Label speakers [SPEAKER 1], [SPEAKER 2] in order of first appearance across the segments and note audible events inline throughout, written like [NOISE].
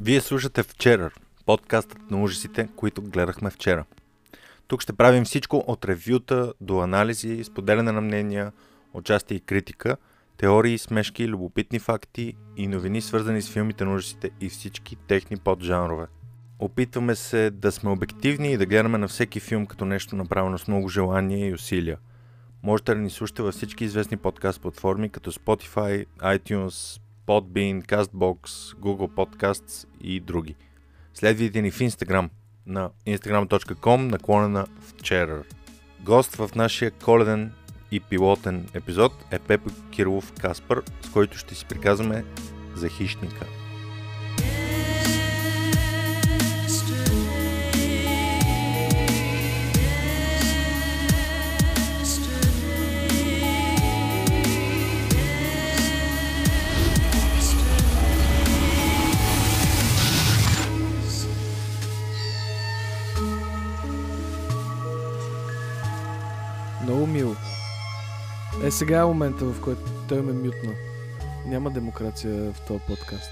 [SPEAKER 1] Вие слушате вчера, подкастът на ужасите, които гледахме вчера. Тук ще правим всичко от ревюта до анализи, споделяне на мнения, участие и критика, теории, смешки, любопитни факти и новини свързани с филмите на ужасите и всички техни поджанрове. Опитваме се да сме обективни и да гледаме на всеки филм като нещо направено с много желание и усилия. Можете да ни слушате във всички известни подкаст платформи като Spotify, iTunes, Podbean, CastBox, Google Podcasts и други. Следвайте ни в Instagram на instagram.com наклонена вчера. Гост в нашия коледен и пилотен епизод е Пепо Кирилов Каспар, с който ще си приказваме за хищника.
[SPEAKER 2] Много мило. Е, сега е момента, в който той ме мютна. Няма демокрация в този подкаст.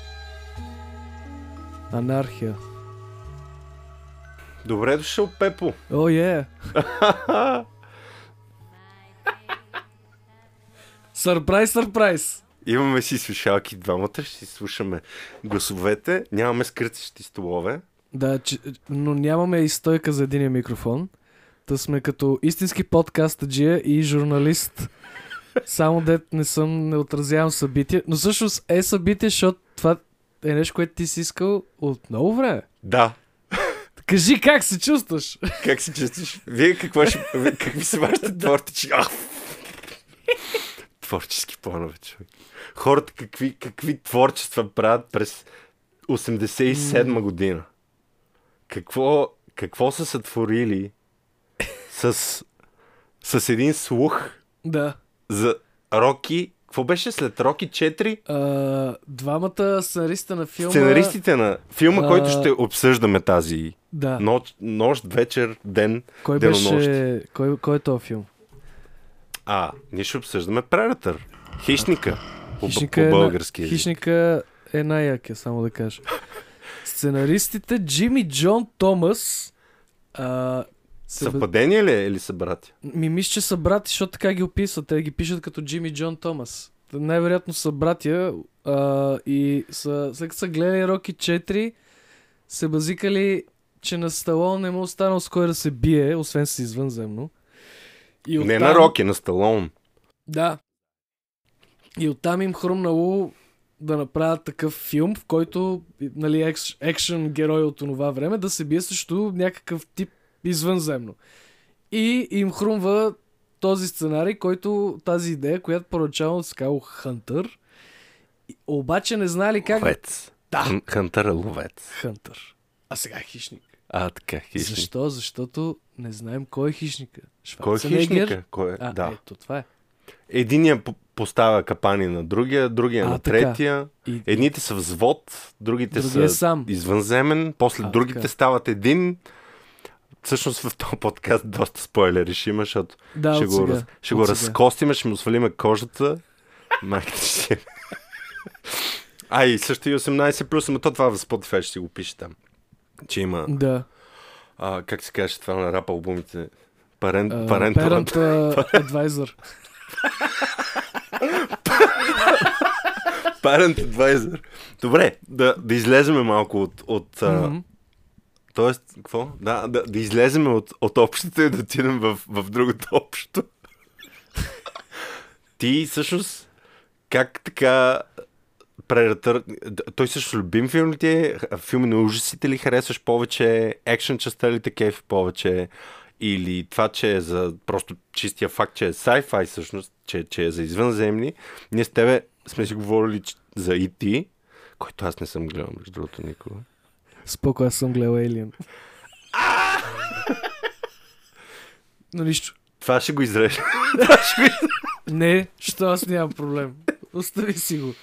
[SPEAKER 2] Анархия.
[SPEAKER 1] Добре дошъл, Пепо!
[SPEAKER 2] О, е! Сърпрайз, сърпрайз!
[SPEAKER 1] Имаме си слушалки двамата, ще си слушаме гласовете, нямаме скърцащи столове.
[SPEAKER 2] Да, че, но нямаме и стойка за един микрофон. Та сме като истински подкаст джия и журналист. Само дет не съм, не отразявам събитие. Но всъщност е събитие, защото това е нещо, което ти си искал от много време.
[SPEAKER 1] Да,
[SPEAKER 2] Кажи как се чувстваш? [LAUGHS]
[SPEAKER 1] Как се чувстваш? Вие какво ще... вие Какви са вашите творчески... Ах! Творчески планове, човек. Хората какви, какви творчества правят през 87 година? Какво, какво са сътворили с, с един слух
[SPEAKER 2] Да.
[SPEAKER 1] за Роки? Какво беше след Роки 4?
[SPEAKER 2] А, двамата сценариста на филма...
[SPEAKER 1] Сценаристите на филма,
[SPEAKER 2] А,
[SPEAKER 1] който ще обсъждаме тази
[SPEAKER 2] Да.
[SPEAKER 1] нощ, нощ вечер, ден,
[SPEAKER 2] Кой
[SPEAKER 1] денонощие.
[SPEAKER 2] беше... Кой, кой е този филм?
[SPEAKER 1] А, ние ще обсъждаме Predator. Хищника. По,
[SPEAKER 2] Хищника е,
[SPEAKER 1] по български
[SPEAKER 2] на...
[SPEAKER 1] език.
[SPEAKER 2] Хищника е най-якия, само да кажа. Сценаристите Джимми Джон Томас а, се бе-
[SPEAKER 1] Съвпадение ли е или са братя?
[SPEAKER 2] ми мисля, че са брати, защото така ги описват. Те ги пишат като Джимми Джон Томас. Най-вероятно са братя а, и са, след като са гледали Роки 4, се базикали, че на Сталон не му останал с кой да се бие, освен с извънземно. И
[SPEAKER 1] Не
[SPEAKER 2] оттам-
[SPEAKER 1] на Роки, на Сталон.
[SPEAKER 2] да. И оттам им хрумнало да направят такъв филм, в който нали, екш, екшен герой от онова време да се бие срещу някакъв тип извънземно. И им хрумва този сценарий, който тази идея, която поръчава от Скал Хантър, И- обаче не знали как...
[SPEAKER 1] Ловец.
[SPEAKER 2] Да,
[SPEAKER 1] Хан- Хантър е ловец.
[SPEAKER 2] Хантър. А сега е хищник.
[SPEAKER 1] А, така, хищник.
[SPEAKER 2] Защо? Защото не знаем кой е хищника.
[SPEAKER 1] Кой е
[SPEAKER 2] Шварценегер?
[SPEAKER 1] хищника? Кой е?
[SPEAKER 2] А,
[SPEAKER 1] да.
[SPEAKER 2] ето, това е.
[SPEAKER 1] Единия по- поставя капани на другия, другия
[SPEAKER 2] А,
[SPEAKER 1] на
[SPEAKER 2] така.
[SPEAKER 1] третия.
[SPEAKER 2] И,
[SPEAKER 1] Едните са взвод, другите
[SPEAKER 2] Другия
[SPEAKER 1] са
[SPEAKER 2] сам.
[SPEAKER 1] извънземен, после
[SPEAKER 2] А,
[SPEAKER 1] другите
[SPEAKER 2] така.
[SPEAKER 1] стават един. Всъщност в този подкаст доста спойлери ще има, защото
[SPEAKER 2] да,
[SPEAKER 1] ще,
[SPEAKER 2] от
[SPEAKER 1] го,
[SPEAKER 2] сега.
[SPEAKER 1] раз... ще
[SPEAKER 2] От
[SPEAKER 1] го
[SPEAKER 2] сега.
[SPEAKER 1] разкостиме, ще му свалиме кожата. Майката ще... А и също и 18+, плюс, ама то това в Spotify ще си го пише там. Че има,
[SPEAKER 2] Да.
[SPEAKER 1] а, как се каже това на рап албумите? Парен...
[SPEAKER 2] а,
[SPEAKER 1] Uh,
[SPEAKER 2] Parent а, Advisor.
[SPEAKER 1] Parent Advisor. Добре, да, да излеземе малко от... от mm-hmm.
[SPEAKER 2] Мгм.
[SPEAKER 1] Тоест, какво? Да, да, да излеземе от, от общото и да отидем в, в другото общо. Ти всъщност как така Predator, той също любим филм ли ти е? Филми на ужасите ли харесваш повече? Екшен частта ли те кефи повече? Или това, че е за просто чистия факт, че е sci-fi всъщност, че, че е за извънземни. Ние с тебе сме си говорили че- за E.T., който аз не съм гледал, между другото, никога.
[SPEAKER 2] Споко, аз съм гледал Alien. Но нищо.
[SPEAKER 1] Това ще го изрежа.
[SPEAKER 2] Не, що аз нямам проблем. Остави си го.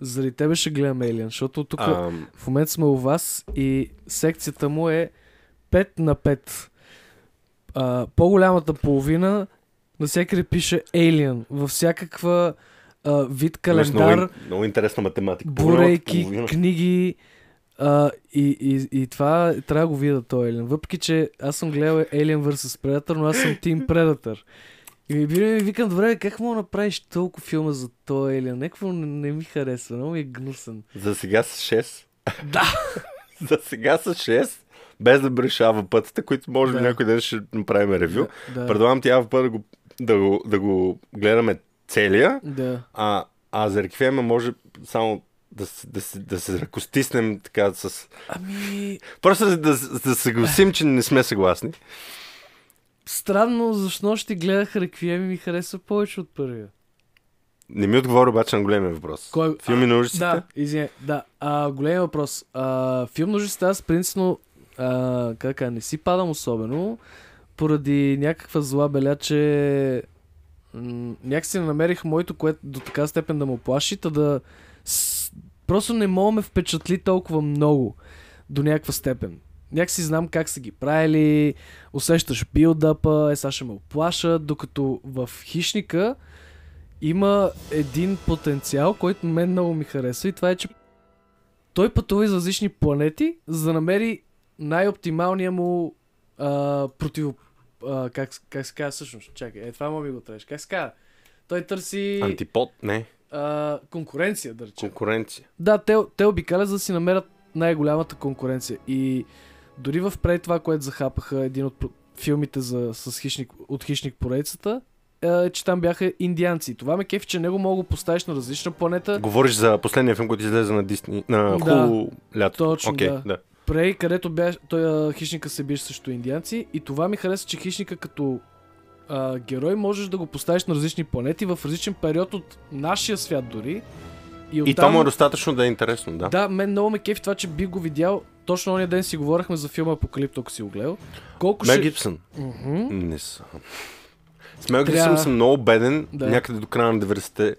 [SPEAKER 2] Заради тебе ще гледам Alien, защото тук
[SPEAKER 1] Ам,
[SPEAKER 2] в момента сме у вас и секцията му е 5 на 5. А, по-голямата половина навсякъде пише Alien. Във всякаква а, вид
[SPEAKER 1] имаш
[SPEAKER 2] календар.
[SPEAKER 1] Много, ин- много интересна математика. Половината,
[SPEAKER 2] бурейки,
[SPEAKER 1] половина.
[SPEAKER 2] книги, А, и, и, и това трябва да го видя той Alien. Въпреки, че аз съм гледал Alien vs. Predator, но аз съм Team Predator. И ми били ми викам, добре, как мога да направиш толкова филма за този Alien? Някакво не, не ми харесва, много ми е гнусен.
[SPEAKER 1] За сега са 6.
[SPEAKER 2] Да.
[SPEAKER 1] [LAUGHS] За сега са 6. Без да брешава пътята, които може би
[SPEAKER 2] Да.
[SPEAKER 1] някой ден ще направим ревю.
[SPEAKER 2] Да, да,
[SPEAKER 1] Предлагам ти Ава път да го, да, го, да го гледаме целия,
[SPEAKER 2] да.
[SPEAKER 1] а, а за Реквиема може само да, се- да, се- да се ръкостиснем така с...
[SPEAKER 2] Ами,
[SPEAKER 1] Просто да, да, да се съгласим, че не сме съгласни.
[SPEAKER 2] странно, защо ще гледах Реквием и ми хареса повече от първия.
[SPEAKER 1] Не ми отговори обаче на големия въпрос.
[SPEAKER 2] Кой-
[SPEAKER 1] Филми
[SPEAKER 2] а,
[SPEAKER 1] на ужасите?
[SPEAKER 2] Да, извиня, да. А, голям въпрос. А, филм на ужасите аз принципно а, как да кажа, не си падам особено, поради някаква зла беля, че м- някакси не намерих моето, което до така степен да му плаши, та да с- просто не мога ме впечатли толкова много до някаква степен. Някакси знам как са ги правили, усещаш билдъпа, е сега ще ме оплашат, докато в Хищника има един потенциал, който мен много ми харесва и това е, че той пътува из различни планети, за да намери най-оптималния му а, против... А, как, как се казва всъщност? Чакай, е, това мога ми го трябваше. Как се казва? Той търси
[SPEAKER 1] Антипод? Не.
[SPEAKER 2] а, конкуренция, да речем.
[SPEAKER 1] Конкуренция.
[SPEAKER 2] Да, те, те обикалят за да си намерят най-голямата конкуренция. И дори в пред това, което захапаха един от про- филмите за, с хищник, от Хищник поредицата, е, че там бяха индианци. Това ме кефи, че него мога да го поставиш на различна планета.
[SPEAKER 1] Говориш за последния филм, който излезе на Дисни... На
[SPEAKER 2] Да.
[SPEAKER 1] хубаво лято.
[SPEAKER 2] Точно,
[SPEAKER 1] Окей,
[SPEAKER 2] да.
[SPEAKER 1] да.
[SPEAKER 2] Прей, където бя, той, а, хищника се биеше срещу индианци и това ми хареса, че хищника като а, герой можеш да го поставиш на различни планети в различен период от нашия свят дори. И,
[SPEAKER 1] И
[SPEAKER 2] оттам-
[SPEAKER 1] то му е достатъчно да е интересно, да.
[SPEAKER 2] Да, мен много ме кефи това, че би го видял. Точно ония ден си говорихме за филма Апокалипто, ако си го гледал. Колко
[SPEAKER 1] Мел
[SPEAKER 2] ще...
[SPEAKER 1] Гибсън.
[SPEAKER 2] Мгм.
[SPEAKER 1] Не съм. С Мел Гибсън
[SPEAKER 2] Трябва-
[SPEAKER 1] съм много беден,
[SPEAKER 2] Да.
[SPEAKER 1] някъде до края на 90-те.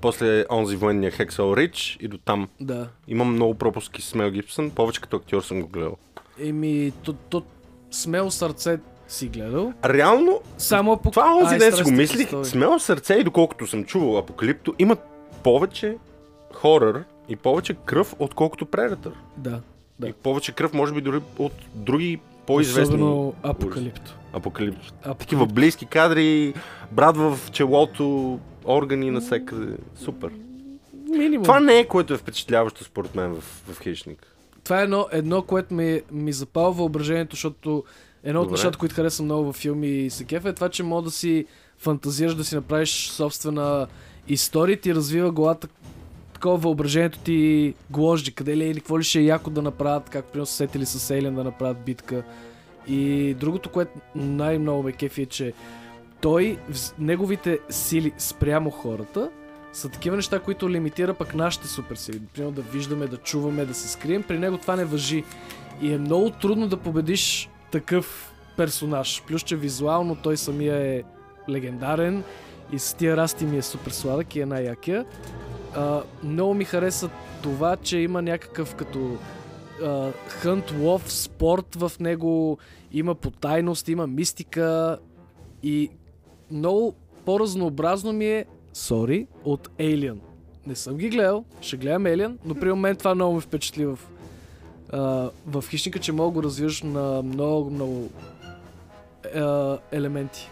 [SPEAKER 1] После онзи военния Хексел Рич и до там.
[SPEAKER 2] Да.
[SPEAKER 1] Имам много пропуски с Мел Гибсън, повече като актьор съм го гледал.
[SPEAKER 2] Еми, то, то смело сърце си гледал.
[SPEAKER 1] Реално,
[SPEAKER 2] Само по...
[SPEAKER 1] това онзи ден си го
[SPEAKER 2] История.
[SPEAKER 1] мислих, смело сърце и доколкото съм чувал Апокалипто, имат повече хорър и повече кръв, отколкото Predator.
[SPEAKER 2] Да. Да.
[SPEAKER 1] И повече кръв, може би дори от други по-известни
[SPEAKER 2] Особено Апокалипто.
[SPEAKER 1] апокалипто.
[SPEAKER 2] Апокалипто.
[SPEAKER 1] Такива близки кадри, брат в челото, органи навсякъде. Супер.
[SPEAKER 2] Минимум.
[SPEAKER 1] Това не е което е впечатляващо според мен в, в Хищник.
[SPEAKER 2] Това е едно, едно което ми, ми запалва въображението, защото едно от
[SPEAKER 1] Добре.
[SPEAKER 2] нещата, които харесвам много във филми и се кефа е това, че мога да си фантазираш, да си направиш собствена история, ти развива главата такова въображението ти гложди, къде ли е или какво ли ще е яко да направят, както примерно са сетили с Елен да направят битка. И другото, което най-много ме кефи е, че той, вз- неговите сили спрямо хората, са такива неща, които лимитира пък нашите суперсили. Примерно да виждаме, да чуваме, да се скрием. При него това не въжи. И е много трудно да победиш такъв персонаж. Плюс, че визуално той самия е легендарен и с тия расти ми е супер сладък и е най-якия. А, много ми хареса това, че има някакъв като а, хънт, лов, спорт в него, има потайност, има мистика и много по-разнообразно ми е Sorry от Alien. Не съм ги гледал, ще гледам Alien, но при мен това много ме впечатли в, а, в Хищника, че мога да го развиваш на много, много а, елементи.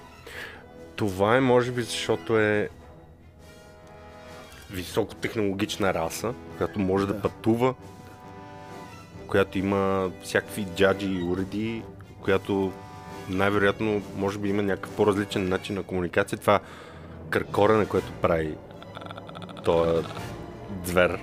[SPEAKER 1] Това е може би защото е високотехнологична раса, която може да,
[SPEAKER 2] Да.
[SPEAKER 1] пътува, която има всякакви джаджи и уреди, която най-вероятно може би има някакъв по-различен начин на комуникация. Това къркора, на което прави този звер.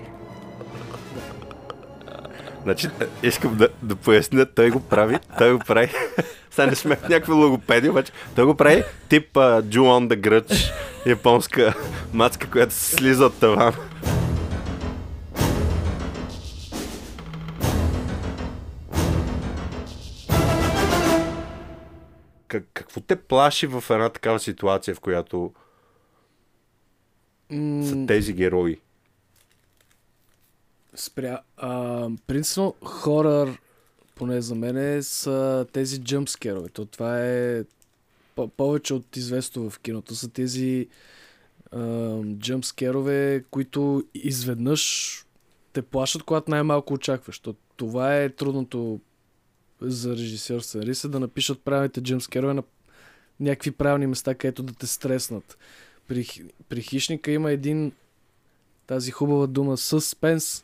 [SPEAKER 1] Значи, искам да, да поясня, той го прави, той го прави. [LAUGHS] Сега не сме в някаква логопедия, обаче той го прави тип uh, Джуон да гръч, японска мацка, която се слиза от тавана. Как, какво те плаши в една такава ситуация, в която са
[SPEAKER 2] М,
[SPEAKER 1] тези герои?
[SPEAKER 2] спря. А, принципно, хорър, поне за мен, са тези джъмпскерове. То това е по- повече от известно в киното. Са тези джъмпскерове, които изведнъж те плашат, когато най-малко очакваш. То това е трудното за режисьор сценариста да напишат правилните джемскерове на някакви правилни места, където да те стреснат. При, при хищника има един тази хубава дума съспенс,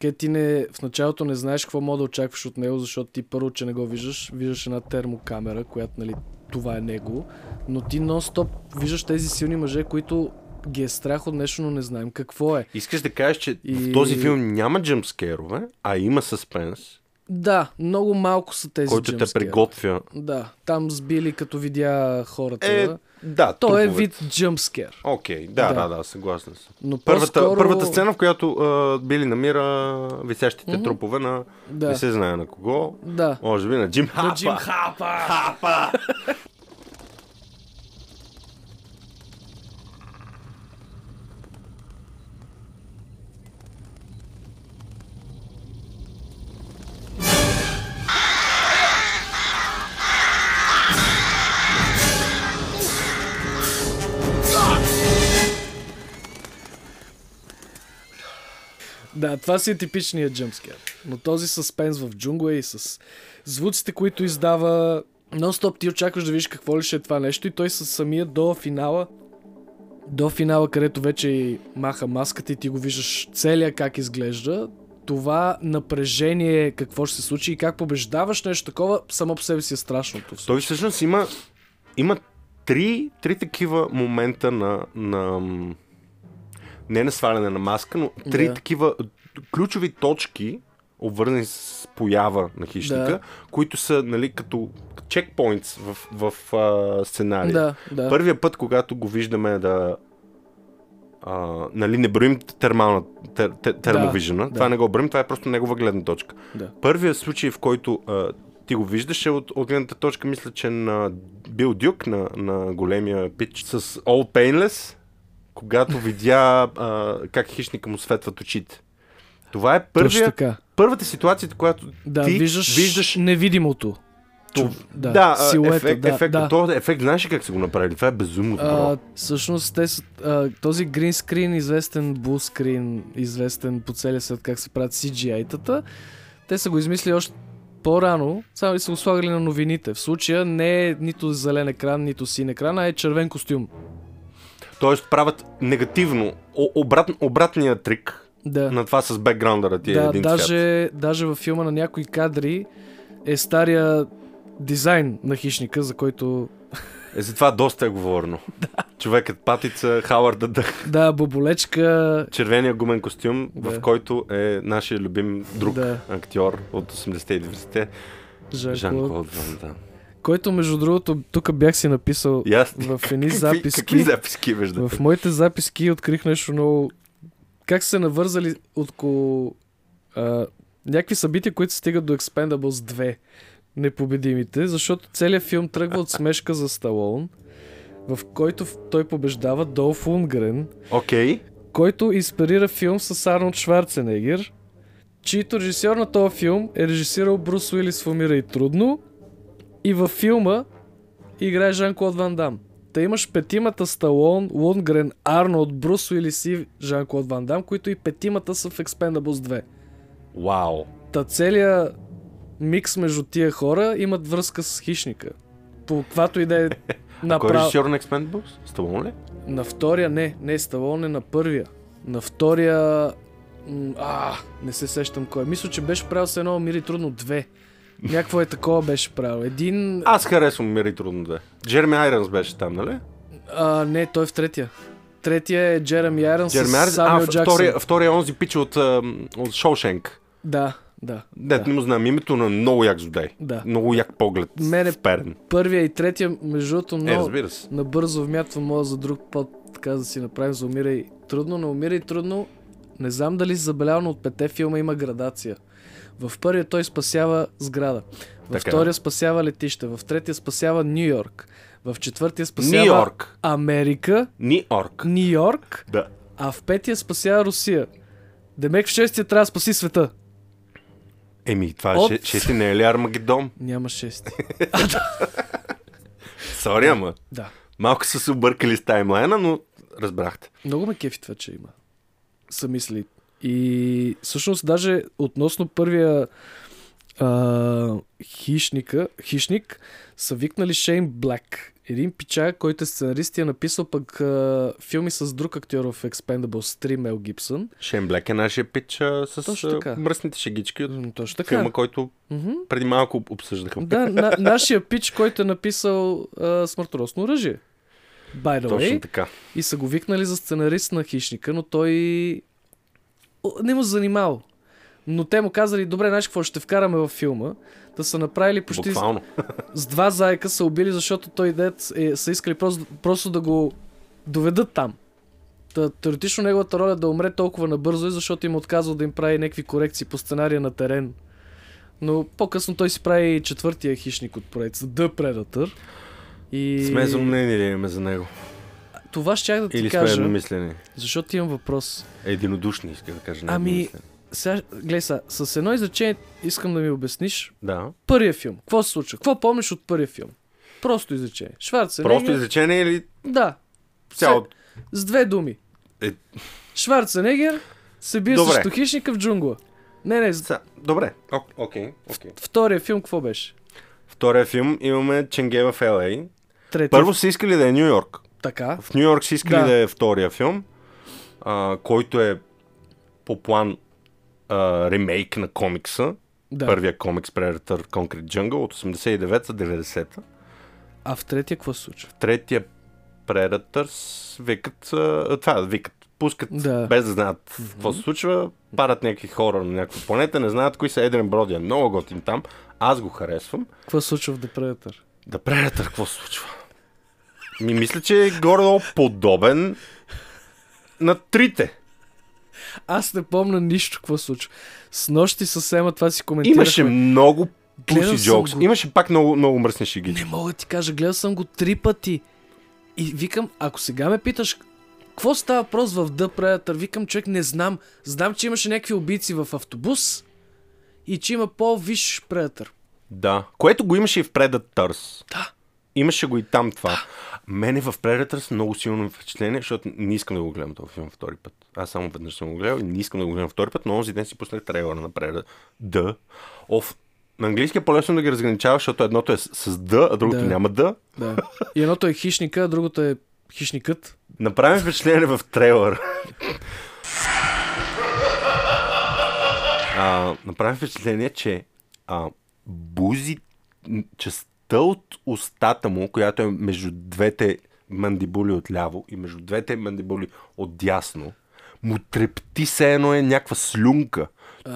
[SPEAKER 2] където ти не, в началото не знаеш какво мога да очакваш от него, защото ти първо, че не го виждаш, виждаш една термокамера, която нали, това е него, но ти нон-стоп виждаш тези силни мъже, които ги е страх от нещо, но не знаем какво е.
[SPEAKER 1] Искаш да кажеш, че и... в
[SPEAKER 2] И-
[SPEAKER 1] този филм няма джамскерове, а има съспенс,
[SPEAKER 2] Да, много малко са тези
[SPEAKER 1] който те
[SPEAKER 2] джъмпскери.
[SPEAKER 1] приготвя.
[SPEAKER 2] Да, там сбили като видя хората.
[SPEAKER 1] Е, да,
[SPEAKER 2] То е
[SPEAKER 1] труповете.
[SPEAKER 2] вид джъмскер.
[SPEAKER 1] Окей, да, да,
[SPEAKER 2] Да.
[SPEAKER 1] да, съгласен съм.
[SPEAKER 2] Но
[SPEAKER 1] Първата,
[SPEAKER 2] по-скоро...
[SPEAKER 1] първата сцена, в която а, Били намира висящите трупове на... Не
[SPEAKER 2] Да,
[SPEAKER 1] се знае на кого.
[SPEAKER 2] да.
[SPEAKER 1] Може би на Джим Хапа.
[SPEAKER 2] На Джим Хапа!
[SPEAKER 1] Хапа!
[SPEAKER 2] Да, това си е типичният джъмскер. Но този съспенс в джунгла и с звуците, които издава... Нон-стоп ти очакваш да видиш какво ли ще е това нещо и той с самия до финала до финала, където вече и маха маската и ти го виждаш целия как изглежда, това напрежение какво ще се случи и как побеждаваш нещо такова, само по себе си е страшното. всъщност.
[SPEAKER 1] Той всъщност има, има три, три такива момента на, на... м, Не на сваляне на маска, но три
[SPEAKER 2] Да.
[SPEAKER 1] такива ключови точки, обвързани с поява на хищника,
[SPEAKER 2] Да.
[SPEAKER 1] които са нали, като чекпоинтс в, в а, сценария.
[SPEAKER 2] Да, да.
[SPEAKER 1] Първия път, когато го виждаме да... А, нали, не броим термална, тер, тер, термовижена.
[SPEAKER 2] да.
[SPEAKER 1] това не го броим, това е просто негова гледна точка.
[SPEAKER 2] Да.
[SPEAKER 1] Първият случай, в който а, ти го виждаш е от, от гледната точка, мисля, че на Бил Дюк, на, на големия пич с All Painless,
[SPEAKER 2] [LAUGHS]
[SPEAKER 1] когато видя а, как хищника му светват очите. Това е
[SPEAKER 2] Точно
[SPEAKER 1] първия,
[SPEAKER 2] така.
[SPEAKER 1] първата ситуация, която
[SPEAKER 2] Да,
[SPEAKER 1] ти
[SPEAKER 2] виждаш,
[SPEAKER 1] виждаш
[SPEAKER 2] виждаш невидимото.
[SPEAKER 1] това.
[SPEAKER 2] да,
[SPEAKER 1] да а,
[SPEAKER 2] силуета,
[SPEAKER 1] ефект,
[SPEAKER 2] да,
[SPEAKER 1] ефект,
[SPEAKER 2] да.
[SPEAKER 1] Този ефект, знаеш ли как са го направили? Това е безумно добро.
[SPEAKER 2] А, всъщност те са, а, този green screen, известен blue screen, известен по целия свят как се правят CGI-тата, те са го измислили още по-рано, само и са го слагали на новините. В случая не е нито зелен екран, нито син екран, а е червен костюм.
[SPEAKER 1] Тоест правят негативно, о- обрат, обратния трик
[SPEAKER 2] Да,
[SPEAKER 1] на това с бекграундъра ти е
[SPEAKER 2] да
[SPEAKER 1] един цвят.
[SPEAKER 2] даже, даже във филма на някои кадри е стария дизайн на хищника, за който
[SPEAKER 1] Е, за това доста е говорено.
[SPEAKER 2] [LAUGHS]
[SPEAKER 1] Човекът патица, Хауърд Дъх,
[SPEAKER 2] да, боболечка
[SPEAKER 1] червения гумен костюм, в
[SPEAKER 2] Да.
[SPEAKER 1] който е нашия любим друг
[SPEAKER 2] Да.
[SPEAKER 1] актьор от 89-те,
[SPEAKER 2] Жан
[SPEAKER 1] Жан-Клод Ван Дам.
[SPEAKER 2] който между другото тук бях си написал
[SPEAKER 1] И аз... [LAUGHS]
[SPEAKER 2] в едни
[SPEAKER 1] Какви,
[SPEAKER 2] записки.
[SPEAKER 1] какви записки виждате?
[SPEAKER 2] В моите записки открих нещо много... Как са навързали около а, някакви събития, които стигат до Expendables 2. Непобедимите, защото целият филм тръгва от смешка за Сталон, в който в- той побеждава Долф Лунгрен,
[SPEAKER 1] Окей.
[SPEAKER 2] който инспирира филм с Арнолд Шварценегер, чийто режисьор на този филм е режисирал Брус Уилис в Умира и трудно и във филма играе Жан-Клод Ван Дам. Та имаш петимата Сталон, Лунгрен, Арнолд, Брус Уилис и Жан-Клод Ван Дам, които и петимата са в Expendables 2.
[SPEAKER 1] Вау.
[SPEAKER 2] Та целият микс между тия хора имат връзка с хищника. По каквато и да е
[SPEAKER 1] Кой е
[SPEAKER 2] направо.
[SPEAKER 1] режисьор на Expendables? Сталон ли?
[SPEAKER 2] На втория не, не Сталон е на първия. На втория... м, А, не се сещам кой. е. Мисля, че беше правил с едно мири трудно две. Някакво е такова беше правил. Един...
[SPEAKER 1] Аз харесвам Мири трудно да е. Джереми Айранс беше там, нали?
[SPEAKER 2] А, не, той е в третия. Третия е Джереми Айрън
[SPEAKER 1] Джереми
[SPEAKER 2] с
[SPEAKER 1] Айранс, а
[SPEAKER 2] Самюел Джаксън.
[SPEAKER 1] втория, втория онзи пич от, ам, от Шоушенк.
[SPEAKER 2] Да, да.
[SPEAKER 1] Дет
[SPEAKER 2] Да.
[SPEAKER 1] не му знам името, но е много як злодей.
[SPEAKER 2] Да.
[SPEAKER 1] Много як поглед.
[SPEAKER 2] Мене-
[SPEAKER 1] Вперен.
[SPEAKER 2] Първия и третия, между другото,
[SPEAKER 1] Е,
[SPEAKER 2] много...
[SPEAKER 1] разбира се.
[SPEAKER 2] набързо вмятвам моя за друг път, така да си направим за умирай трудно, но умирай трудно. Не знам дали си забелял, но от пете филма има градация. В първия той спасява сграда. В
[SPEAKER 1] Така.
[SPEAKER 2] втория спасява летище. В третия спасява Нью Йорк. В четвъртия спасява
[SPEAKER 1] Нью Йорк.
[SPEAKER 2] Америка,
[SPEAKER 1] Нью Йорк.
[SPEAKER 2] Нью Йорк,
[SPEAKER 1] Да.
[SPEAKER 2] а в петия спасява Русия. Демек в шестия трябва да спаси света.
[SPEAKER 1] Еми, това
[SPEAKER 2] От-
[SPEAKER 1] ще, ще ти не е ли Армагедон?
[SPEAKER 2] Няма шести. [LAUGHS]
[SPEAKER 1] Сори, ама.
[SPEAKER 2] да.
[SPEAKER 1] Малко са се объркали с таймлайна, но разбрахте.
[SPEAKER 2] Много ме кефи това, че има. Са мисли И всъщност даже относно първия а, хищника, хищник са викнали Шейн Блак. Един пича, който е сценарист и е написал пък а, филми с друг актьор в Expendables 3, Мел Гибсън.
[SPEAKER 1] Шейн Блек е нашия пич а, с
[SPEAKER 2] Точно
[SPEAKER 1] а,
[SPEAKER 2] така.
[SPEAKER 1] мръсните шегички от
[SPEAKER 2] М, Точно така.
[SPEAKER 1] филма, който
[SPEAKER 2] Мгм.
[SPEAKER 1] преди малко обсъждахме.
[SPEAKER 2] Да, на, нашия пич, който е написал а, смъртоносно оръжие. By the way,
[SPEAKER 1] Точно така.
[SPEAKER 2] И са го викнали за сценарист на хищника, но той О, не му занимал. Но те му казали, добре, знаеш какво, ще вкараме във филма. Да са направили почти с-
[SPEAKER 1] Буквално.
[SPEAKER 2] с два зайка са убили, защото той дет е, са искали просто, просто да го доведат там. Та, теоретично неговата роля да умре толкова набързо е, защото им отказва да им прави някакви корекции по сценария на терен. Но по-късно той си прави четвъртия хищник от проекта, The Predator. И
[SPEAKER 1] Сме замнени ли имаме за него?
[SPEAKER 2] това щях да ти
[SPEAKER 1] Или сме
[SPEAKER 2] кажа,
[SPEAKER 1] едномислени?
[SPEAKER 2] защото имам въпрос.
[SPEAKER 1] Единодушни, иска да кажа. не
[SPEAKER 2] Ами-
[SPEAKER 1] едномислени.
[SPEAKER 2] Сега, гледай сега, с едно изречение искам да ми обясниш
[SPEAKER 1] Да.
[SPEAKER 2] първия филм. Какво се случва? Какво помниш от първия филм? Просто изречение. Шварценегер...
[SPEAKER 1] Просто изречение или
[SPEAKER 2] Да.
[SPEAKER 1] цяло...
[SPEAKER 2] С две думи.
[SPEAKER 1] Е.
[SPEAKER 2] Шварценегер се бие
[SPEAKER 1] Добре.
[SPEAKER 2] срещу хищника в джунгла. Не, не, с-
[SPEAKER 1] Ца- Добре. Ок- Окей. окей.
[SPEAKER 2] втория филм какво беше?
[SPEAKER 1] Втория филм имаме Ченге в Л.А.
[SPEAKER 2] Третия.
[SPEAKER 1] Първо са искали да е Нью Йорк.
[SPEAKER 2] Така.
[SPEAKER 1] В Нью Йорк са искали да.
[SPEAKER 2] Да.
[SPEAKER 1] е втория филм, а, който е по план а, ремейк на комикса.
[SPEAKER 2] Да.
[SPEAKER 1] Първия комикс Predator Concrete Jungle от 89 за 90-та.
[SPEAKER 2] А в третия какво се случва?
[SPEAKER 1] Третия Predator с- викат, а, това викат, пускат
[SPEAKER 2] Да.
[SPEAKER 1] без да знаят какво се случва, парат някакви хора на някаква планета, не знаят кои са Едрен Броди, е много готин там, аз го харесвам.
[SPEAKER 2] Какво се случва в The Predator?
[SPEAKER 1] Да Predator, какво се случва? Ми мисля, че е горе подобен на трите.
[SPEAKER 2] Аз не помня нищо какво се случва. С нощи съвсем това си коментирахме.
[SPEAKER 1] Имаше много
[SPEAKER 2] Гледал
[SPEAKER 1] пуши
[SPEAKER 2] съм
[SPEAKER 1] джокс.
[SPEAKER 2] го.
[SPEAKER 1] Имаше пак много, много мръсни шиги.
[SPEAKER 2] Не мога да ти кажа, гледал съм го три пъти. И викам, ако сега ме питаш, какво става въпрос в The Predator? Викам, човек, не знам. Знам, че имаше някакви убийци в автобус и че има по-виш Predator.
[SPEAKER 1] Да. Което го имаше и в Predators.
[SPEAKER 2] Да.
[SPEAKER 1] Имаше го и там това. Мене в Predators много силно ми впечатление, защото не искам да го гледам този филм втори път. Аз само веднъж съм го гледал и не искам да го гледам втори път, но онзи ден си пуснах трейлера на Predator. Да. Оф. На английски е по-лесно да ги разграничаваш, защото едното е с, с Д, а другото
[SPEAKER 2] Да.
[SPEAKER 1] няма Д.
[SPEAKER 2] Да. И едното е хищника, а другото е хищникът.
[SPEAKER 1] Направим впечатление в трейлър. а, направим впечатление, че а, бузи, м, частта от устата му, която е между двете мандибули от ляво и между двете мандибули от дясно, му трепти се едно е някаква слюнка.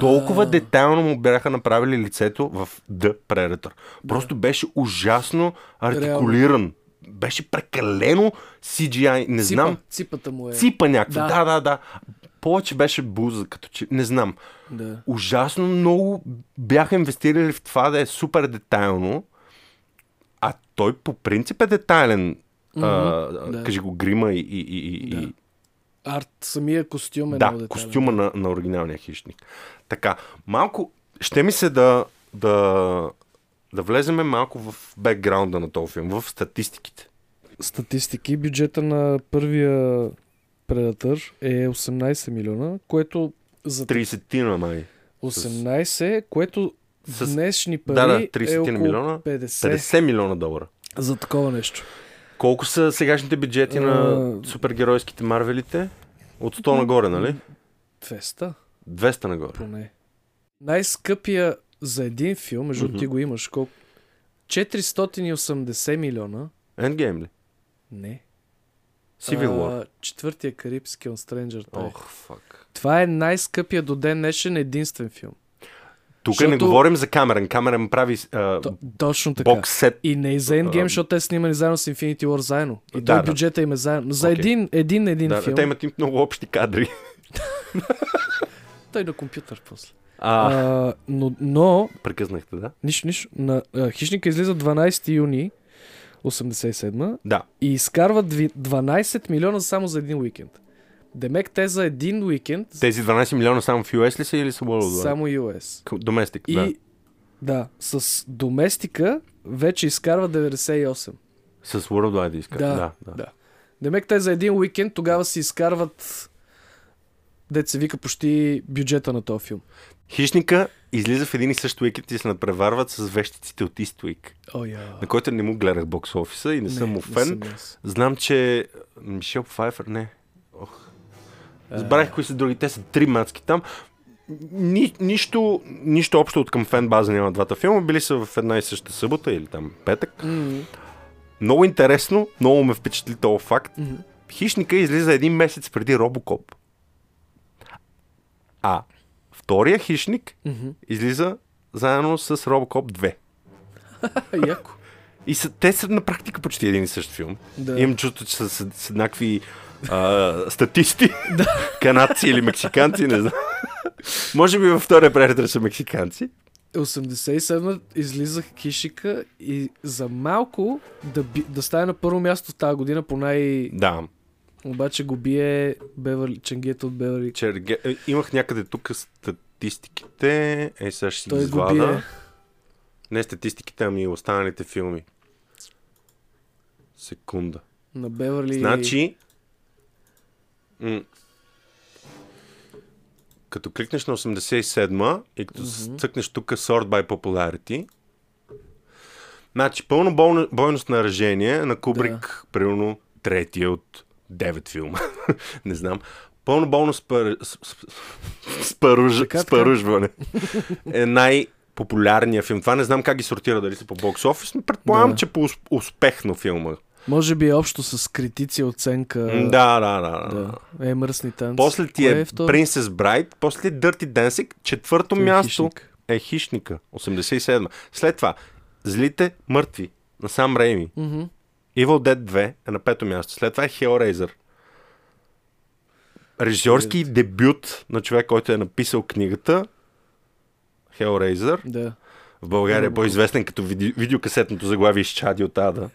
[SPEAKER 1] Толкова детайлно му бяха направили лицето в The Predator. Просто беше ужасно артикулиран. Беше прекалено CGI. Не
[SPEAKER 2] Ципа,
[SPEAKER 1] знам.
[SPEAKER 2] Ципата му е.
[SPEAKER 1] Ципа някаква. Да.
[SPEAKER 2] Да.
[SPEAKER 1] да, да, Повече беше буза, като че. Не знам.
[SPEAKER 2] Да.
[SPEAKER 1] Ужасно много бяха инвестирали в това да е супер детайлно. А той по принцип е детайлен. а,
[SPEAKER 2] да.
[SPEAKER 1] Кажи го, грима и, и, и, и, и,
[SPEAKER 2] Арт, самия костюм е
[SPEAKER 1] да,
[SPEAKER 2] много детайлен.
[SPEAKER 1] костюма на, на оригиналния хищник. Така, малко, ще ми се да, да, да влеземе малко в бекграунда на този филм, в статистиките.
[SPEAKER 2] статистики, бюджета на първия Predator е 18 милиона, което за
[SPEAKER 1] 30 на май.
[SPEAKER 2] 18, което
[SPEAKER 1] С-
[SPEAKER 2] с... днешни пари
[SPEAKER 1] Да, да,
[SPEAKER 2] е
[SPEAKER 1] 30
[SPEAKER 2] около
[SPEAKER 1] милиона.
[SPEAKER 2] 50
[SPEAKER 1] 50 милиона долара.
[SPEAKER 2] за такова нещо.
[SPEAKER 1] Колко са сегашните бюджети на
[SPEAKER 2] А,
[SPEAKER 1] супергеройските марвелите? От 100 нагоре, нали?
[SPEAKER 2] 200
[SPEAKER 1] 200 нагоре.
[SPEAKER 2] поне. Най-скъпия за един филм, между
[SPEAKER 1] Мгм.
[SPEAKER 2] ти го имаш колко? 480 милиона.
[SPEAKER 1] Endgame ли?
[SPEAKER 2] Не.
[SPEAKER 1] Civil War.
[SPEAKER 2] А, четвъртия карибски on Stranger Things.
[SPEAKER 1] Ох, фак.
[SPEAKER 2] Това е най-скъпия до ден днешен единствен филм.
[SPEAKER 1] Тук не
[SPEAKER 2] Защото-
[SPEAKER 1] говорим за Камерен. Камерен прави а,
[SPEAKER 2] То, точно така.
[SPEAKER 1] бокс сет.
[SPEAKER 2] И не и за Endgame,
[SPEAKER 1] А,
[SPEAKER 2] защото те снимани заедно с Infinity War заедно. И
[SPEAKER 1] Да,
[SPEAKER 2] той
[SPEAKER 1] да.
[SPEAKER 2] бюджета им е заедно. За
[SPEAKER 1] Окей.
[SPEAKER 2] един, един, един
[SPEAKER 1] Да,
[SPEAKER 2] филм.
[SPEAKER 1] те имат им много общи кадри.
[SPEAKER 2] Той е на компютър после.
[SPEAKER 1] А,
[SPEAKER 2] А, но, но
[SPEAKER 1] прекъснахте, да?
[SPEAKER 2] нищо, нищо, на а, Хищника излиза 12 юни 87
[SPEAKER 1] Да.
[SPEAKER 2] и изкарва дви- 12 милиона само за един уикенд. Демек те за един уикенд
[SPEAKER 1] Тези 12 милиона само в US ли са или са Worldwide? Само...
[SPEAKER 2] само US.
[SPEAKER 1] Доместик,
[SPEAKER 2] И
[SPEAKER 1] да.
[SPEAKER 2] да. с доместика вече изкарва 98.
[SPEAKER 1] С Worldwide иска. Да, да. да.
[SPEAKER 2] да. Демек те за един уикенд тогава си изкарват дет се вика почти бюджета на този филм.
[SPEAKER 1] Хищника излиза в един и същ уикенд и се надпреварват с вещиците от Иствик,
[SPEAKER 2] О, я.
[SPEAKER 1] на който не му гледах бокс офиса и не, съм му фен.
[SPEAKER 2] Не съм аз. [LAUGHS]
[SPEAKER 1] Знам, че Мишел Пфайфер, не. Ох. Забравих кои са други. Те са три мацки там. Ни, нищо, нищо общо от към фен база няма двата филма. Били са в една и съща събота или там петък.
[SPEAKER 2] М,
[SPEAKER 1] Много интересно, много ме впечатли този факт.
[SPEAKER 2] Мгм.
[SPEAKER 1] Хищника излиза един месец преди Робокоп. А втория хищник
[SPEAKER 2] мгм.
[SPEAKER 1] излиза заедно с Робокоп 2.
[SPEAKER 2] А, Яко.
[SPEAKER 1] И са, те са на практика почти един и същ филм.
[SPEAKER 2] Да.
[SPEAKER 1] Имам чувство, че са с, с еднакви а, статисти, [LAUGHS] канадци или мексиканци, не знам. Може би във втория преретър са мексиканци.
[SPEAKER 2] 87 излизах Кишика и за малко да, би, да стане на първо място тази година по най...
[SPEAKER 1] Да.
[SPEAKER 2] Обаче го бие Беверли, Ченгията от Беверли.
[SPEAKER 1] Черге... е, Имах някъде тук статистиките. Е, сега ще си ги
[SPEAKER 2] Той го бие.
[SPEAKER 1] извада. Не статистиките, ами останалите филми. Секунда.
[SPEAKER 2] На Беверли...
[SPEAKER 1] Значи... М- като кликнеш на 87-ма и като mm-hmm. цъкнеш тук Sort by Popularity, значи пълно болно- бойно снаряжение на Кубрик, да. примерно третия от 9 филма. [LAUGHS] Не знам. Пълно болно спар... с- с- спаруж...
[SPEAKER 2] Така, така.
[SPEAKER 1] спаружване е най-популярният филм. Това не знам как ги сортира, дали са по бокс офис, но предполагам,
[SPEAKER 2] Да.
[SPEAKER 1] че по усп- успехно филма.
[SPEAKER 2] Може би е общо с критици оценка.
[SPEAKER 1] М, Да, да, да. да.
[SPEAKER 2] да. Е, мръсни танци.
[SPEAKER 1] После ти
[SPEAKER 2] Кое
[SPEAKER 1] е
[SPEAKER 2] второ?
[SPEAKER 1] Princess Bride, после ти е Dirty Dancing, четвърто
[SPEAKER 2] Той е
[SPEAKER 1] място
[SPEAKER 2] хищник.
[SPEAKER 1] е Хищника, 87. След това Злите мъртви на Сам Рейми.
[SPEAKER 2] Мгм.
[SPEAKER 1] Evil Dead 2 е на пето място. След това е Hellraiser. Режисьорски дебют на човек, който е написал книгата Hellraiser.
[SPEAKER 2] Да.
[SPEAKER 1] В България е по-известен като види, видеокасетното заглавие изчади от Ада.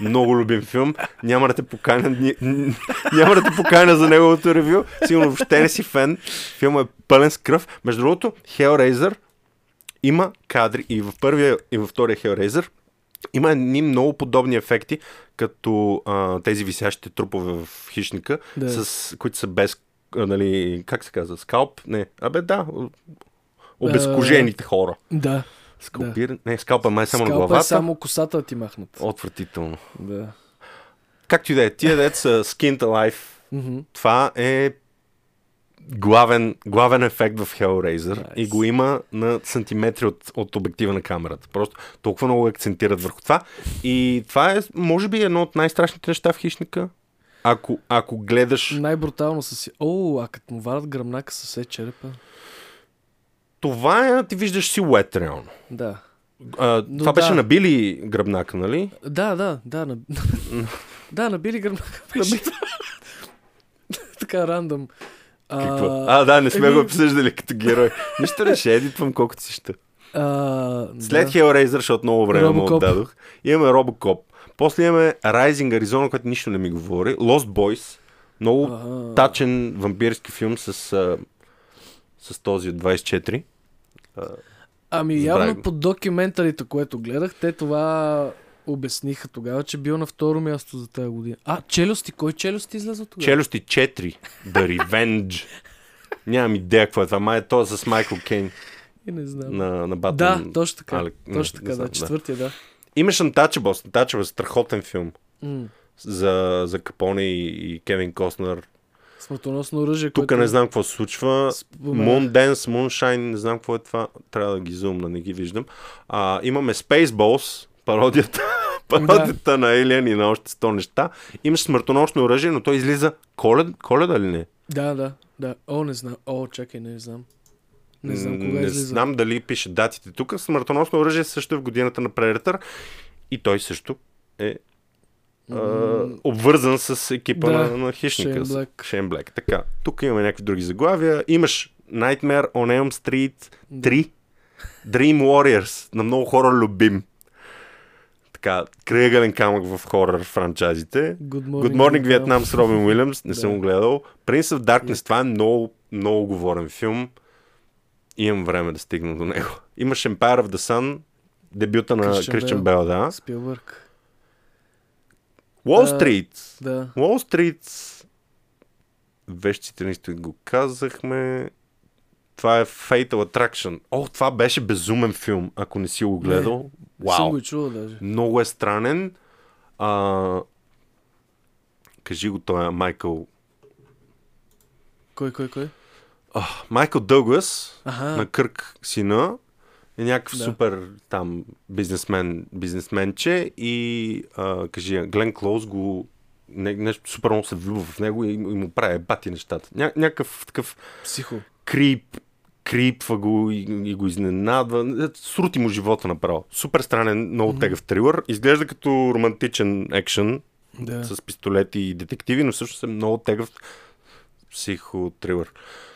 [SPEAKER 1] Много любим филм. Няма да те поканя, ни- н- няма да те поканя за неговото ревю. Сигурно въобще не си фен. Филмът е пълен с кръв. Между другото, Hellraiser има кадри и в първия и във втория Hellraiser има едни много подобни ефекти, като а, тези висящите трупове в хищника,
[SPEAKER 2] Да.
[SPEAKER 1] да. с, които са без, а, нали, как се казва, скалп? Не, абе да, обезкожените хора.
[SPEAKER 2] Да.
[SPEAKER 1] Скалпиран? Да. Не, скалпа май само на
[SPEAKER 2] Скалпа
[SPEAKER 1] главата.
[SPEAKER 2] е само косата да ти махнат.
[SPEAKER 1] Отвратително.
[SPEAKER 2] Да.
[SPEAKER 1] Както и да е, тия дет са Skinned Alive.
[SPEAKER 2] Мгм.
[SPEAKER 1] Това е главен, главен ефект в Hellraiser
[SPEAKER 2] Nice.
[SPEAKER 1] nice. и го има на сантиметри от, от обектива на камерата. Просто толкова много акцентират върху това. И това е, може би, едно от най-страшните неща в Хищника. Ако, ако гледаш
[SPEAKER 2] Най-брутално са си. О, а като му варят гръмнака със се черепа.
[SPEAKER 1] това, е, ти виждаш силует реално.
[SPEAKER 2] Да.
[SPEAKER 1] А,
[SPEAKER 2] Но
[SPEAKER 1] това беше
[SPEAKER 2] да.
[SPEAKER 1] набили гръбнака, нали?
[SPEAKER 2] Да, да, да. На... [LAUGHS] да, на Били гръмнака беше. [LAUGHS] така, рандъм.
[SPEAKER 1] Какво?
[SPEAKER 2] А,
[SPEAKER 1] А, да, не сме
[SPEAKER 2] еми-
[SPEAKER 1] го обсъждали като
[SPEAKER 2] [LAUGHS]
[SPEAKER 1] герой. Нищо не ще едитвам колкото си ще.
[SPEAKER 2] а,
[SPEAKER 1] След
[SPEAKER 2] да.
[SPEAKER 1] Hellraiser, защото много време му
[SPEAKER 2] Robocop.
[SPEAKER 1] отдадох, имаме Robocop. После имаме Rising Arizona, който нищо не ми говори. Lost Boys. Много
[SPEAKER 2] Ага.
[SPEAKER 1] тачен вампирски филм с, а, с този от 24.
[SPEAKER 2] Ами
[SPEAKER 1] Забравих
[SPEAKER 2] явно
[SPEAKER 1] го.
[SPEAKER 2] по документарите, което гледах, те това обясниха тогава, че бил на второ място за тази година. А, челюсти, кой челюсти излезе тогава?
[SPEAKER 1] Челюсти 4. The Revenge. Нямам идея какво е това. Май е то с Майкъл Кейн
[SPEAKER 2] И не знам.
[SPEAKER 1] на, на Batman.
[SPEAKER 2] Да, точно така.
[SPEAKER 1] Алек- не,
[SPEAKER 2] точно
[SPEAKER 1] не
[SPEAKER 2] така,
[SPEAKER 1] знам,
[SPEAKER 2] да, четвъртия, да.
[SPEAKER 1] Имаш Untouchables. Untouchables е страхотен филм
[SPEAKER 2] М,
[SPEAKER 1] за, за Капоне и, и Кевин Костнер.
[SPEAKER 2] Смъртоносно оръжие,
[SPEAKER 1] Тук
[SPEAKER 2] което...
[SPEAKER 1] не знам какво се случва.
[SPEAKER 2] Споменах.
[SPEAKER 1] Moon Dance, Moonshine, не знам какво е това. Трябва да ги зумна, не ги виждам. А, имаме Spaceballs, пародията, [LAUGHS] пародията на Alien и на още 100 неща. Имаш смъртонощно оръжие, но той излиза колед, коледа ли не?
[SPEAKER 2] Да, да, да. О, не знам. О, чакай, не знам. Не знам кога
[SPEAKER 1] не
[SPEAKER 2] излиза.
[SPEAKER 1] знам дали пише датите тук. Смъртоносно оръжие също е в годината на Predator. И той също е а, обвързан с екипа
[SPEAKER 2] Да,
[SPEAKER 1] на, на хищника.
[SPEAKER 2] Shane
[SPEAKER 1] с-
[SPEAKER 2] Black.
[SPEAKER 1] Shane Black. Така. Тук имаме някакви други заглавия. Имаш Nightmare on Elm Street 3. Dream Warriors. На много хора любим. Така, кръгален камък в хорър франчайзите.
[SPEAKER 2] Good morning,
[SPEAKER 1] Good Morning
[SPEAKER 2] Vietnam.
[SPEAKER 1] Vietnam с Робин Уилямс. Не
[SPEAKER 2] [LAUGHS] Да.
[SPEAKER 1] съм го гледал. Prince of Darkness. Това е много, много говорен филм. Имам време да стигна до него. Имаш Empire of the Sun. Дебюта на
[SPEAKER 2] Christian
[SPEAKER 1] Кристиан
[SPEAKER 2] Bale.
[SPEAKER 1] Бел, да.
[SPEAKER 2] Спилбърг.
[SPEAKER 1] Wall
[SPEAKER 2] А,
[SPEAKER 1] Street.
[SPEAKER 2] Да.
[SPEAKER 1] Wall Street вещите наистина го казахме. Това е Fatal Attraction. О, това беше безумен филм, ако не си го гледал.
[SPEAKER 2] Съм
[SPEAKER 1] Вау!
[SPEAKER 2] го и чувал даже.
[SPEAKER 1] Много е странен. А, кажи го той, е Майкъл.
[SPEAKER 2] Кой, кой, кой?
[SPEAKER 1] А, Майкъл Дългас
[SPEAKER 2] Аха.
[SPEAKER 1] на Кърк сина е някакъв
[SPEAKER 2] Да.
[SPEAKER 1] супер там бизнесмен, бизнесменче и а, кажи, Глен Клоуз го не, нещо супер много се влюбва в него и, и му прави бати нещата. Ня, някакъв такъв
[SPEAKER 2] Психо.
[SPEAKER 1] крип, крипва го и, и го изненадва. Срути му живота направо. Супер странен, много mm-hmm. тегъв трилър. Изглежда като романтичен екшен,
[SPEAKER 2] Да.
[SPEAKER 1] с пистолети и детективи, но всъщност е много тегъв психотрилър.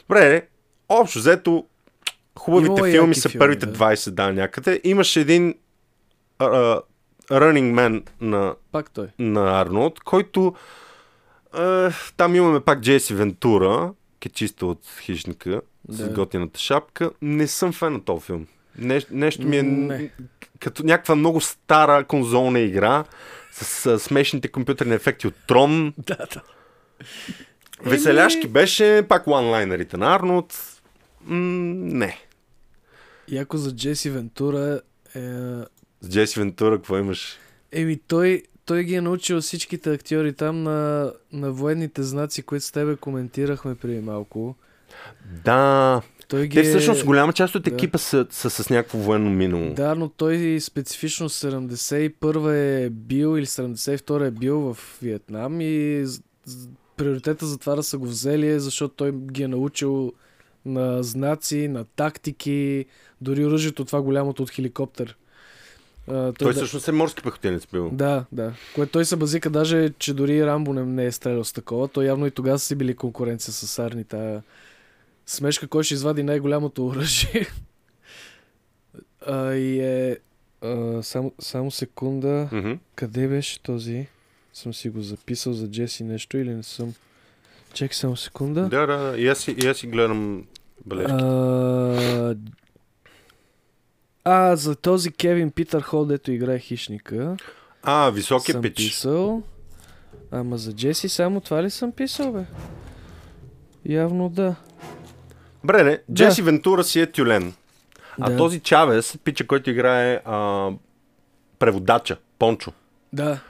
[SPEAKER 1] Добре, общо взето, хубавите
[SPEAKER 2] Имало и
[SPEAKER 1] филми
[SPEAKER 2] яки
[SPEAKER 1] са
[SPEAKER 2] филми,
[SPEAKER 1] първите
[SPEAKER 2] да.
[SPEAKER 1] 20 да някъде. Имаше един а, а, Running Man на,
[SPEAKER 2] Пак той.
[SPEAKER 1] на Арнолд, който а, там имаме пак Джейси Вентура, кечиста от хищника с
[SPEAKER 2] Да.
[SPEAKER 1] готината шапка. Не съм фен на този филм. Неш, нещо ми е
[SPEAKER 2] Не.
[SPEAKER 1] като някаква много стара конзолна игра с, с смешните компютърни ефекти от Трон.
[SPEAKER 2] Да, да.
[SPEAKER 1] Веселяшки беше, пак лайнерите на Арнолд. М, не.
[SPEAKER 2] Яко за Джеси Вентура е
[SPEAKER 1] С Джеси Вентура какво имаш?
[SPEAKER 2] Еми, той, той ги е научил всичките актьори там на, на военните знаци, които с тебе коментирахме преди малко.
[SPEAKER 1] Да.
[SPEAKER 2] Той ги
[SPEAKER 1] Те всъщност
[SPEAKER 2] е...
[SPEAKER 1] голяма част от
[SPEAKER 2] Да.
[SPEAKER 1] екипа са, са с някакво военно минало.
[SPEAKER 2] Да, но той специфично 71 е бил или 72 е бил в Виетнам и з- з- приоритета за това да са го взели е, защото той ги е научил на знаци, на тактики, дори оръжието, това голямото от хеликоптер. А,
[SPEAKER 1] Той
[SPEAKER 2] да-
[SPEAKER 1] всъщност е морски пехотинец бил.
[SPEAKER 2] Да, да. Което той се базика даже, че дори Рамбо не, не е стрелял с такова. Той явно и тогава са си били конкуренция с Арни. Та смешка, кой ще извади най-голямото оръжие. [LAUGHS] А, и е... А, само, само секунда.
[SPEAKER 1] Мгм.
[SPEAKER 2] Къде беше този? Съм си го записал за Джеси нещо или не съм? Чек само секунда.
[SPEAKER 1] Да, да, да. И аз, си- и аз си гледам бележки.
[SPEAKER 2] А, а, за този Кевин Питър Хол, дето играе хищника.
[SPEAKER 1] А, високия
[SPEAKER 2] съм
[SPEAKER 1] е пич.
[SPEAKER 2] писал. Ама за Джеси само това ли съм писал, бе? Явно да.
[SPEAKER 1] Бре, не.
[SPEAKER 2] Да.
[SPEAKER 1] Джеси Вентура си е тюлен. А
[SPEAKER 2] да.
[SPEAKER 1] този Чавес, пича, който играе а, преводача, Пончо.
[SPEAKER 2] Да.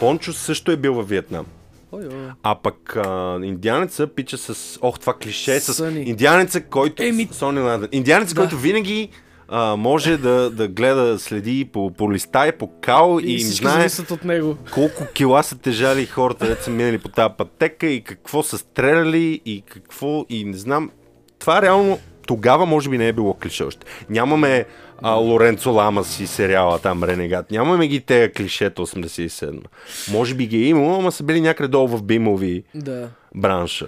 [SPEAKER 1] Пончо също е бил във Виетнам.
[SPEAKER 2] Ой, ой.
[SPEAKER 1] А пък а, индианеца пича с... Ох, това клише с...
[SPEAKER 2] Съни.
[SPEAKER 1] Индианеца, който...
[SPEAKER 2] Еми-
[SPEAKER 1] Сони Ладен. Индианеца,
[SPEAKER 2] Да.
[SPEAKER 1] който винаги а, може да, да гледа, следи по, по листа и по кал и,
[SPEAKER 2] И,
[SPEAKER 1] им
[SPEAKER 2] всички
[SPEAKER 1] знае
[SPEAKER 2] зависят от него.
[SPEAKER 1] колко кила са тежали хората, дето са минали по тази пътека и какво са стреляли и какво и не знам. Това реално тогава може би не е било клише още. Нямаме а, Лоренцо Ламас и сериала там Ренегат. Нямаме ги тези клишета 87. Може би ги е имало, ама са били някъде долу в бимови
[SPEAKER 2] Да,
[SPEAKER 1] бранша.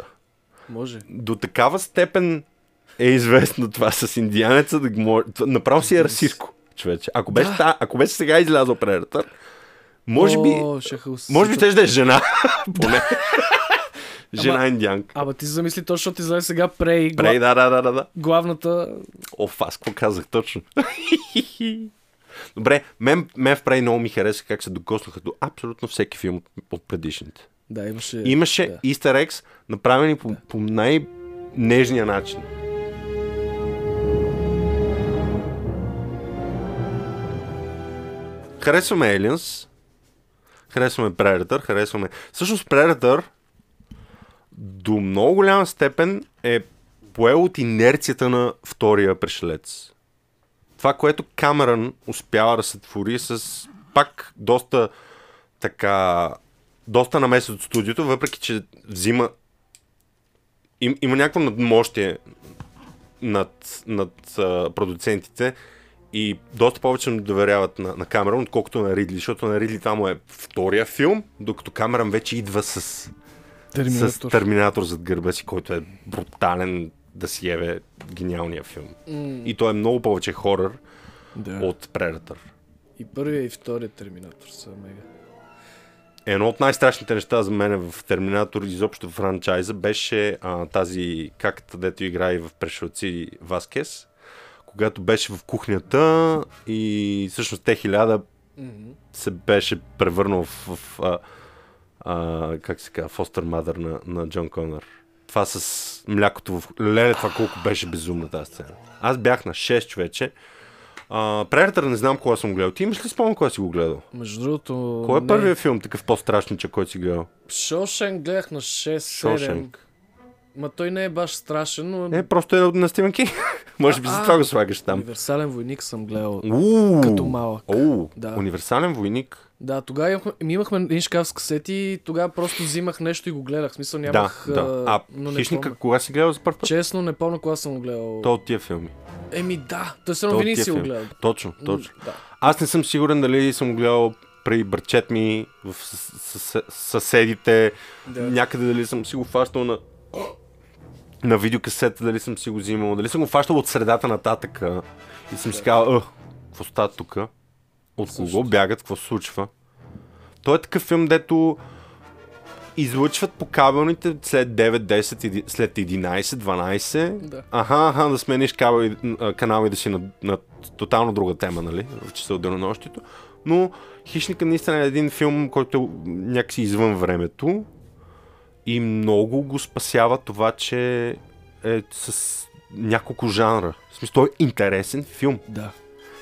[SPEAKER 2] може.
[SPEAKER 1] До такава степен е известно това с индианеца. Да го може... това Направо си е расистко, човече. Ако беше,
[SPEAKER 2] Да.
[SPEAKER 1] та, ако беше сега излязъл Predator, може би...
[SPEAKER 2] О, ще хаос-
[SPEAKER 1] Може би ще да е жена. [LAUGHS] Поне. [LAUGHS] жена индианка.
[SPEAKER 2] Ама ти се замисли точно, защото излезе сега Прей,
[SPEAKER 1] Прей, да, да, да, да, да.
[SPEAKER 2] главната...
[SPEAKER 1] Оф, аз какво казах точно? [LAUGHS] Добре, мен, мен в Прей много ми хареса как се докоснаха до абсолютно всеки филм от- от предишните.
[SPEAKER 2] Да, имаше...
[SPEAKER 1] Имаше
[SPEAKER 2] Е, Да.
[SPEAKER 1] Easter Eggs, направени по, по най-нежния начин. Харесваме Aliens, харесваме Predator, харесваме... Всъщност Predator до много голяма степен е поел от инерцията на втория пришелец. Това, което Камерън успява да се твори с пак доста така доста на месец от студиото, въпреки че взима им, има някакво надмощие над, над а, продуцентите и доста повече им доверяват на, на Камерън, отколкото на Ридли, защото на Ридли това му е втория филм, докато Камерън вече идва с с
[SPEAKER 2] Терминатор.
[SPEAKER 1] Терминатор зад гърба си, който е брутален да си еве гениалния филм.
[SPEAKER 2] М,
[SPEAKER 1] И той е много повече хорър
[SPEAKER 2] Да.
[SPEAKER 1] от Predator.
[SPEAKER 2] И първия и втория Терминатор са мега.
[SPEAKER 1] Едно от най-страшните неща за мен в Терминатор изобщо в франчайза беше а, тази какта, дето играе в Прешилци Васкес, когато беше в кухнята и всъщност те хиляда се беше превърнал в, в а, а, как се казва, фостер мадър на, на Джон Конър. това с млякото в... Леле, това колко беше безумна тази сцена. Аз бях на 6 човече. А, Predator не знам кога съм гледал. Ти имаш ли спомен кога си го гледал?
[SPEAKER 2] Между другото...
[SPEAKER 1] Кой е
[SPEAKER 2] не.
[SPEAKER 1] първият филм такъв по-страшнича, който си гледал?
[SPEAKER 2] Шошенк гледах на 6-7.
[SPEAKER 1] Шошенк.
[SPEAKER 2] Ма той не е баш страшен, но...
[SPEAKER 1] Е, просто е на Стивен Кинг. [LAUGHS] Може би за това го слагаш там.
[SPEAKER 2] Универсален войник съм гледал.
[SPEAKER 1] Уу,
[SPEAKER 2] Като малък.
[SPEAKER 1] Уу,
[SPEAKER 2] Да.
[SPEAKER 1] Универсален войник.
[SPEAKER 2] Да, тогава имахме, ми имахме един шкаф с касети и тогава просто взимах нещо и го гледах. В смисъл нямах...
[SPEAKER 1] да, да.
[SPEAKER 2] а,
[SPEAKER 1] А,
[SPEAKER 2] но не
[SPEAKER 1] хищника
[SPEAKER 2] помня.
[SPEAKER 1] кога си гледал за първ път?
[SPEAKER 2] Честно, не помня кога съм го гледал.
[SPEAKER 1] То от тия филми.
[SPEAKER 2] Еми да, той се
[SPEAKER 1] То от
[SPEAKER 2] винаги
[SPEAKER 1] тия
[SPEAKER 2] си го
[SPEAKER 1] филми.
[SPEAKER 2] гледал.
[SPEAKER 1] Точно, точно.
[SPEAKER 2] Да.
[SPEAKER 1] Аз не съм сигурен дали съм го гледал при бърчет ми в със- със- съседите,
[SPEAKER 2] Да.
[SPEAKER 1] някъде дали съм си го фащал на на видеокасета, дали съм си го взимал, дали съм го фащал от средата нататък а, и съм си казал, «Ъх, какво става тук? От кого бягат? Какво се случва? Той е такъв филм, дето излъчват по кабелните след 9, 10, еди- след 11, 12.
[SPEAKER 2] Да.
[SPEAKER 1] Аха, аха, да смениш кабел, и- а, канал и да си на, на тотално друга тема, нали? В часа от денонощието. Но Хищника наистина е един филм, който е някакси извън времето и много го спасява това, че е с няколко жанра. В смисъл, той е интересен филм.
[SPEAKER 2] Да.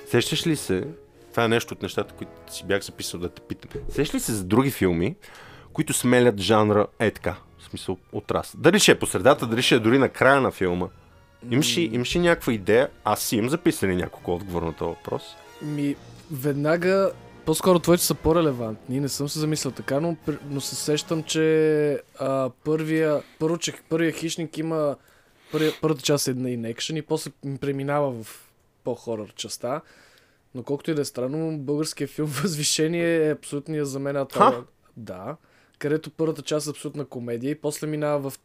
[SPEAKER 1] Сещаш ли се, това е нещо от нещата, които си бях записал да те питам, сещаш ли се за други филми, които смелят жанра е така, в смисъл отрас? Дали ще е по средата, дали ще е дори на края на филма? Имаш ли, имаш ли някаква идея? Аз си имам записали няколко отговор на този въпрос.
[SPEAKER 2] Ми, веднага, по-скоро твоите са по-релевантни, не съм се замислял така, но, пр- но се сещам, че а, първия, първо, че първия хищник има първия, първата част е на инекшен и после м- преминава в по-хорър частта. Но колкото и да е странно, българският филм [LAUGHS] Възвишение е абсолютния за мен атал. Да, където първата част е абсолютна комедия и после минава в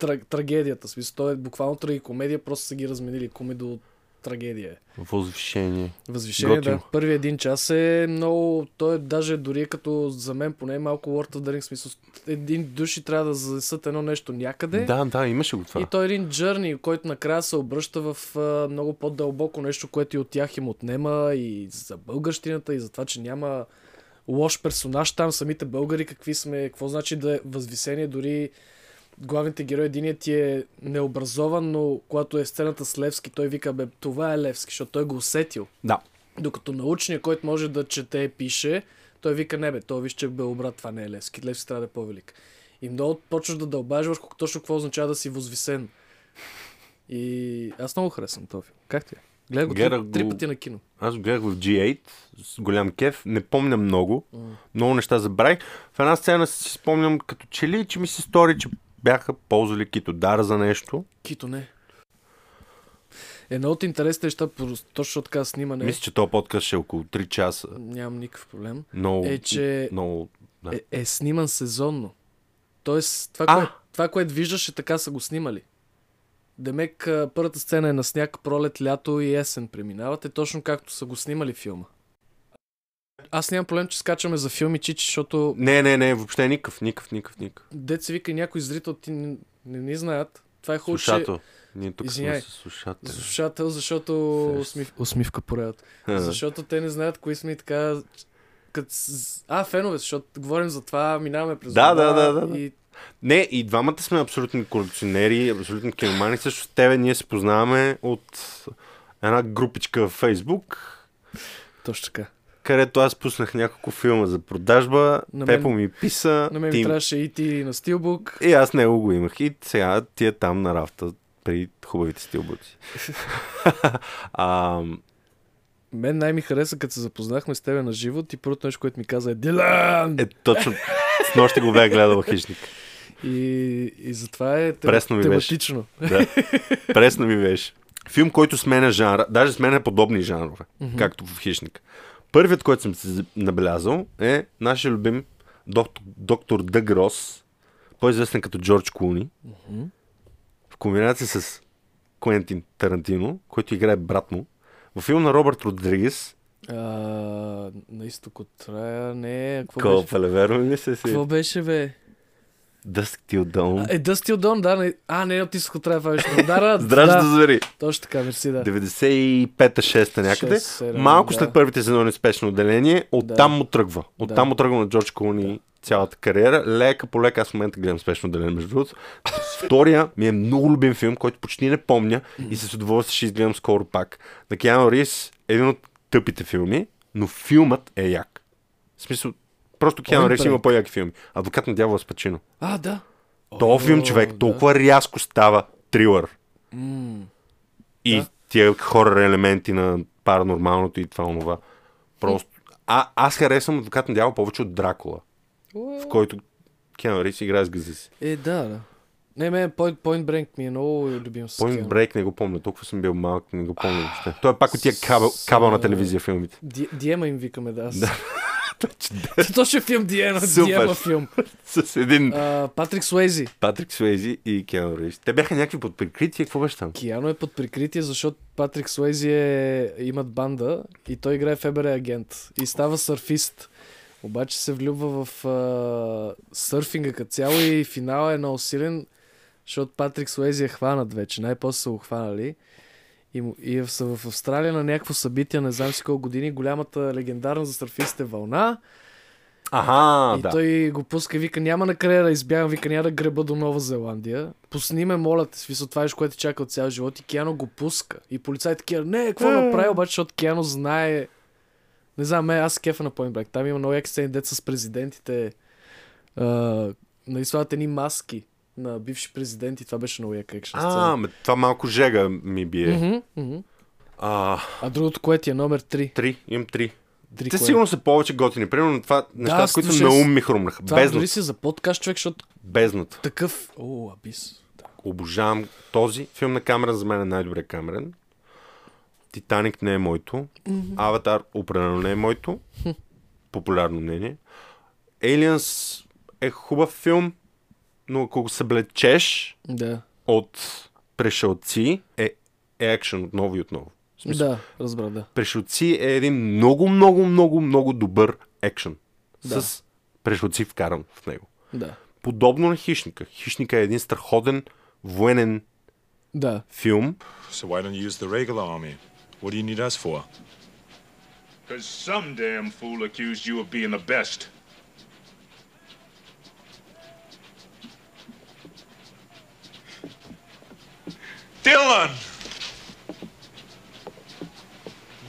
[SPEAKER 2] тра- трагедията. В Смисъл, той е буквално трагикомедия, просто са ги разменили комедо трагедия.
[SPEAKER 1] Възвишение.
[SPEAKER 2] Възвишение,
[SPEAKER 1] Готино.
[SPEAKER 2] да. Първият един час е много... Той е даже дори е като за мен поне е малко World of the Rings, смисъл. Един души трябва да занесат едно нещо някъде.
[SPEAKER 1] Да, да, имаше го това.
[SPEAKER 2] И той е един джърни, който накрая се обръща в а, много по-дълбоко нещо, което и от тях им отнема и за българщината, и за това, че няма лош персонаж там, самите българи какви сме, какво значи да е възвисение, дори главните герои, единият ти е необразован, но когато е сцената с Левски, той вика, бе, това е Левски, защото той го усетил.
[SPEAKER 1] Да.
[SPEAKER 2] Докато научният, който може да чете и пише, той вика, не бе, той виж, че Белобрат това не е Левски. Левски трябва да е по-велик. И много почваш да дълбаеш върху точно какво означава да си възвисен. И аз много харесвам този филм. Как ти е? Гледах го,
[SPEAKER 1] Гледах
[SPEAKER 2] три, три
[SPEAKER 1] го-
[SPEAKER 2] пъти на кино.
[SPEAKER 1] Аз го гледах в G8 с голям кеф, не помня много, много неща забравих. В една сцена си спомням като че ли, че ми се стори, че бяха ползвали китодар за нещо.
[SPEAKER 2] Кито не. Едно от интересните неща, по- точно така снимане,
[SPEAKER 1] Мисля, че този подкаст ще е около 3 часа.
[SPEAKER 2] нямам никакъв проблем,
[SPEAKER 1] Много,
[SPEAKER 2] е, че
[SPEAKER 1] много, да.
[SPEAKER 2] е, е сниман сезонно. Тоест, това,
[SPEAKER 1] А!
[SPEAKER 2] кое, това, което виждаш, е така са го снимали. Демек, а, първата сцена е на сняг, пролет, лято и есен преминават. Е точно както са го снимали филма. Аз нямам проблем, че скачаме за филми, чичи, защото
[SPEAKER 1] Не, не, не, въобще никакъв, никакъв, никакъв, никакъв.
[SPEAKER 2] деца вика и някой зрител, ти не, не ни знаят. Това е хубаво, че
[SPEAKER 1] Слушател. Ние тук
[SPEAKER 2] Извиняй.
[SPEAKER 1] сме с слушател.
[SPEAKER 2] слушател, защото... Усмив... Усмивка поредът. Защото те не знаят кои сме и така... Кът... с- А, фенове, защото говорим за това, минаваме през
[SPEAKER 1] Да,
[SPEAKER 2] това
[SPEAKER 1] да, да, да,
[SPEAKER 2] И...
[SPEAKER 1] Не, и двамата сме абсолютни колекционери, абсолютни киномани. Също с тебе ние се познаваме от една групичка в Фейсбук,
[SPEAKER 2] Точно така.
[SPEAKER 1] където аз пуснах няколко филма за продажба,
[SPEAKER 2] На мен-
[SPEAKER 1] Пепо ми писа,
[SPEAKER 2] На мен ми
[SPEAKER 1] Тим-
[SPEAKER 2] трябваше и ти на стилбук.
[SPEAKER 1] и аз него го имах. И сега ти е там на рафта при хубавите
[SPEAKER 2] [LAUGHS]
[SPEAKER 1] стилбуци. а,
[SPEAKER 2] Мен най-ми хареса, като се запознахме с тебе на живо, и първото нещо, което ми каза е Дилан!
[SPEAKER 1] е, точно с нощи го бях гледал хищник.
[SPEAKER 2] И, и затова е тема...
[SPEAKER 1] Пресно ми беше.
[SPEAKER 2] тематично.
[SPEAKER 1] Да. Пресно ми беше. Филм, който сменя жанра, даже сменя подобни жанрове,
[SPEAKER 2] Мгм.
[SPEAKER 1] както в Хищник. Първият, който съм си за- набелязал е нашия любим доктор, доктор Дъгрос, по-известен като Джордж Клуни,
[SPEAKER 2] Мгм.
[SPEAKER 1] в комбинация с Куентин Тарантино, който играе брат му, в филм на Робърт Родригес,
[SPEAKER 2] А, на изток от рая не е... Какво
[SPEAKER 1] Кол
[SPEAKER 2] беше?
[SPEAKER 1] Пелеверо ли се си?
[SPEAKER 2] Какво беше, бе?
[SPEAKER 1] Dusk Till Dawn.
[SPEAKER 2] А, Е, Dusty Don, да. Не... А, не, от изток от рая, това беше. Да, да,
[SPEAKER 1] [LAUGHS] Здраж да
[SPEAKER 2] да.
[SPEAKER 1] звери.
[SPEAKER 2] Точно така, мерси, да.
[SPEAKER 1] 95-та, 6-та някъде.
[SPEAKER 2] Шест, седем,
[SPEAKER 1] Малко
[SPEAKER 2] да.
[SPEAKER 1] след първите сезони спешно отделение, оттам
[SPEAKER 2] Да.
[SPEAKER 1] му тръгва. Оттам
[SPEAKER 2] Да.
[SPEAKER 1] му тръгва на Джордж Клуни цялата кариера. Лека по лека, аз в момента гледам спешно деление между другото. Втория ми е много любим филм, който почти не помня и с удоволствие ще изгледам скоро пак. На Киано Рис е един от тъпите филми, но филмът е як. В смисъл, просто Киано Рис има
[SPEAKER 2] Уинтрант.
[SPEAKER 1] по-яки филми. Адвокат на дявола с Пачино.
[SPEAKER 2] А, да. О,
[SPEAKER 1] То филм, човек,
[SPEAKER 2] да.
[SPEAKER 1] толкова рязко става трилър. И
[SPEAKER 2] Да.
[SPEAKER 1] тия хорър елементи на паранормалното и това онова. Просто. А, аз харесвам Адвокат на дявола повече от Дракула, в който Киану Рис играе с газа си.
[SPEAKER 2] Е, да, да. Не, мен Point, Point Break ми е много любим с
[SPEAKER 1] Point
[SPEAKER 2] Киану.
[SPEAKER 1] Break не го помня, толкова съм бил малък, не го помня въобще. Той е пак от тия кабел, кабел на телевизия
[SPEAKER 2] [LAUGHS]
[SPEAKER 1] филмите.
[SPEAKER 2] Ди, Диема им викаме, да. да. [LAUGHS] Точно филм Диема,
[SPEAKER 1] Супер.
[SPEAKER 2] Диема филм.
[SPEAKER 1] С един
[SPEAKER 2] А, Патрик Суейзи.
[SPEAKER 1] Патрик Суейзи и Киану Рис. Те бяха някакви под прикритие, какво беше там?
[SPEAKER 2] Киано е под прикритие, защото Патрик Суейзи е... имат банда и той играе ФБР агент и става сърфист. Обаче се влюбва в а, сърфинга като цяло и финала е много силен, защото Патрик Суейзи е хванат вече. Най-после са го хванали. И, му- и са в Австралия на някакво събитие, не знам си колко години, голямата легендарна за сърфистите вълна.
[SPEAKER 1] Аха,
[SPEAKER 2] И
[SPEAKER 1] да.
[SPEAKER 2] той го пуска и вика, няма накрая да избягам, вика, няма да греба до Нова Зеландия. Пусни ме, моля те, смисъл, това е нещо, което чака от цял живот. И Киано го пуска. И полицаите такива, не, какво направи, обаче, защото Киано знае... Не знам, е, аз се кефа на Point Break. Там има много яки сцени, деца с президентите. А, нарисуват едни маски на бивши президенти. Това беше много яка екшен
[SPEAKER 1] А,
[SPEAKER 2] сцена.
[SPEAKER 1] ме, това малко жега ми бие.
[SPEAKER 2] Мгм, мгм.
[SPEAKER 1] А,
[SPEAKER 2] А другото, което е номер е. 3.
[SPEAKER 1] три, имам три.
[SPEAKER 2] Три,
[SPEAKER 1] Те
[SPEAKER 2] кое?
[SPEAKER 1] сигурно са повече готини. Примерно това неща, с които
[SPEAKER 2] слушай,
[SPEAKER 1] на ум ми хрумнаха.
[SPEAKER 2] Това дори
[SPEAKER 1] Бездната.
[SPEAKER 2] си за подкаст, човек, защото
[SPEAKER 1] Бездната.
[SPEAKER 2] такъв... О, абис.
[SPEAKER 1] Обожавам този филм на Камерън. За мен е най-добре Камерън. Титаник не е моето. Аватар определено не е моето. Популярно мнение. Aliens е хубав филм, но ако го съблечеш
[SPEAKER 2] Да.
[SPEAKER 1] от пришелци, е, е екшен отново и отново. В смисъл,
[SPEAKER 2] Да, разбра, да.
[SPEAKER 1] Пришелци е един много, много, много, много добър екшен.
[SPEAKER 2] Да.
[SPEAKER 1] С пришелци вкаран в него.
[SPEAKER 2] Да.
[SPEAKER 1] Подобно на Хищника. Хищника е един страхотен военен
[SPEAKER 2] Да.
[SPEAKER 1] филм.
[SPEAKER 3] So why don't you use the regular army? What do you need us for?
[SPEAKER 4] Because some damn fool accused you of being the best.
[SPEAKER 3] Dylan!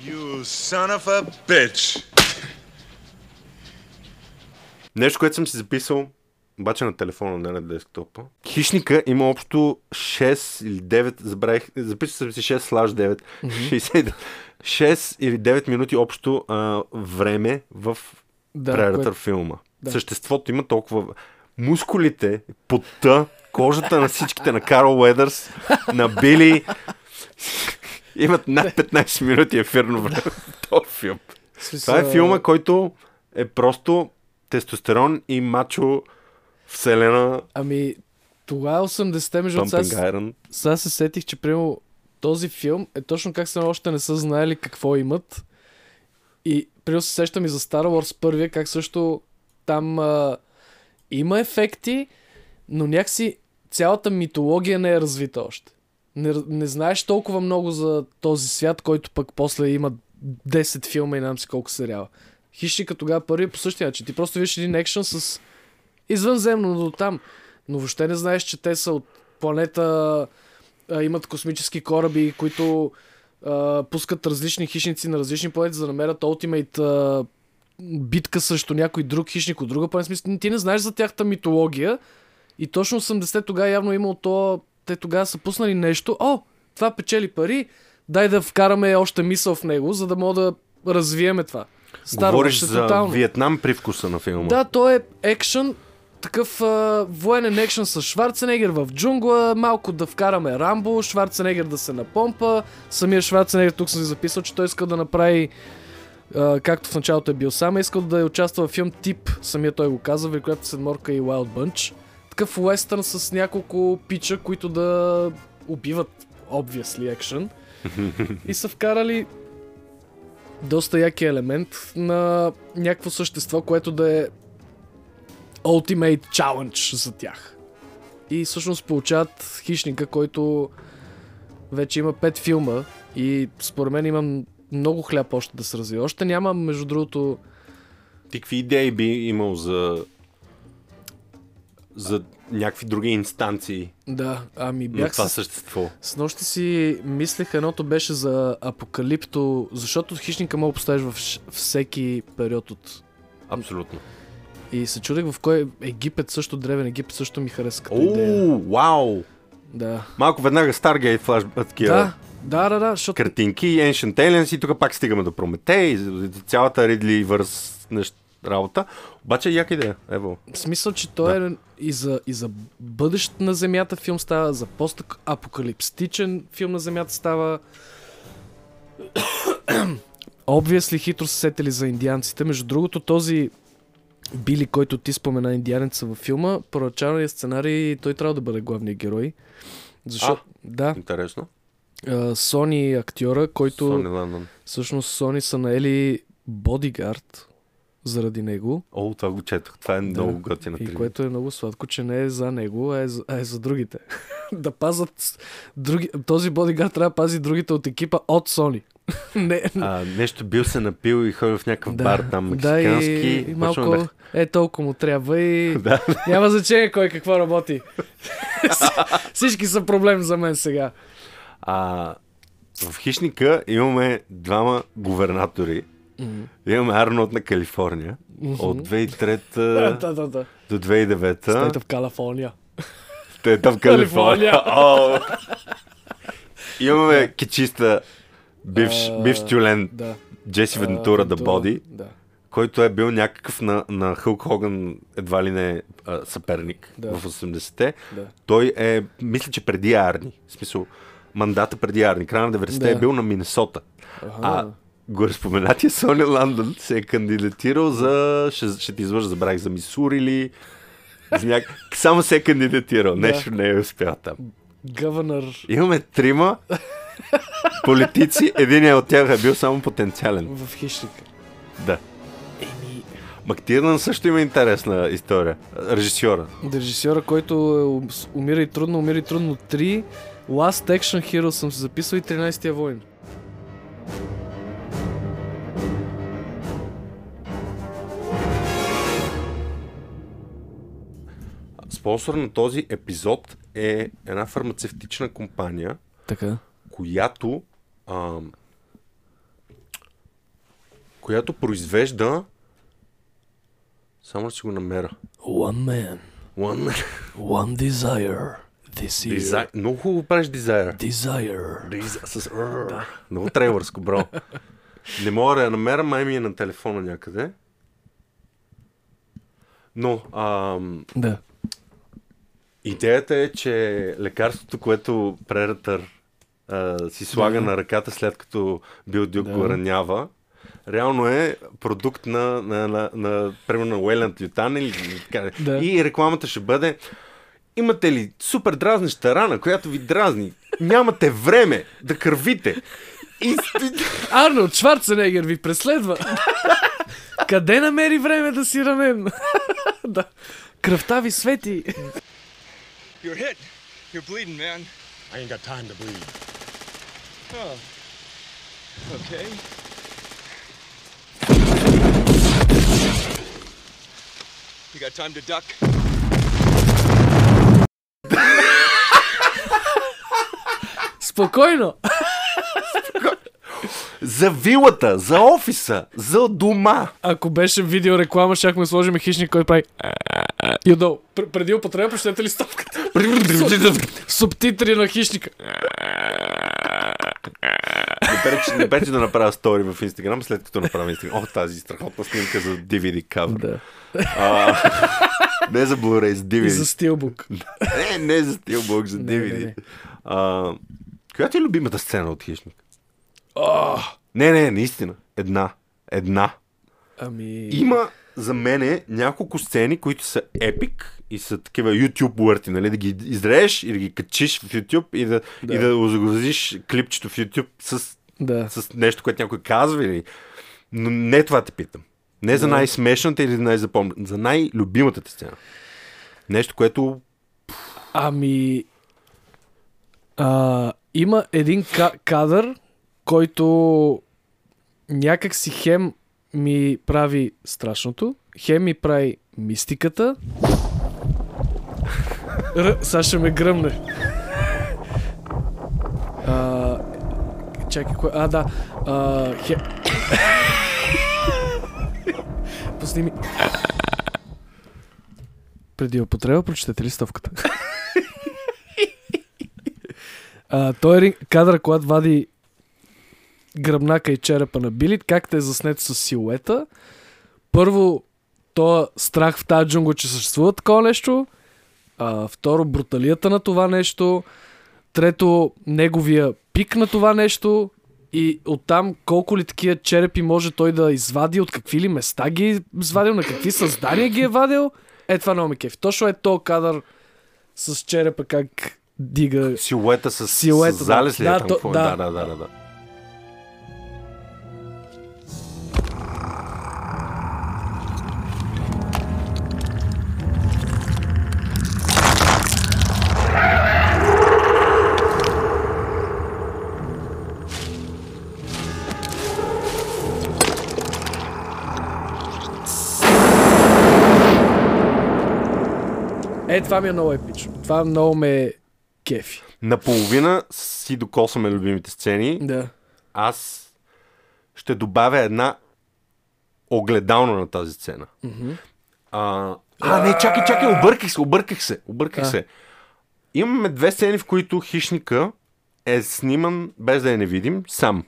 [SPEAKER 3] You son of a bitch!
[SPEAKER 1] Нещо, което съм си записал, обаче на телефона, не на десктопа. Хищника има общо 6 или 9, забравих, записал съм си 6 слаж 9, 60, 6 или 9 минути общо а, време в
[SPEAKER 2] Да,
[SPEAKER 1] да, Predator
[SPEAKER 2] кое-
[SPEAKER 1] филма.
[SPEAKER 2] Да.
[SPEAKER 1] Да. Съществото има толкова... Мускулите, потта, кожата на всичките на Карл Уедърс, на Били, [LAUGHS] имат над 15 минути ефирно време в този филм. Това е
[SPEAKER 2] смисъл-
[SPEAKER 1] филма, който е просто тестостерон и мачо вселена
[SPEAKER 2] Ами, това е 80-те, между другото,
[SPEAKER 1] Pumping
[SPEAKER 2] сега,
[SPEAKER 1] Iron.
[SPEAKER 2] сега се сетих, че примерно този филм е точно как се още не са знаели какво имат. И примерно се сещам и за Star Wars първия, как също там а, има ефекти, но някакси цялата митология не е развита още. Не, р- не знаеш толкова много за този свят, който пък после има 10 филма и не знам си колко сериала. Хищника тогава първи по същия начин. Ти просто виждаш един екшън с извънземно до там. Но въобще не знаеш, че те са от планета, а, имат космически кораби, които а, пускат различни хищници на различни планети, за да намерят Ultimate а, битка срещу някой друг хищник от друга планета. В Смисъл, ти не знаеш за тяхта митология. И точно 80-те тогава явно е имало то... Те тогава са пуснали нещо. О, това печели пари. Дай да вкараме още мисъл в него, за да мога да развиеме това. Star Wars
[SPEAKER 1] Говориш
[SPEAKER 2] е
[SPEAKER 1] за
[SPEAKER 2] тотално.
[SPEAKER 1] Виетнам привкуса на филма.
[SPEAKER 2] Да, той е екшън, такъв а, военен екшън с Шварценегер в джунгла, малко да вкараме Рамбо, Шварценегер да се напомпа. Самия Шварценегер тук съм си записал, че той иска да направи а, както в началото е бил сам, е искал да е участва в филм Тип, самия той го каза, Великолепна седморка и Wild Bunch. Такъв уестърн с няколко пича, които да убиват obviously екшън. и са вкарали доста яки елемент на някакво същество, което да е Ultimate Challenge за тях. И всъщност получават хищника, който вече има 5 филма и според мен имам много хляб още да се развива. Още няма, между другото,
[SPEAKER 1] Ти какви идеи би имал за за някакви други инстанции
[SPEAKER 2] Да, ами
[SPEAKER 1] на
[SPEAKER 2] бях
[SPEAKER 1] това
[SPEAKER 2] с...
[SPEAKER 1] същество.
[SPEAKER 2] с нощи си мислех, едното беше за апокалипто, защото хищника мога да поставиш в ш- всеки период от...
[SPEAKER 1] Абсолютно.
[SPEAKER 2] И се чудех в кой Египет също, Древен Египет също ми хареса като идея.
[SPEAKER 1] О, вау!
[SPEAKER 2] Да.
[SPEAKER 1] Малко веднага Stargate флаш такива
[SPEAKER 2] Да, да, да, да, защото
[SPEAKER 1] картинки, Ancient Aliens и тук пак стигаме до Прометей, за- за цялата Ридли върс нещ... работа. Обаче яка идея, ево.
[SPEAKER 2] в смисъл, че той е и за, и за бъдещето на Земята филм става, за пост-апокалипстичен филм на Земята става. [COUGHS] Обвисли хитро се сетели за индианците. Между другото, този Били, който ти спомена индианеца във филма, първоначалният сценарий, той трябва да бъде главният герой. Защо?
[SPEAKER 1] А.
[SPEAKER 2] Да.
[SPEAKER 1] Интересно.
[SPEAKER 2] А, Сони актьора, който...
[SPEAKER 1] Сони Ландън.
[SPEAKER 2] Всъщност Сони са наели бодигард заради него.
[SPEAKER 1] О, това го четох. Това е много готина
[SPEAKER 2] И
[SPEAKER 1] трилогия.
[SPEAKER 2] което е много сладко, че не е за него, а е за, а е за другите. [LAUGHS] да пазат с- други... Този бодигард трябва да пази другите от екипа от Сони. [LAUGHS] не, не.
[SPEAKER 1] А, нещо бил се напил и ходил в някакъв
[SPEAKER 2] Да,
[SPEAKER 1] бар там
[SPEAKER 2] да,
[SPEAKER 1] мексикански.
[SPEAKER 2] и, и
[SPEAKER 1] Почвам
[SPEAKER 2] малко
[SPEAKER 1] да-
[SPEAKER 2] е толкова му трябва
[SPEAKER 1] [LAUGHS]
[SPEAKER 2] и
[SPEAKER 1] Да.
[SPEAKER 2] няма значение кой какво работи. [LAUGHS] Всички са проблем за мен сега.
[SPEAKER 1] А, в Хищника имаме двама губернатори. Имаме Арнолд на Калифорния от 2003
[SPEAKER 2] [LAUGHS] да, да, да.
[SPEAKER 1] до 2009.
[SPEAKER 2] Стейта в Калифорния.
[SPEAKER 1] Те там в Калифорния.
[SPEAKER 2] Калифорния.
[SPEAKER 1] О! Имаме кичиста бивш,
[SPEAKER 2] А,
[SPEAKER 1] бивш тюлен
[SPEAKER 2] Да.
[SPEAKER 1] Джеси Вентура
[SPEAKER 2] А,
[SPEAKER 1] да боди,
[SPEAKER 2] Да.
[SPEAKER 1] който е бил някакъв на, на Хълк Хоган едва ли не а, съперник
[SPEAKER 2] Да.
[SPEAKER 1] в 80-те.
[SPEAKER 2] Да.
[SPEAKER 1] Той е, мисля, че преди Арни. В смисъл, мандата преди Арни. Края на 90-те е
[SPEAKER 2] Да.
[SPEAKER 1] бил на Миннесота. А
[SPEAKER 2] Ага.
[SPEAKER 1] гореспоменатия Сони Ландън се е кандидатирал за... Ще, ще ти излъжа, забравих за Мисури или... за Няк... Само се е кандидатирал. Нещо не е успял там.
[SPEAKER 2] Гъванър
[SPEAKER 1] Имаме трима политици. Единият от тях е бил само потенциален.
[SPEAKER 2] в хищника.
[SPEAKER 1] Да. Мактирнан също има интересна история. Режисьора.
[SPEAKER 2] Режисьора, който е ум- умира и трудно, умира и трудно 3. Last Action Hero съм се записал и 13-я воин.
[SPEAKER 1] Спонсор на този епизод е една фармацевтична компания,
[SPEAKER 2] Така.
[SPEAKER 1] която а, която произвежда само да си го намеря.
[SPEAKER 2] One man,
[SPEAKER 1] One
[SPEAKER 2] one desire. This year.
[SPEAKER 1] Desire. Много хубаво правиш Desire.
[SPEAKER 2] Desire.
[SPEAKER 1] Desire с R. [LAUGHS] Много трейлърско, бро. Не мога да я намеря, май ми е на телефона някъде. Но ам,
[SPEAKER 2] Да.
[SPEAKER 1] идеята е, че лекарството, което Прератър а, си слага на ръката след като Бил Дюк го ранява, реално е продукт на, на, на, на примерно на Уейланд Ютан или така.
[SPEAKER 2] Да.
[SPEAKER 1] И рекламата ще бъде Имате ли супер дразнеща рана, която ви дразни? Нямате време да кървите. И...
[SPEAKER 2] Арнолд Шварценегер ви преследва. Къде намери време да си ранен? [LAUGHS] да. Кръвта ви свети.
[SPEAKER 5] You're hit. You're bleeding, man.
[SPEAKER 6] I ain't got time to bleed.
[SPEAKER 5] Oh. Okay. You got time to duck?
[SPEAKER 2] Спокойно.
[SPEAKER 1] За вилата, за офиса, за дома.
[SPEAKER 2] Ако беше видео реклама, щяхме да сложим хищник, който прави [LAUGHS] Юдо, пр- преди употреба, прочетете ли стопката? Субтитри на хищника.
[SPEAKER 1] Не пречи, не пречи да направя стори в Инстаграм, след като направя Инстаграм. О, тази страхотна снимка за DVD кавър.
[SPEAKER 2] Да.
[SPEAKER 1] Не за Blu-ray, за DVD.
[SPEAKER 2] И за стилбук.
[SPEAKER 1] Не, не за Steelbook, за
[SPEAKER 2] Не, не,
[SPEAKER 1] DVD.
[SPEAKER 2] не.
[SPEAKER 1] А, коя ти е любимата сцена от Хищник? Не, не, наистина. Една. Една.
[SPEAKER 2] Ами...
[SPEAKER 1] Има за мене няколко сцени, които са епик и са такива YouTube worthy, нали? Да ги изрееш и да ги качиш в YouTube и да, да. И да озагрузиш клипчето в YouTube с
[SPEAKER 2] Да.
[SPEAKER 1] с нещо, което някой казва или... Но не това те питам. Не за най-смешната или най-запомнената, за най-любимата ти сцена. Нещо, което...
[SPEAKER 2] Ами... А, има един ка- кадър, който някак си хем ми прави страшното, хем ми прави мистиката, Р... Сега ще ме гръмне. А... Чакай, кое... А, да. А, хе... Пусни ми. Преди употреба, прочетете листовката. а, той ринг... кадър, когато вади гръбнака и черепа на Билит, как те е заснето с силуета. Първо, то страх в тази джунгла, че съществува такова нещо. А, второ, бруталията на това нещо. Трето, неговия пик на това нещо. И оттам колко ли такива черепи може той да извади, от какви ли места ги е извадил, на какви създания ги е вадил. Е, това много ми кефи. Точно е то кадър с черепа как дига.
[SPEAKER 1] Силуета с,
[SPEAKER 2] Силуета,
[SPEAKER 1] с
[SPEAKER 2] да.
[SPEAKER 1] залез ли е
[SPEAKER 2] Да,
[SPEAKER 1] там?
[SPEAKER 2] то-
[SPEAKER 1] Какво е?
[SPEAKER 2] да.
[SPEAKER 1] да, да, да, да.
[SPEAKER 2] Е, това ми е много епично. Това много ме кефи.
[SPEAKER 1] Наполовина си докосваме любимите сцени.
[SPEAKER 2] Да.
[SPEAKER 1] аз ще добавя една огледална на тази сцена. А, а, не, чакай, чакай, обърках се, обърках се, обърках
[SPEAKER 2] А.
[SPEAKER 1] се. Имаме две сцени, в които хищника е сниман без да я не видим, сам.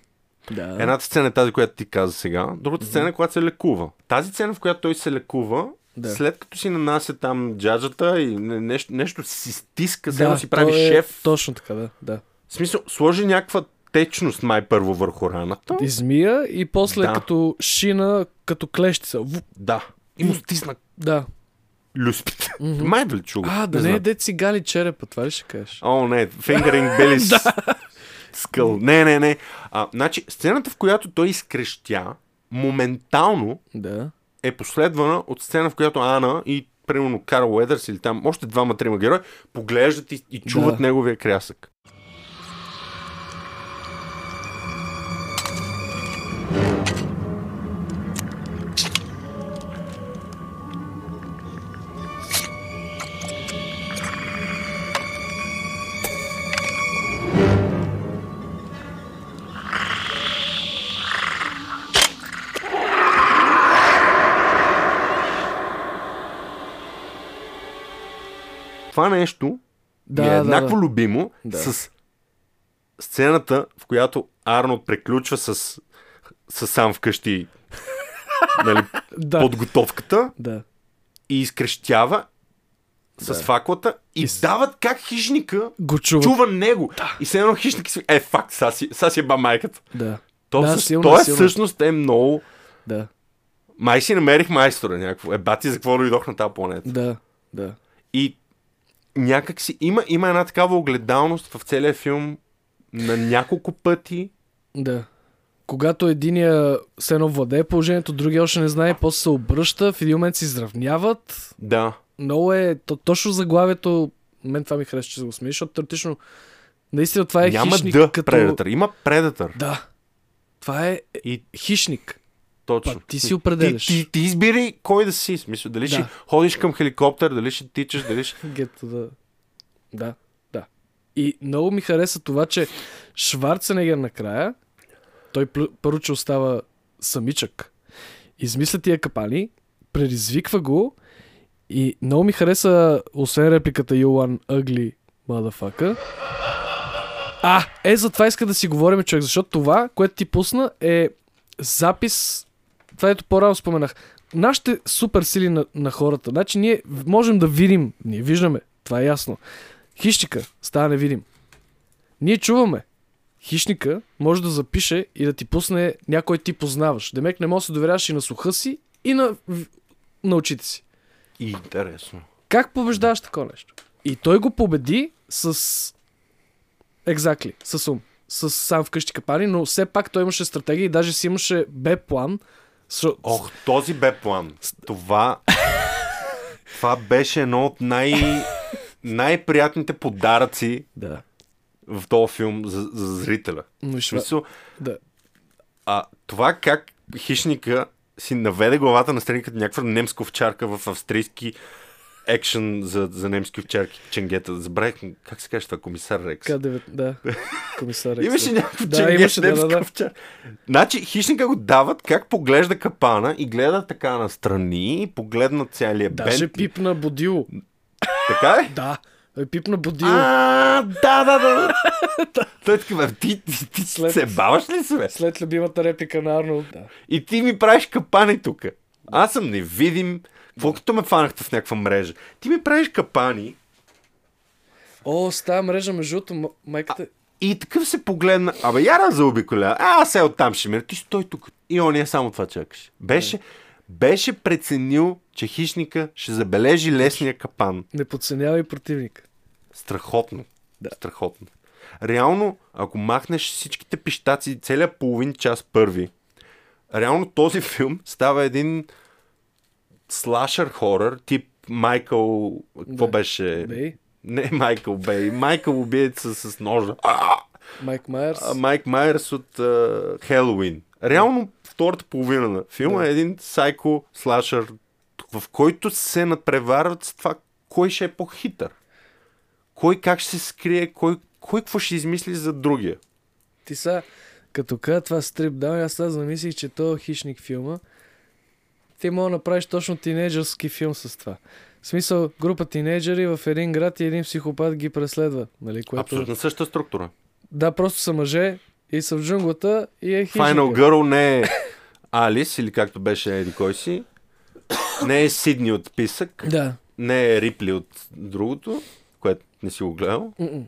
[SPEAKER 2] Да.
[SPEAKER 1] Едната сцена е тази, която ти каза сега. Другата сцена е когато се лекува. Тази сцена, в която той се лекува,
[SPEAKER 2] Да.
[SPEAKER 1] след като си нанася там джаджата и не- нещо, нещо си стиска,
[SPEAKER 2] Да,
[SPEAKER 1] да, си прави
[SPEAKER 2] то е
[SPEAKER 1] шеф.
[SPEAKER 2] Точно така, да. да.
[SPEAKER 1] В смисъл, сложи някаква течност май първо върху раната.
[SPEAKER 2] Измия и после
[SPEAKER 1] Да.
[SPEAKER 2] като шина, като клещи са. Вуп,
[SPEAKER 1] Да. И му стисна
[SPEAKER 2] Да.
[SPEAKER 1] люспите. Май да ли чу го?
[SPEAKER 2] А, да не,
[SPEAKER 1] знам.
[SPEAKER 2] е де цигали черепа, това ли ще кажеш?
[SPEAKER 1] О, не, Fingering
[SPEAKER 2] [LAUGHS]
[SPEAKER 1] Billy's Skull. Не, не, не. А, значи, сцената, в която той изкрещя, моментално
[SPEAKER 2] Да.
[SPEAKER 1] е последвана от сцена, в която Ана и примерно Карл Уедърс или там още двама-трима герои поглеждат и, и чуват
[SPEAKER 2] Да.
[SPEAKER 1] неговия крясък. Това нещо да,
[SPEAKER 2] Да,
[SPEAKER 1] ми е
[SPEAKER 2] да,
[SPEAKER 1] еднакво
[SPEAKER 2] да.
[SPEAKER 1] любимо
[SPEAKER 2] Да.
[SPEAKER 1] с сцената, в която Арнолд приключва с, с сам вкъщи нали,
[SPEAKER 2] [LAUGHS] Да.
[SPEAKER 1] подготовката
[SPEAKER 2] Да.
[SPEAKER 1] и изкрещява с факлата и дават как хищника
[SPEAKER 2] Го чува.
[SPEAKER 1] чува него. И все едно хищник си... Е, факт, са си, са си е ба майката.
[SPEAKER 2] Да.
[SPEAKER 1] То,
[SPEAKER 2] да,
[SPEAKER 1] да, то е
[SPEAKER 2] силно.
[SPEAKER 1] всъщност е много...
[SPEAKER 2] Да.
[SPEAKER 1] Май си намерих майстора някакво. Е, бати, за какво дойдох на тази планета?
[SPEAKER 2] Да. Да.
[SPEAKER 1] И някак си има, има една такава огледалност в целия филм на няколко пъти.
[SPEAKER 2] Да. Когато единия се едно владее положението, другия още не знае, после се обръща, в един момент се изравняват.
[SPEAKER 1] Да.
[SPEAKER 2] Много е... То, точно заглавието... Мен това ми харесва, че се го смени, защото теоретично... Наистина това е
[SPEAKER 1] Няма
[SPEAKER 2] хищник
[SPEAKER 1] да
[SPEAKER 2] като...
[SPEAKER 1] предатър. Има предатър.
[SPEAKER 2] Да. Това е
[SPEAKER 1] И
[SPEAKER 2] хищник.
[SPEAKER 1] точно.
[SPEAKER 2] пак ти си определяш.
[SPEAKER 1] Ти, ти, ти избирай кой да си. в Смисъл, дали
[SPEAKER 2] Да.
[SPEAKER 1] ще ходиш към хеликоптер, дали ще тичаш, дали ще...
[SPEAKER 2] Гето да... Да, да. И много ми хареса това, че Шварценегер накрая, той плю- първо, че остава самичък. Измисля тия капани, предизвиква го и много ми хареса, освен репликата You one ugly motherfucker. А, е, за това иска да си говорим, човек, защото това, което ти пусна е запис, това ето по-рано споменах, нашите суперсили на, на хората. Значи ние в- можем да видим, ние виждаме, това е ясно. Хищника става невидим. Ние чуваме. Хищника може да запише и да ти пусне някой ти познаваш. Демек не може да се доверяваш и на слуха си, и на, в- на очите си.
[SPEAKER 1] Интересно.
[SPEAKER 2] Как побеждаваш такова нещо? И той го победи с... Exactly, с ум. С сам вкъщи капани, но все пак той имаше стратегия и даже си имаше Б план. С...
[SPEAKER 1] Ох, този бе план. Това... Това беше едно от най... най-приятните подаръци
[SPEAKER 2] Да.
[SPEAKER 1] в този филм за, за зрителя.
[SPEAKER 2] Но и
[SPEAKER 1] В
[SPEAKER 2] шва...
[SPEAKER 1] смисъл,
[SPEAKER 2] да.
[SPEAKER 1] а, това как хищника си наведе главата на страни като някаква немска овчарка в австрийски екшен за, за немски овчарки, ченгета. Забравих, му- как се казва това, комисар Рекс.
[SPEAKER 2] К9, да. Комисар Рекс.
[SPEAKER 1] Имаше някакъв
[SPEAKER 2] Да,
[SPEAKER 1] да,
[SPEAKER 2] имаше,
[SPEAKER 1] имаше,
[SPEAKER 2] да, да,
[SPEAKER 1] немска
[SPEAKER 2] да.
[SPEAKER 1] овчарка. Значи, хищника го дават, как поглежда капана и гледа така настрани и погледна целия бент.
[SPEAKER 2] Даже пипна Бодил.
[SPEAKER 1] Така е?
[SPEAKER 2] Да. Той пипна Бодил.
[SPEAKER 1] А, да, да,
[SPEAKER 2] [LAUGHS]
[SPEAKER 1] да. Той така, бе, ти, ти, ти
[SPEAKER 2] След-
[SPEAKER 1] се баваш ли се, бе?
[SPEAKER 2] След любимата реплика на Арнолд. Да.
[SPEAKER 1] И ти ми правиш капани тук. Аз съм невидим. Какво като ме фанахте в някаква мрежа? Ти ми правиш капани
[SPEAKER 2] О, с тази мрежа, между другото, м- майката...
[SPEAKER 1] и такъв се погледна. Абе, яра заобиколя. А, аз е оттам ще мина. Ти стой тук. И он е само това чакаш. Беше, беше преценил, че хищника ще забележи лесния капан.
[SPEAKER 2] Не подценявай противник.
[SPEAKER 1] Страхотно. Да. Страхотно. Реално, ако махнеш всичките пиштаци, целият половин час първи, реално този [LAUGHS] филм става един слашър хорър, тип Майкъл... Какво
[SPEAKER 2] Да.
[SPEAKER 1] беше?
[SPEAKER 2] Бей,
[SPEAKER 1] Не Майкъл Бей. Майкъл убиеца с ножа. А!
[SPEAKER 2] Майк Майерс.
[SPEAKER 1] А, Майк Майерс от а, Хелоуин. Реално втората половина на филма
[SPEAKER 2] Да.
[SPEAKER 1] е един сайко слашър, в който се надпреварват с това кой ще е по-хитър. Кой как ще се скрие, кой, кой какво ще измисли за другия.
[SPEAKER 2] Ти са, като кажа това стрип даун, аз сега замислих, че то е хищник филма. Ти мога да направиш точно тинейджърски филм с това. В смисъл, група тинейджери в един град и един психопат ги преследва. Нали, което...
[SPEAKER 1] Абсолютно същата структура.
[SPEAKER 2] Да, просто са мъже и са в джунглата и е хищник.
[SPEAKER 1] Final Girl не е Алис или както беше Еди кой си. Не е Сидни от писък.
[SPEAKER 2] Да.
[SPEAKER 1] Не е Рипли от другото, което не си го гледал.
[SPEAKER 2] Мгм.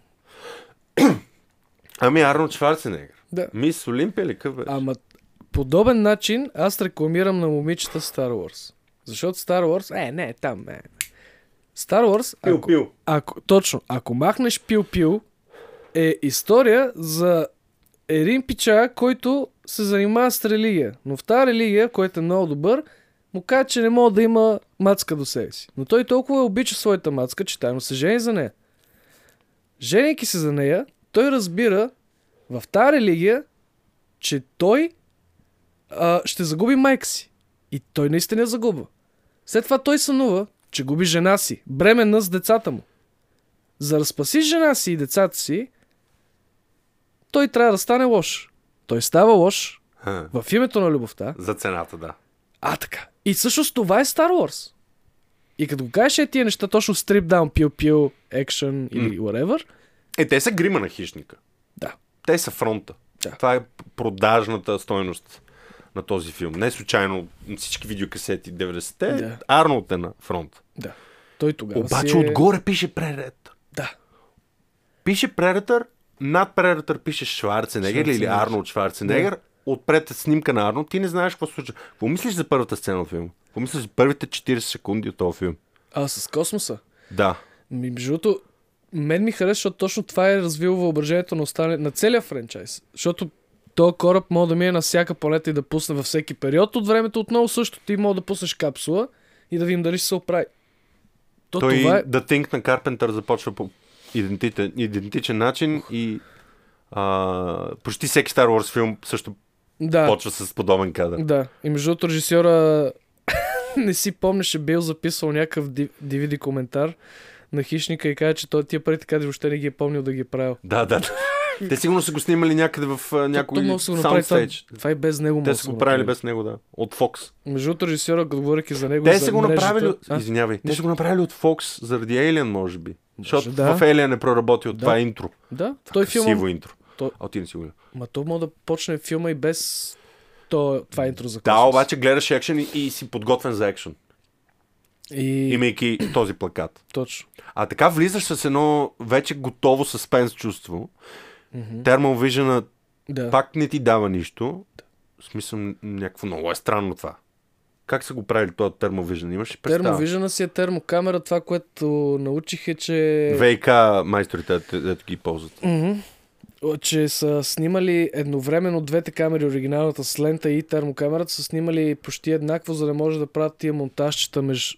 [SPEAKER 1] Ами Арнолд Шварценегер.
[SPEAKER 2] Да.
[SPEAKER 1] Мис Олимпия ли къв беше?
[SPEAKER 2] Ама подобен начин аз рекламирам на момичета Star Wars. Защото Star Wars... Е, не, там е. Star Wars...
[SPEAKER 1] Пил,
[SPEAKER 2] ако-
[SPEAKER 1] пил.
[SPEAKER 2] Ако, точно, ако махнеш пил-пил, е история за един пича, който се занимава с религия. Но в тази религия, който е много добър, му казва, че не мога да има мацка до себе си. Но той толкова обича своята мацка, че тайно се жени за нея. Женейки се за нея, той разбира в тази религия, че той а, ще загуби майка си. И той наистина я загубва. След това той сънува, че губи жена си, бременна с децата му. За да спаси жена си и децата си, той трябва да стане лош. Той става лош
[SPEAKER 1] Ха.
[SPEAKER 2] в името на любовта.
[SPEAKER 1] За цената, да.
[SPEAKER 2] А така. И всъщност това е Star Wars. И като го кажеш е тия неща, точно стрип даун, пил-пил, екшен или whatever,
[SPEAKER 1] Е, те са грима на хищника.
[SPEAKER 2] да.
[SPEAKER 1] Те са фронта.
[SPEAKER 2] Да.
[SPEAKER 1] Това е продажната стойност на този филм. Не случайно всички видеокасети 90-те,
[SPEAKER 2] Да.
[SPEAKER 1] Арнолд е на фронта.
[SPEAKER 2] Да. Той тогава
[SPEAKER 1] Обаче
[SPEAKER 2] си е...
[SPEAKER 1] отгоре пише преретър.
[SPEAKER 2] Да.
[SPEAKER 1] Пише преретър, над преретър пише Шварценегер или
[SPEAKER 2] Шварценегер.
[SPEAKER 1] Арнолд Шварценегер. Отпред е снимка на Арнолд. Ти не знаеш какво се случва. Какво мислиш за първата сцена от филма? Какво мислиш за първите 40 секунди от този филм?
[SPEAKER 2] А с космоса.
[SPEAKER 1] Да.
[SPEAKER 2] Ми, между другото, мен ми харесва, защото точно това е развило въображението на, остане, на целия франчайз. Защото то кораб може да мине на всяка планета и да пусне във всеки период от времето. Отново също ти може да пуснеш капсула и да видим дали ще се оправи. То
[SPEAKER 1] Той
[SPEAKER 2] това е...
[SPEAKER 1] The Think на Карпентър започва по идентичен, идентичен начин и а, почти всеки Star Wars филм също
[SPEAKER 2] Да,
[SPEAKER 1] почва с подобен кадър.
[SPEAKER 2] да. И между другото, режисьора [LAUGHS] не си помнеше, бил записал някакъв ди- DVD коментар на хищника и каза, че той тия пари така въобще не ги е помнил да ги е правил.
[SPEAKER 1] Да, да. да. Те сигурно са го снимали някъде в а, някой
[SPEAKER 2] Тук мога да се го направи това,
[SPEAKER 1] саундстейдж.
[SPEAKER 2] това и без него. мога
[SPEAKER 1] Те
[SPEAKER 2] да
[SPEAKER 1] са
[SPEAKER 2] се
[SPEAKER 1] го правили
[SPEAKER 2] направи.
[SPEAKER 1] без него, да. От Fox.
[SPEAKER 2] Между другото, режисьора, говоряки за него. и
[SPEAKER 1] Те
[SPEAKER 2] за
[SPEAKER 1] са го
[SPEAKER 2] мрежата-
[SPEAKER 1] направили...
[SPEAKER 2] А?
[SPEAKER 1] Извинявай. Те са го направили от Fox заради Alien, може би. Защото
[SPEAKER 2] да.
[SPEAKER 1] в Alien е проработил това интро.
[SPEAKER 2] Да, той
[SPEAKER 1] Сиво
[SPEAKER 2] филма.
[SPEAKER 1] интро.
[SPEAKER 2] Той-
[SPEAKER 1] А ти не си го гледал.
[SPEAKER 2] Ма то мога да почне филма и без то, това интро за
[SPEAKER 1] Да,
[SPEAKER 2] космос.
[SPEAKER 1] обаче гледаш екшен и, и си подготвен за екшен.
[SPEAKER 2] И...
[SPEAKER 1] Имайки този плакат.
[SPEAKER 2] Точно.
[SPEAKER 1] А така влизаш с едно вече готово съспенс чувство. Mm-hmm. Thermal Vision
[SPEAKER 2] Да.
[SPEAKER 1] пак не ти дава нищо. В смисъл, н- някакво много е странно това. Как са го правили този Thermal Vision? Имаш ли представа?
[SPEAKER 2] Термовижена си е термокамера. Това, което научих е, че...
[SPEAKER 1] ВК майсторите, дето- дето ги ползват.
[SPEAKER 2] че са снимали едновременно двете камери, оригиналната с лента и термокамерата, са снимали почти еднакво, за да може да правят тия монтажчета меж...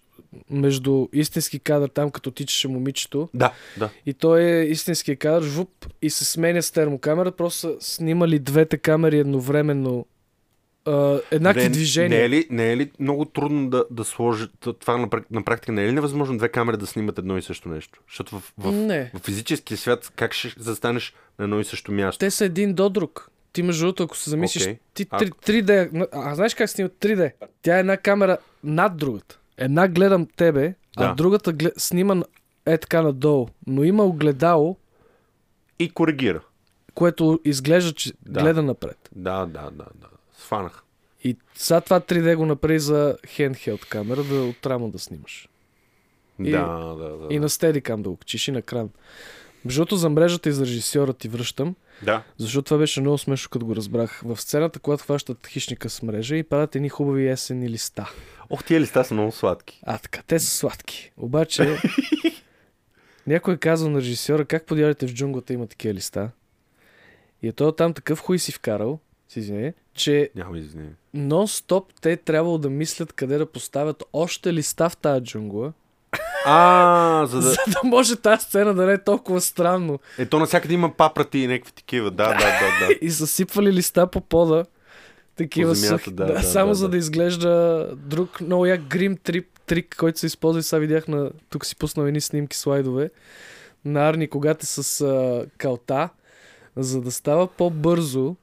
[SPEAKER 2] между истински кадър, там като тичаше момичето,
[SPEAKER 1] Да, да.
[SPEAKER 2] И той е истинския кадър, жуп, и се сменя с термокамера. Просто са снимали двете камери едновременно а, а, еднакви
[SPEAKER 1] не,
[SPEAKER 2] движения.
[SPEAKER 1] Не е, ли, не е ли много трудно да, да сложат това на, прак- на практика? Не е ли невъзможно две камери да снимат едно и също нещо? Защото в, в,
[SPEAKER 2] Не.
[SPEAKER 1] в физическия свят как ще застанеш на едно и също място?
[SPEAKER 2] Те са един до друг. Ти между другото, ако се замислиш,
[SPEAKER 1] Окей.
[SPEAKER 2] okay. ти
[SPEAKER 1] Ако-
[SPEAKER 2] 3, 3D... А, а знаеш как снимат 3D? Тя е една камера над другата. Една гледам тебе, а
[SPEAKER 1] Да.
[SPEAKER 2] другата гле... снима на- е така надолу. Но има огледало,
[SPEAKER 1] И коригира.
[SPEAKER 2] което изглежда, че
[SPEAKER 1] Да.
[SPEAKER 2] да. гледа напред.
[SPEAKER 1] Да, да, да, да. Сфанах.
[SPEAKER 2] И сега това 3D го направи за handheld камера, да отрамо да снимаш. И-
[SPEAKER 1] да, да, да.
[SPEAKER 2] И на Steadicam да го качиш и на кран. Между другото, за мрежата и за режисьора ти връщам.
[SPEAKER 1] да.
[SPEAKER 2] Защото това беше много смешно, като го разбрах. В сцената, когато хващат хищника с мрежа и падат едни хубави есенни листа.
[SPEAKER 1] Ох, тия листа са много сладки.
[SPEAKER 2] А така, те са сладки.
[SPEAKER 1] [LAUGHS]
[SPEAKER 2] Обаче, някой е казал на режисьора, как подявате в джунглата има такива листа. И е той там такъв хуй си вкарал, си извиня, че
[SPEAKER 1] Няма извини.
[SPEAKER 2] нон-стоп те трябвало да мислят къде да поставят още листа в тази джунгла,
[SPEAKER 1] А, за да...
[SPEAKER 2] [LAUGHS] за да може тази сцена да не е толкова странно.
[SPEAKER 1] Ето навсякъде има папрати и някакви такива. Да, да, да,
[SPEAKER 2] [LAUGHS]
[SPEAKER 1] да.
[SPEAKER 2] И са сипвали листа по пода. Такива
[SPEAKER 1] По земята,
[SPEAKER 2] сухи.
[SPEAKER 1] да,
[SPEAKER 2] Да,
[SPEAKER 1] да,
[SPEAKER 2] само
[SPEAKER 1] да,
[SPEAKER 2] за
[SPEAKER 1] да.
[SPEAKER 2] да изглежда друг много як грим трип, трик, който се използва и сега видях на... Тук си пуснал едни снимки, слайдове на Арни, когато е с а, калта, за да става по-бързо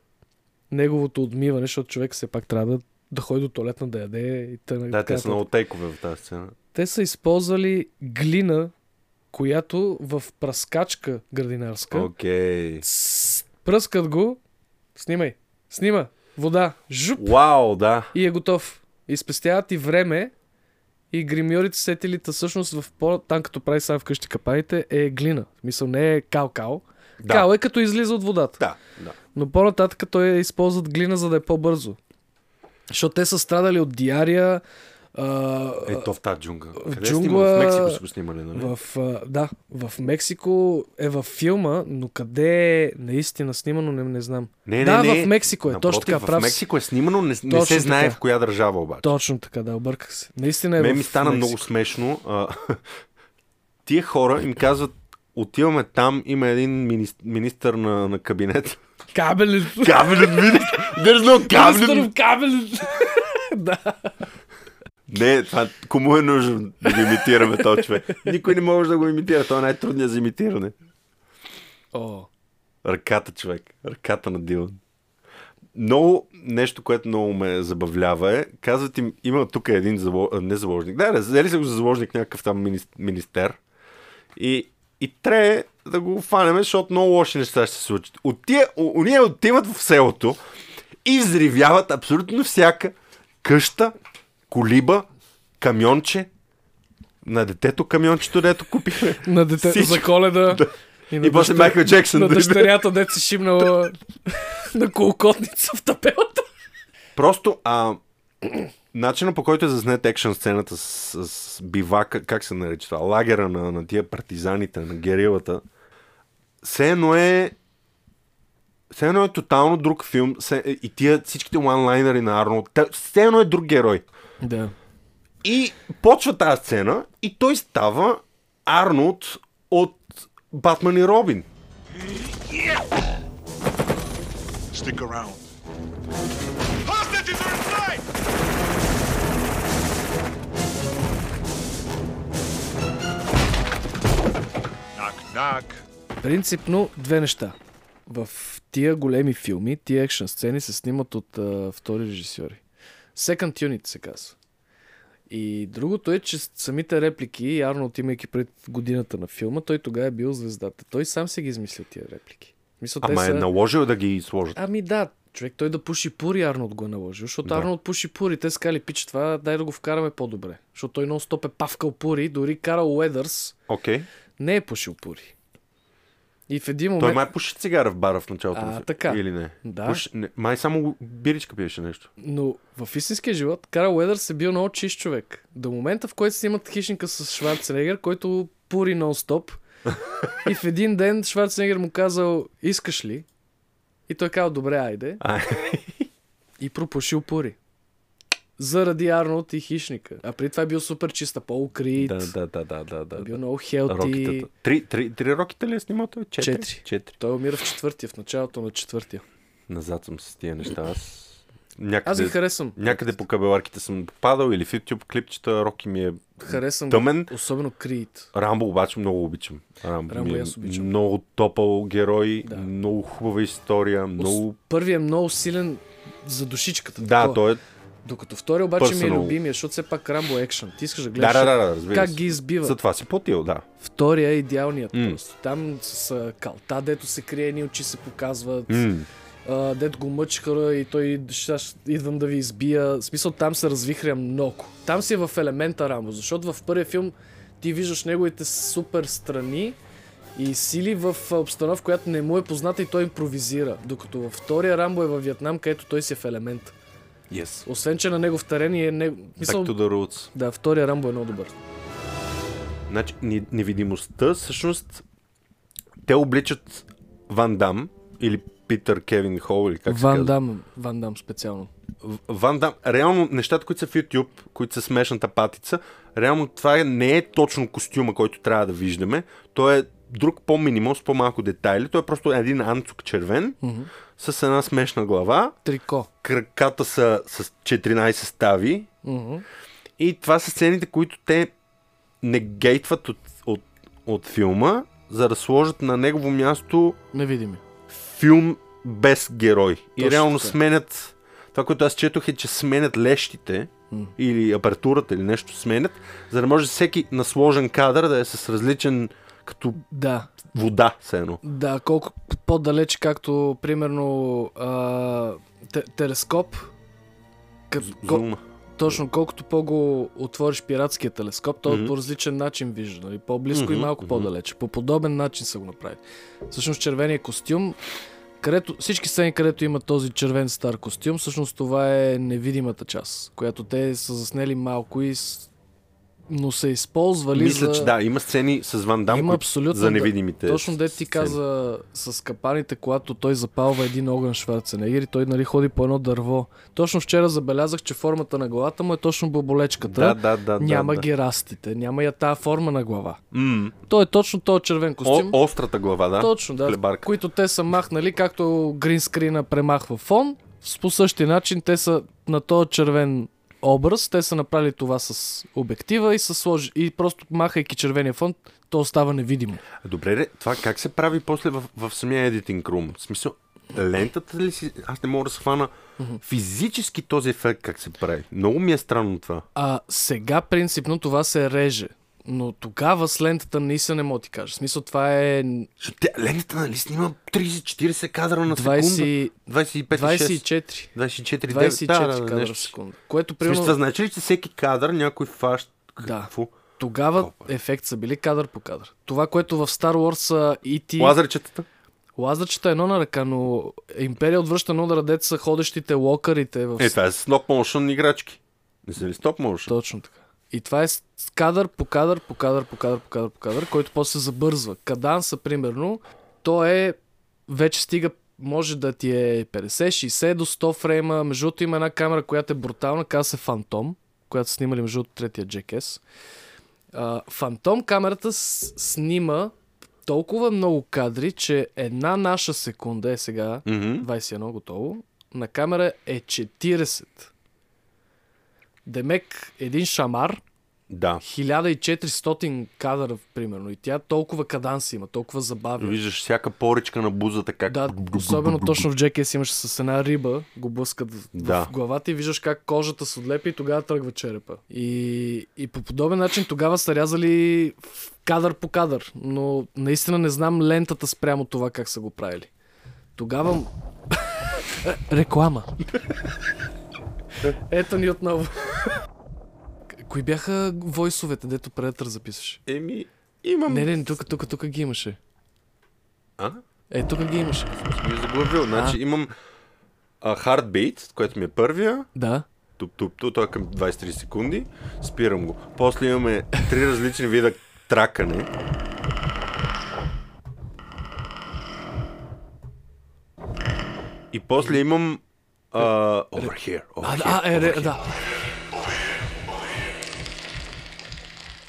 [SPEAKER 2] неговото отмиване, защото човек все пак трябва да, да ходи до туалетна да яде и тъна.
[SPEAKER 1] Да, те са много тейкове в тази сцена.
[SPEAKER 2] те са използвали глина, която в праскачка градинарска
[SPEAKER 1] Окей.
[SPEAKER 2] Тс, Пръскат го. Снимай. Снима. Вода. Жуп.
[SPEAKER 1] Вау, да.
[SPEAKER 2] И е готов. И спестяват и време. И гримьорите сетилита всъщност в по... Там като прави сам вкъщи капаните е глина. В смисъл не е кал-кал.
[SPEAKER 1] Да.
[SPEAKER 2] Кал е като излиза от водата.
[SPEAKER 1] Да, да.
[SPEAKER 2] Но по-нататък той е използват глина, за да е по-бързо. Защото те са страдали от диария. А,
[SPEAKER 1] Ето в тази джунгла. Къде
[SPEAKER 2] джунгла-
[SPEAKER 1] снима? В Мексико са го снимали, нали?
[SPEAKER 2] в, а, да, в Мексико е във филма, но къде е наистина снимано, не, не знам.
[SPEAKER 1] Не, не,
[SPEAKER 2] да,
[SPEAKER 1] не.
[SPEAKER 2] в Мексико е. точно
[SPEAKER 1] Напротив,
[SPEAKER 2] така прав.
[SPEAKER 1] В
[SPEAKER 2] си.
[SPEAKER 1] Мексико е снимано, не, не
[SPEAKER 2] Точно
[SPEAKER 1] се знае
[SPEAKER 2] така.
[SPEAKER 1] в коя държава обаче.
[SPEAKER 2] Точно така, да, обърках се. Наистина е
[SPEAKER 1] Мен
[SPEAKER 2] в
[SPEAKER 1] ми стана
[SPEAKER 2] Мексико.
[SPEAKER 1] много смешно. А, [LAUGHS] тия хора им казват, отиваме там, има един министр, министър на, на кабинет.
[SPEAKER 2] Кабели!
[SPEAKER 1] Кабелен министър! There's no кабелен!
[SPEAKER 2] Кабели! Кабели! да.
[SPEAKER 1] Не, това, кому е нужно да го имитираме този човек? Никой не може да го имитира, той е най-трудният за имитиране.
[SPEAKER 2] О,
[SPEAKER 1] Ръката, човек. Ръката на Дилан. Много нещо, което много ме забавлява е, казват им, има тук един зало... а, не заложник, да, да, взели са го за заложник някакъв там мини- министер и, и трябва да го фанеме, защото много лоши неща ще се случат. От тия, у- уния отиват в селото и взривяват абсолютно всяка къща, колиба, камионче, на детето камиончето, дето купихме.
[SPEAKER 2] [LAUGHS] на дете
[SPEAKER 1] Всичко.
[SPEAKER 2] за коледа.
[SPEAKER 1] Да.
[SPEAKER 2] на
[SPEAKER 1] И после
[SPEAKER 2] дъщеря-
[SPEAKER 1] Майкъл нали? Джексън
[SPEAKER 2] На
[SPEAKER 1] дойде.
[SPEAKER 2] дъщерята, дете
[SPEAKER 1] [LAUGHS]
[SPEAKER 2] си шимнала на колокотница в тапелата.
[SPEAKER 1] Просто, а, начина по който е заснет екшен сцената с, с бивака, как се нарича това, лагера на, на тия партизаните, на герилата, все едно е все едно е тотално друг филм все, е, и тия всичките онлайнери на Арно, все едно е друг герой.
[SPEAKER 2] Да.
[SPEAKER 1] И почва тази сцена и той става Арнолд от Батман и Робин.
[SPEAKER 3] Stick around.
[SPEAKER 4] Hostages are in sight!
[SPEAKER 3] Knock, knock.
[SPEAKER 2] Принципно две неща. В тия големи филми, тия екшен сцени се снимат от а, втори режисьори. Second Unit се казва. И другото е, че самите реплики, Арнолд, имайки пред годината на филма, той тогава е бил звездата. Той сам си ги е измислил тия реплики. Мисля, те
[SPEAKER 1] Ама е
[SPEAKER 2] са...
[SPEAKER 1] наложил да ги сложат.
[SPEAKER 2] Ами да, човек той да пуши пури, Арнолд го е наложил, защото
[SPEAKER 1] Да.
[SPEAKER 2] да. Арнолд пуши пури. Те скали пич това, дай да го вкараме по-добре. Защото той нон-стоп е павкал пури, дори Карл Уедърс
[SPEAKER 1] Окей. Okay.
[SPEAKER 2] не е пушил пури. И в един момент...
[SPEAKER 1] Той май пуши цигара в бара в началото.
[SPEAKER 2] А,
[SPEAKER 1] на фи-
[SPEAKER 2] така.
[SPEAKER 1] Или не?
[SPEAKER 2] Да.
[SPEAKER 1] Пуши, не. Май само биричка пиеше нещо.
[SPEAKER 2] Но в истинския живот Карл Уедърс е бил много чист човек. До момента, в който снимат хищника с Шварценегер, който пури нон-стоп. и в един ден Шварценегер му казал, искаш ли? И той казал, добре, айде.
[SPEAKER 1] А.
[SPEAKER 2] и пропушил пури. Заради Арнолд и хищника. А при това е бил супер чиста, по-укрит.
[SPEAKER 1] Да, да, да, да, да, да.
[SPEAKER 2] Е бил много хелти.
[SPEAKER 1] Рокетата. Три, три, три рокета ли е снимал той? Четири.
[SPEAKER 2] Четири.
[SPEAKER 1] Четири.
[SPEAKER 2] Той умира в четвъртия, в началото на четвъртия.
[SPEAKER 1] Назад съм с тия неща. Аз...
[SPEAKER 2] Аз
[SPEAKER 1] някъде,
[SPEAKER 2] ги харесвам.
[SPEAKER 1] някъде по кабеларките съм попадал или в YouTube клипчета, Роки ми е
[SPEAKER 2] Харесвам
[SPEAKER 1] тъмен.
[SPEAKER 2] го, особено Creed.
[SPEAKER 1] Рамбо обаче много обичам. Рамбо,
[SPEAKER 2] Рамбо
[SPEAKER 1] ми
[SPEAKER 2] и
[SPEAKER 1] е
[SPEAKER 2] аз обичам.
[SPEAKER 1] много топъл герой,
[SPEAKER 2] Да.
[SPEAKER 1] много хубава история, много...
[SPEAKER 2] Първият е много силен за душичката.
[SPEAKER 1] Да,
[SPEAKER 2] такова.
[SPEAKER 1] той е...
[SPEAKER 2] Докато втори обаче ми е
[SPEAKER 1] Personal.
[SPEAKER 2] любимия, защото все пак Рамбо е екшън. Ти искаш да
[SPEAKER 1] Да,
[SPEAKER 2] гледаш
[SPEAKER 1] да, да, да, разбира
[SPEAKER 2] как
[SPEAKER 1] се.
[SPEAKER 2] ги избива.
[SPEAKER 1] За това си платил, да.
[SPEAKER 2] Втория е идеалният
[SPEAKER 1] М.
[SPEAKER 2] просто. Там с а, калта, дето се крие, ни очи се показват,
[SPEAKER 1] М,
[SPEAKER 2] а, дето го мъчкара и той сега ще идвам да ви избия. В смисъл там се развихря много. Там си е в елемента Рамбо, защото в първия филм ти виждаш неговите супер страни и сили в а, обстановка, която не му е позната и той импровизира. Докато във втория Рамбо е във Виетнам, където той си е в елемент.
[SPEAKER 1] Yes.
[SPEAKER 2] Освен, че на негов терен и е... Не...
[SPEAKER 1] Back
[SPEAKER 2] Мисъл,
[SPEAKER 1] to the roots.
[SPEAKER 2] Да, втория Рамбо е много добър.
[SPEAKER 1] Значи, не- невидимостта, всъщност, те обличат Ван Дам или Питър Кевин Хол или как се
[SPEAKER 2] Ван
[SPEAKER 1] казва.
[SPEAKER 2] Дам, Ван Дам специално.
[SPEAKER 1] В- Ван Дам. Реално, нещата, които са в YouTube, които са смешната патица, реално това не е точно костюма, който трябва да виждаме. Той е друг по-минимал, с по-малко детайли. Той е просто един анцук червен с една смешна глава.
[SPEAKER 2] Трико.
[SPEAKER 1] Краката са с 14 стави,
[SPEAKER 2] Мгм.
[SPEAKER 1] и това са сцените, които те не гейтват от, от, от филма, за да сложат на негово място
[SPEAKER 2] Невидими.
[SPEAKER 1] филм без герой.
[SPEAKER 2] Точно
[SPEAKER 1] и реално
[SPEAKER 2] така.
[SPEAKER 1] сменят... Това, което аз четох е, че сменят лещите или апертурата или нещо сменят, за да може всеки насложен кадър да е с различен като
[SPEAKER 2] Да,
[SPEAKER 1] вода, все едно.
[SPEAKER 2] да, колко по-далеч, както примерно а, те, телескоп. Кът, ко,
[SPEAKER 1] Зума.
[SPEAKER 2] точно, колкото по-го отвориш пиратския телескоп, той
[SPEAKER 1] Мгм.
[SPEAKER 2] по различен начин вижда. Нали? По-близко и
[SPEAKER 1] Мгм,
[SPEAKER 2] малко
[SPEAKER 1] мгм.
[SPEAKER 2] по-далече. По подобен начин са го направили. Всъщност червения костюм, където, всички сцени, където има този червен стар костюм, всъщност това е невидимата част, която те са заснели малко и с... но са използвали
[SPEAKER 1] Мисля,
[SPEAKER 2] за...
[SPEAKER 1] че да, има сцени с Ван Дам,
[SPEAKER 2] Има
[SPEAKER 1] които-
[SPEAKER 2] абсолютно,
[SPEAKER 1] за
[SPEAKER 2] да.
[SPEAKER 1] невидимите.
[SPEAKER 2] Точно де ти
[SPEAKER 1] сцени.
[SPEAKER 2] каза с капаните, когато той запалва един огън Шварценегер и той нали, ходи по едно дърво. Точно вчера забелязах, че формата на главата му е точно боболечката.
[SPEAKER 1] Да, да, да.
[SPEAKER 2] няма
[SPEAKER 1] да, да.
[SPEAKER 2] герастите, няма я тая форма на глава.
[SPEAKER 1] М,
[SPEAKER 2] Той е точно този червен
[SPEAKER 1] О,
[SPEAKER 2] костюм.
[SPEAKER 1] острата глава, да.
[SPEAKER 2] точно, да.
[SPEAKER 1] Хлебарката.
[SPEAKER 2] Които те са махнали, както гринскрина премахва фон. с- По същия начин те са на този червен образ, те са направили това с обектива и, са сложи... и просто махайки червения фон, то остава невидимо.
[SPEAKER 1] Добре, ре, това как се прави после в, в самия editing room? В смисъл, лентата ли си... Аз не мога да схвана физически този ефект как се прави. Много ми е странно това.
[SPEAKER 2] А, сега принципно това се реже. Но тогава с лентата наистина не мога да ти кажа. В смисъл това е
[SPEAKER 1] Защото тя- лентата нали снима 30-40 кадра на
[SPEAKER 2] 20,
[SPEAKER 1] секунда? 25-6.
[SPEAKER 2] 24.
[SPEAKER 1] 24,
[SPEAKER 2] 24
[SPEAKER 1] да, да, да,
[SPEAKER 2] кадра
[SPEAKER 1] нещо.
[SPEAKER 2] в секунда. Което
[SPEAKER 1] В смисъл,
[SPEAKER 2] примерно
[SPEAKER 1] това значи ли, че всеки кадър някой фащ
[SPEAKER 2] Да.
[SPEAKER 1] какво?
[SPEAKER 2] тогава
[SPEAKER 1] Опа.
[SPEAKER 2] ефект са били кадър по кадър. Това, което в Star Wars са E.T.
[SPEAKER 1] Лазърчетата?
[SPEAKER 2] Лазърчета е едно на ръка, но Империя отвръща едно да радет са ходещите локарите в
[SPEAKER 1] Е, това е стоп motion играчки. Не са ли стоп motion?
[SPEAKER 2] Точно така. И това е с с кадър по кадър, по кадър, по кадър, по кадър, по кадър, който после се забързва. Каданса, примерно, то е... Вече стига, може да ти е 50, 60 до 100 фрейма. Между другото има една камера, която е брутална, казва се Фантом, която са снимали между другото третия Джекес. А, Фантом камерата с- снима толкова много кадри, че една наша секунда е сега
[SPEAKER 1] Мгм.
[SPEAKER 2] 21 готово. На камера е 40. Демек, един шамар,
[SPEAKER 1] Да.
[SPEAKER 2] 1400 кадъра, примерно. И тя толкова каданси има, толкова забавя.
[SPEAKER 1] Виждаш всяка поричка на бузата как...
[SPEAKER 2] Да, особено точно в Джекес имаш с една риба, го блъскат в-
[SPEAKER 1] Да.
[SPEAKER 2] в главата и виждаш как кожата се отлепи и тогава тръгва черепа. И, и по подобен начин тогава са рязали в кадър по кадър, но наистина не знам лентата спрямо това как са го правили. Тогава... [LAUGHS] Реклама. Ето ни отново. Кои бяха войсовете, дето предътър записваше?
[SPEAKER 1] Еми, имам...
[SPEAKER 2] Не, не, не, тук, тук, тук ги имаше.
[SPEAKER 1] А?
[SPEAKER 2] Е, тук ги имаше.
[SPEAKER 1] Ми е заглавил. Значи имам а, Heartbeat, което ми е първия.
[SPEAKER 2] Да.
[SPEAKER 1] Туп-туп-туп, той е към 23 секунди. Спирам го. После имаме три различни вида тракане. И после имам а, Over Here.
[SPEAKER 2] А,
[SPEAKER 1] Over
[SPEAKER 2] да,
[SPEAKER 1] here.
[SPEAKER 2] а, е, ре, да.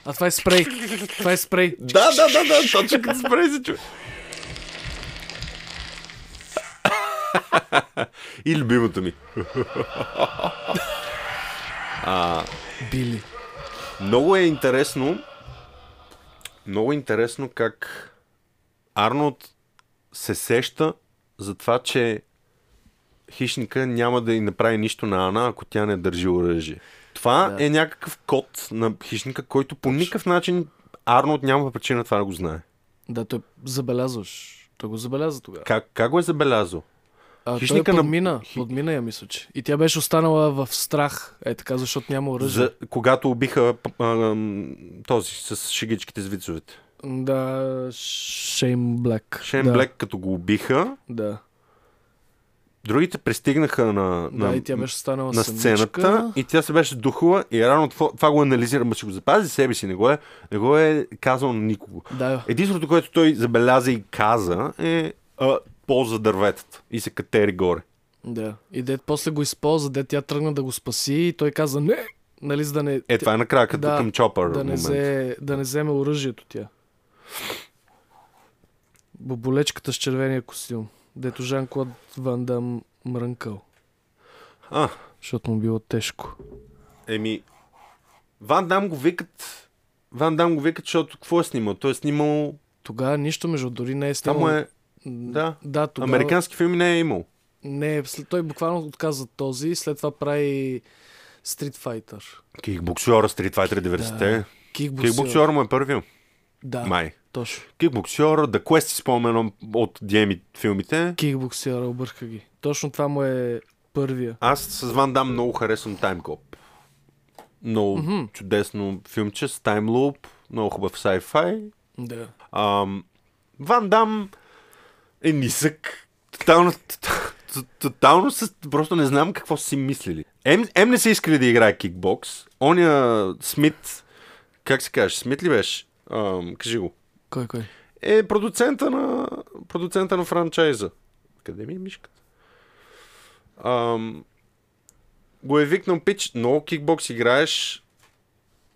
[SPEAKER 2] А това е спрей. Това е спрей.
[SPEAKER 1] Да, да, да, да, точно като спрей се чу. И любимото ми.
[SPEAKER 2] Били.
[SPEAKER 1] Много е интересно. Много е интересно как Арнолд се сеща за това, че хищника няма да й направи нищо на Ана, ако тя не държи оръжие. Това да. е някакъв код на хищника, който по никакъв начин Арнолд няма причина това да го знае.
[SPEAKER 2] Да, той забелязваш. Той го забеляза тогава.
[SPEAKER 1] Как, как го е забелязал?
[SPEAKER 2] А,
[SPEAKER 1] Хищника
[SPEAKER 2] той
[SPEAKER 1] на-
[SPEAKER 2] я подмина,
[SPEAKER 1] хи-
[SPEAKER 2] подмина я мисля, че. И тя беше останала в страх, е така, защото няма оръжие.
[SPEAKER 1] За, когато убиха п- а, ам, този с шигичките с вицовете.
[SPEAKER 2] Да, Шейм Блек.
[SPEAKER 1] Шейн
[SPEAKER 2] да,
[SPEAKER 1] да. Блек като го убиха,
[SPEAKER 2] Да.
[SPEAKER 1] другите пристигнаха на,
[SPEAKER 2] да,
[SPEAKER 1] на,
[SPEAKER 2] и тя беше станала
[SPEAKER 1] на сцената и тя се беше духала и рано това, това го анализира, ма си го запази себе си, не го е, не го е казал на никого.
[SPEAKER 2] Да,
[SPEAKER 1] Единственото, което той забеляза и каза е а, полза дърветата и се катери горе.
[SPEAKER 2] да. И дед после го използва, дед тя тръгна да го спаси и той каза не, нали, за да не...
[SPEAKER 1] Е, това е накрая като
[SPEAKER 2] да,
[SPEAKER 1] към Чопър
[SPEAKER 2] да не,
[SPEAKER 1] момент.
[SPEAKER 2] взе, да не вземе оръжието тя. Боболечката с червения костюм. Дето Жан-Клод Ван Дам мрънкал.
[SPEAKER 1] А,
[SPEAKER 2] Защото му било тежко.
[SPEAKER 1] Еми, Ван Дам го викат. Ван Дам го викат, защото какво е снимал? Той е снимал.
[SPEAKER 2] Тогава нищо, между дори не е
[SPEAKER 1] Там
[SPEAKER 2] снимал.
[SPEAKER 1] му е. Да.
[SPEAKER 2] Да, тогава...
[SPEAKER 1] Американски филми не е имал.
[SPEAKER 2] Не, след... той буквално отказа този, след това прави Street Fighter.
[SPEAKER 1] Кикбоксиора Street Fighter 90-те.
[SPEAKER 2] Кикбоксер.
[SPEAKER 1] Кикбоксиора му е първия.
[SPEAKER 2] Да,
[SPEAKER 1] Май.
[SPEAKER 2] точно.
[SPEAKER 1] Кикбоксиора, The Quest си споменам от DMI филмите.
[SPEAKER 2] Кикбоксера, обърка ги. Точно това му е първия.
[SPEAKER 1] Аз с Ван Дам много харесвам Timecop. Много чудесно филмче с Time Loop. Много хубав sci-fi.
[SPEAKER 2] Да.
[SPEAKER 1] Ам, Ван Дам е нисък. Тотално, тот- тот- тотално с, просто не знам какво са си мислили. Ем, ем не са искали да играе кикбокс. Оня Смит, как се каже, Смит ли беше? Ам, кажи го.
[SPEAKER 2] Кой, кой?
[SPEAKER 1] Е продуцента на, продуцента на франчайза. Къде ми е мишката? Ам, го е викнал пич, но кикбокс играеш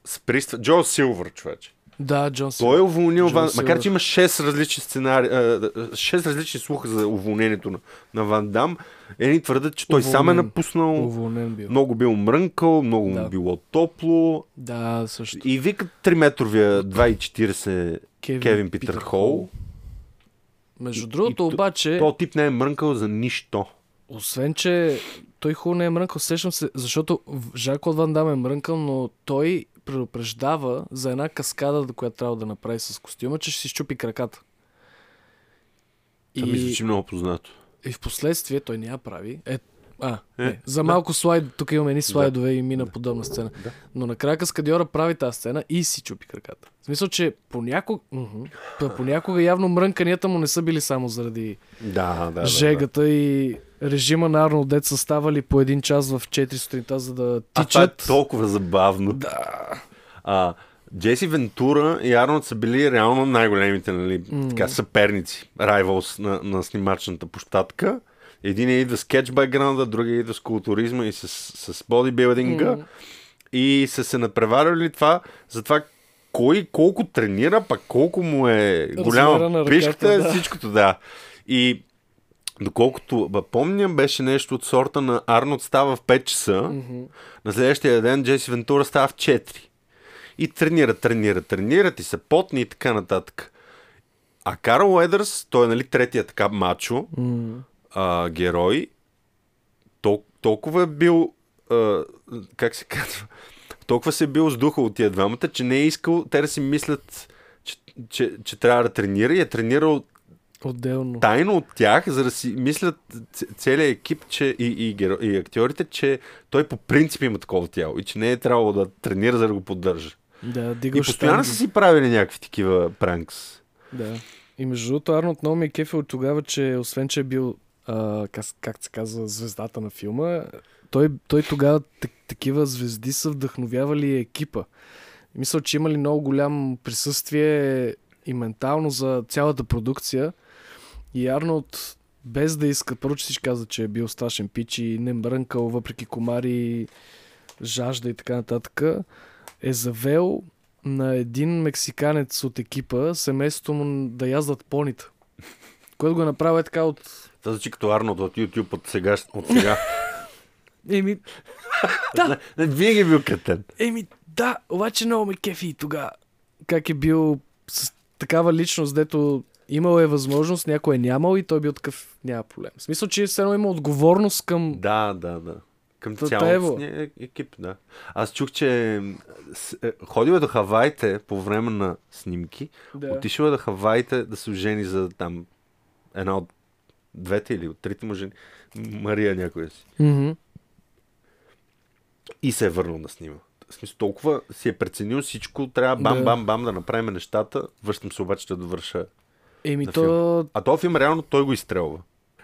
[SPEAKER 1] с приства. Джо Силвър, човече.
[SPEAKER 2] Да, Джон Сина.
[SPEAKER 1] Той е уволнил
[SPEAKER 2] Джон
[SPEAKER 1] Ван...
[SPEAKER 2] Силвър.
[SPEAKER 1] Макар, че има 6 различни сценари... 6 различни слуха за уволнението на, на Ван Дам, едни твърдят, че той сам е
[SPEAKER 2] Уволнен.
[SPEAKER 1] напуснал,
[SPEAKER 2] Уволнен бил.
[SPEAKER 1] много бил мрънкал, много
[SPEAKER 2] Да.
[SPEAKER 1] му било топло.
[SPEAKER 2] Да, също.
[SPEAKER 1] И викат 3-метровия 2,40 Кевин, Кевин Питър Хол.
[SPEAKER 2] Между
[SPEAKER 1] и
[SPEAKER 2] другото,
[SPEAKER 1] то-
[SPEAKER 2] обаче,
[SPEAKER 1] Този тип не е мрънкал за нищо.
[SPEAKER 2] освен, че той хубаво не е мрънкал, сещам се, защото Жако Ван Дам е мрънкал, но той предупреждава за една каскада, която трябва да направи с костюма, че ще си щупи краката.
[SPEAKER 1] Това ми звучи много познато.
[SPEAKER 2] И в последствие той не я прави. Е, а, не. За малко слайд, тук имаме едни слайдове и мина подобна сцена. Но накрая Каскадиора прави тази сцена и си чупи краката. В смисъл, че понякога, мгм, Па понякога явно мрънканията му не са били само заради
[SPEAKER 1] Да, да,
[SPEAKER 2] жегата и режима на Арнолд Дед са ставали по един час в 4 сутринта, за да
[SPEAKER 1] А това е
[SPEAKER 2] тичат.
[SPEAKER 1] толкова забавно. Да. А, Джеси Вентура и Арнолд са били реално най-големите нали, mm. така, съперници, райвалс на, на снимачната площадка. Един идва с кетч бекграунда, другия идва с културизма и с, с бодибилдинга. Mm. И са се надпреварили това, за това кой колко тренира, пък колко му е
[SPEAKER 2] Размера на
[SPEAKER 1] голяма
[SPEAKER 2] ръката,
[SPEAKER 1] пишката,
[SPEAKER 2] да.
[SPEAKER 1] да. всичкото, да. И Доколкото ба, помня, беше нещо от сорта на Арнолд става в 5 часа, mm-hmm. на следващия ден Джеси Вентура става в 4. И тренират, тренират, тренират и са потни и така нататък. А Карл Уедърс, той е нали третия така мачо, mm-hmm. а, герой, тол- толкова е бил, а, как се казва, толкова се е бил сдухал от тия двамата, че не е искал те да си мислят, че, че, че трябва да тренира и е тренирал
[SPEAKER 2] Отделно.
[SPEAKER 1] тайно от тях, за да си мислят ц- целият екип че, и, и, геро, и актьорите, че той по принцип има такова тяло и че не е трябвало да тренира, за да го поддържа.
[SPEAKER 2] Да,
[SPEAKER 1] И
[SPEAKER 2] дигаш
[SPEAKER 1] постоянно са си правили някакви такива пранкс.
[SPEAKER 2] Да. И между другото, Арнолд много ми е кефил тогава, че освен, че е бил, а, как, как се казва, звездата на филма, той, той тогава так, такива звезди са вдъхновявали и екипа. И мисля, че имали много голямо присъствие и ментално за цялата продукция. И Арнолд, без да иска, първо, че всички каза, че е бил страшен пич и не мрънкал, въпреки комари, жажда и така нататък, е завел на един мексиканец от екипа семейството му да яздат понита. Което го направи е така от
[SPEAKER 1] Това звучи като Арнолд от YouTube от сега. От [LAUGHS] сега.
[SPEAKER 2] Еми,
[SPEAKER 1] Не, винаги е бил кретен.
[SPEAKER 2] Еми, да, обаче много ме кефи и тога. Как е бил с такава личност, дето имал е възможност, някой е нямал и той бил такъв, няма проблем. В смисъл, че все едно има отговорност към...
[SPEAKER 1] Да, да, да. Към
[SPEAKER 2] Та
[SPEAKER 1] цялостния е- екип, да. Аз чух, че м, с- е, ходила до Хавайте по време на снимки.
[SPEAKER 2] Да.
[SPEAKER 1] Отишла до Хавайте да се жени за там една от двете или от трите му жени. Мария някоя си.
[SPEAKER 2] Мгм.
[SPEAKER 1] И се е върнал на снима. В смисъл, толкова си е преценил всичко, трябва бам,
[SPEAKER 2] Да.
[SPEAKER 1] бам, бам да направим нещата. Връщам се обаче да довърша
[SPEAKER 2] Еми,
[SPEAKER 1] на
[SPEAKER 2] то...
[SPEAKER 1] филм. А този филм реално той го изстрелва.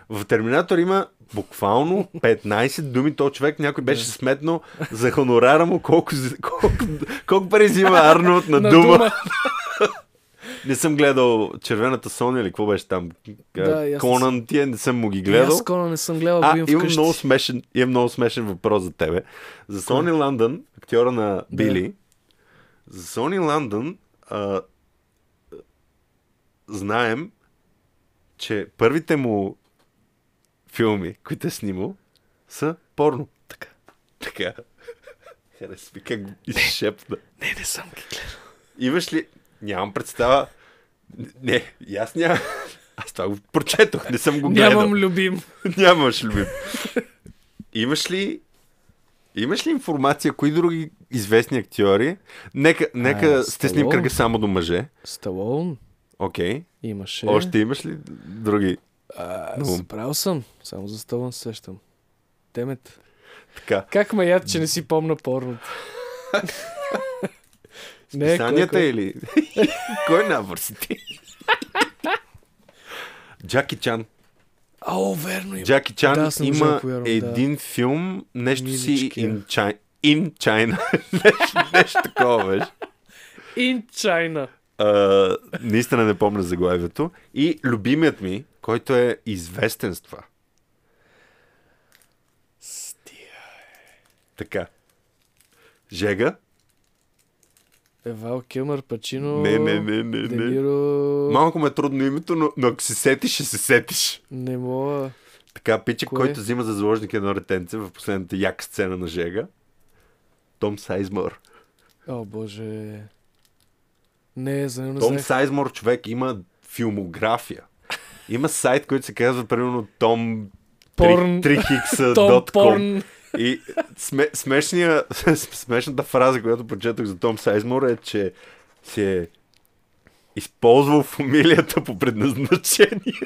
[SPEAKER 1] В Терминатор има
[SPEAKER 2] [LAUGHS]
[SPEAKER 1] буквално 15 думи. Той човек някой беше сметнал за хонорара му колко, зи- [LAUGHS] колко, колко пари взима Арнолд на,
[SPEAKER 2] [LAUGHS] На
[SPEAKER 1] дума.
[SPEAKER 2] дума.
[SPEAKER 1] Не съм гледал Червената Соня или какво беше там.
[SPEAKER 2] Да, и аз-
[SPEAKER 1] Конан тия не съм му ги
[SPEAKER 2] И
[SPEAKER 1] гледал.
[SPEAKER 2] Аз Кона не съм гледал,
[SPEAKER 1] А,
[SPEAKER 2] го имам
[SPEAKER 1] имам
[SPEAKER 2] вкъщи.
[SPEAKER 1] много, смешен, имам много смешен въпрос за тебе. За Сони Ландън, актьора на Били, за Сони Ландън а, знаем, че първите му филми, които е снимал, са порно. Така. Така. [LAUGHS] Харесва ми как го изшепна.
[SPEAKER 2] Не, не съм ги гледал.
[SPEAKER 1] Имаш ли... Нямам представа. Не, и аз нямам. Аз това го прочетох, не съм го гледал.
[SPEAKER 2] Нямам любим.
[SPEAKER 1] [LAUGHS] Нямаш любим. Имаш ли имаш ли информация, кои други известни актьори? Нека, нека
[SPEAKER 2] А,
[SPEAKER 1] стесним
[SPEAKER 2] Сталон.
[SPEAKER 1] кръга само до мъже.
[SPEAKER 2] Сталон Е.
[SPEAKER 1] Окей. Okay.
[SPEAKER 2] имаше.
[SPEAKER 1] Още имаш ли други?
[SPEAKER 2] А, забрал съм. Само за Сталон се сещам. Темет.
[SPEAKER 1] Така.
[SPEAKER 2] Как ме яд, че не си помна порното?
[SPEAKER 1] [LAUGHS]
[SPEAKER 2] не, Е, кой,
[SPEAKER 1] Писанията
[SPEAKER 2] кой?
[SPEAKER 1] или... [LAUGHS] Кой набор си ти? [LAUGHS] Джаки Чан.
[SPEAKER 2] О, верно има.
[SPEAKER 1] Джаки Чан
[SPEAKER 2] Да, аз не можа да
[SPEAKER 1] има
[SPEAKER 2] повярвам, да.
[SPEAKER 1] един филм, нещо си
[SPEAKER 2] Миличкия.
[SPEAKER 1] in China. In China. [LAUGHS] нещо, нещо такова беше.
[SPEAKER 2] In China.
[SPEAKER 1] А, наистина не помня заглавието. И любимият ми, който е известен с това.
[SPEAKER 2] Стия.
[SPEAKER 1] е. Така. Жега?
[SPEAKER 2] Евал Килмър, Пачино,
[SPEAKER 1] Не, не, не, не,
[SPEAKER 2] Де
[SPEAKER 1] не.
[SPEAKER 2] Ниро...
[SPEAKER 1] Малко ме е трудно името, но, но ако се сетиш, ще се сетиш.
[SPEAKER 2] Не мога.
[SPEAKER 1] Така, пичък,
[SPEAKER 2] Кое?
[SPEAKER 1] който взима за заложник едно ретенце в последната яка сцена на Жега. Том Сайзмор.
[SPEAKER 2] О, боже. Не, за него не
[SPEAKER 1] Том
[SPEAKER 2] знаех.
[SPEAKER 1] Сайзмор човек има филмография. Има сайт, който се казва примерно Tom
[SPEAKER 2] Порн.
[SPEAKER 1] 3
[SPEAKER 2] [LAUGHS] Том
[SPEAKER 1] Porn.
[SPEAKER 2] Порн.
[SPEAKER 1] И сме, смешния, [LAUGHS] смешната фраза, която прочетох за Том Сайзмор е, че си е използвал фамилията по предназначение.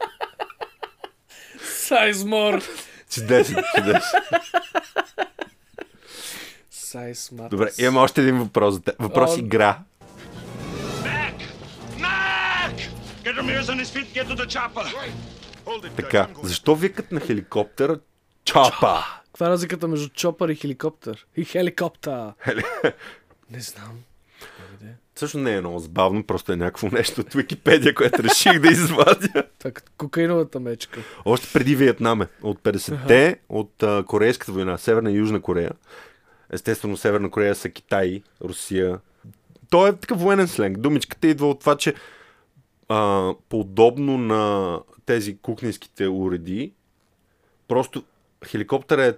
[SPEAKER 1] [LAUGHS]
[SPEAKER 2] Сайзмор.
[SPEAKER 1] Чудесен, чудесен.
[SPEAKER 2] Сайсмат.
[SPEAKER 1] Добре, имам още един въпрос за теб. Въпрос
[SPEAKER 2] О.
[SPEAKER 1] игра.
[SPEAKER 4] Mac! Mac! Get Ramirez on his feet, get to the chopper.
[SPEAKER 3] Hold it,
[SPEAKER 1] Така, защо викат на хеликоптера Чапа?
[SPEAKER 2] Каква е разликата между чопър и хеликоптер? И хеликоптер. не знам.
[SPEAKER 1] Също не е много забавно, просто е някакво нещо от Википедия, което реших да извадя.
[SPEAKER 2] Това е като кокаиновата мечка.
[SPEAKER 1] Още преди Виетнам е. От 50-те, от а, Корейската война, Северна и Южна Корея. Естествено, Северна Корея са Китай, Русия. Той е така военен сленг. Думичката идва от това, че а, подобно на тези кухненските уреди, просто хеликоптера е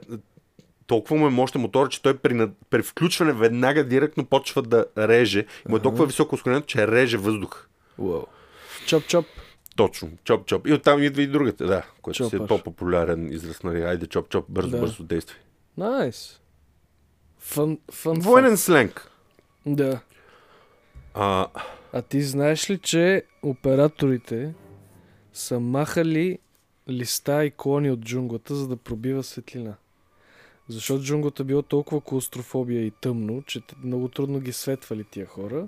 [SPEAKER 1] толкова му е мощен мотор, че той при, над- при включване веднага директно почва да реже. И Му е толкова високо ускорението, че реже въздух.
[SPEAKER 2] Уау. Чоп-чоп.
[SPEAKER 1] Точно, чоп-чоп. И оттам идва и другата, да, което си е
[SPEAKER 2] Чопаш.
[SPEAKER 1] по-популярен израз, нали? Айде, чоп-чоп, бързо,
[SPEAKER 2] Да.
[SPEAKER 1] бързо действай.
[SPEAKER 2] Найс. Фън, фън, фън.
[SPEAKER 1] Военен сленг.
[SPEAKER 2] Да.
[SPEAKER 1] А,
[SPEAKER 2] А ти знаеш ли, че операторите са махали листа и клони от джунглата, за да пробива светлина? Защото джунглата било толкова клаустрофобия и тъмно, че те- много трудно ги светвали тия хора.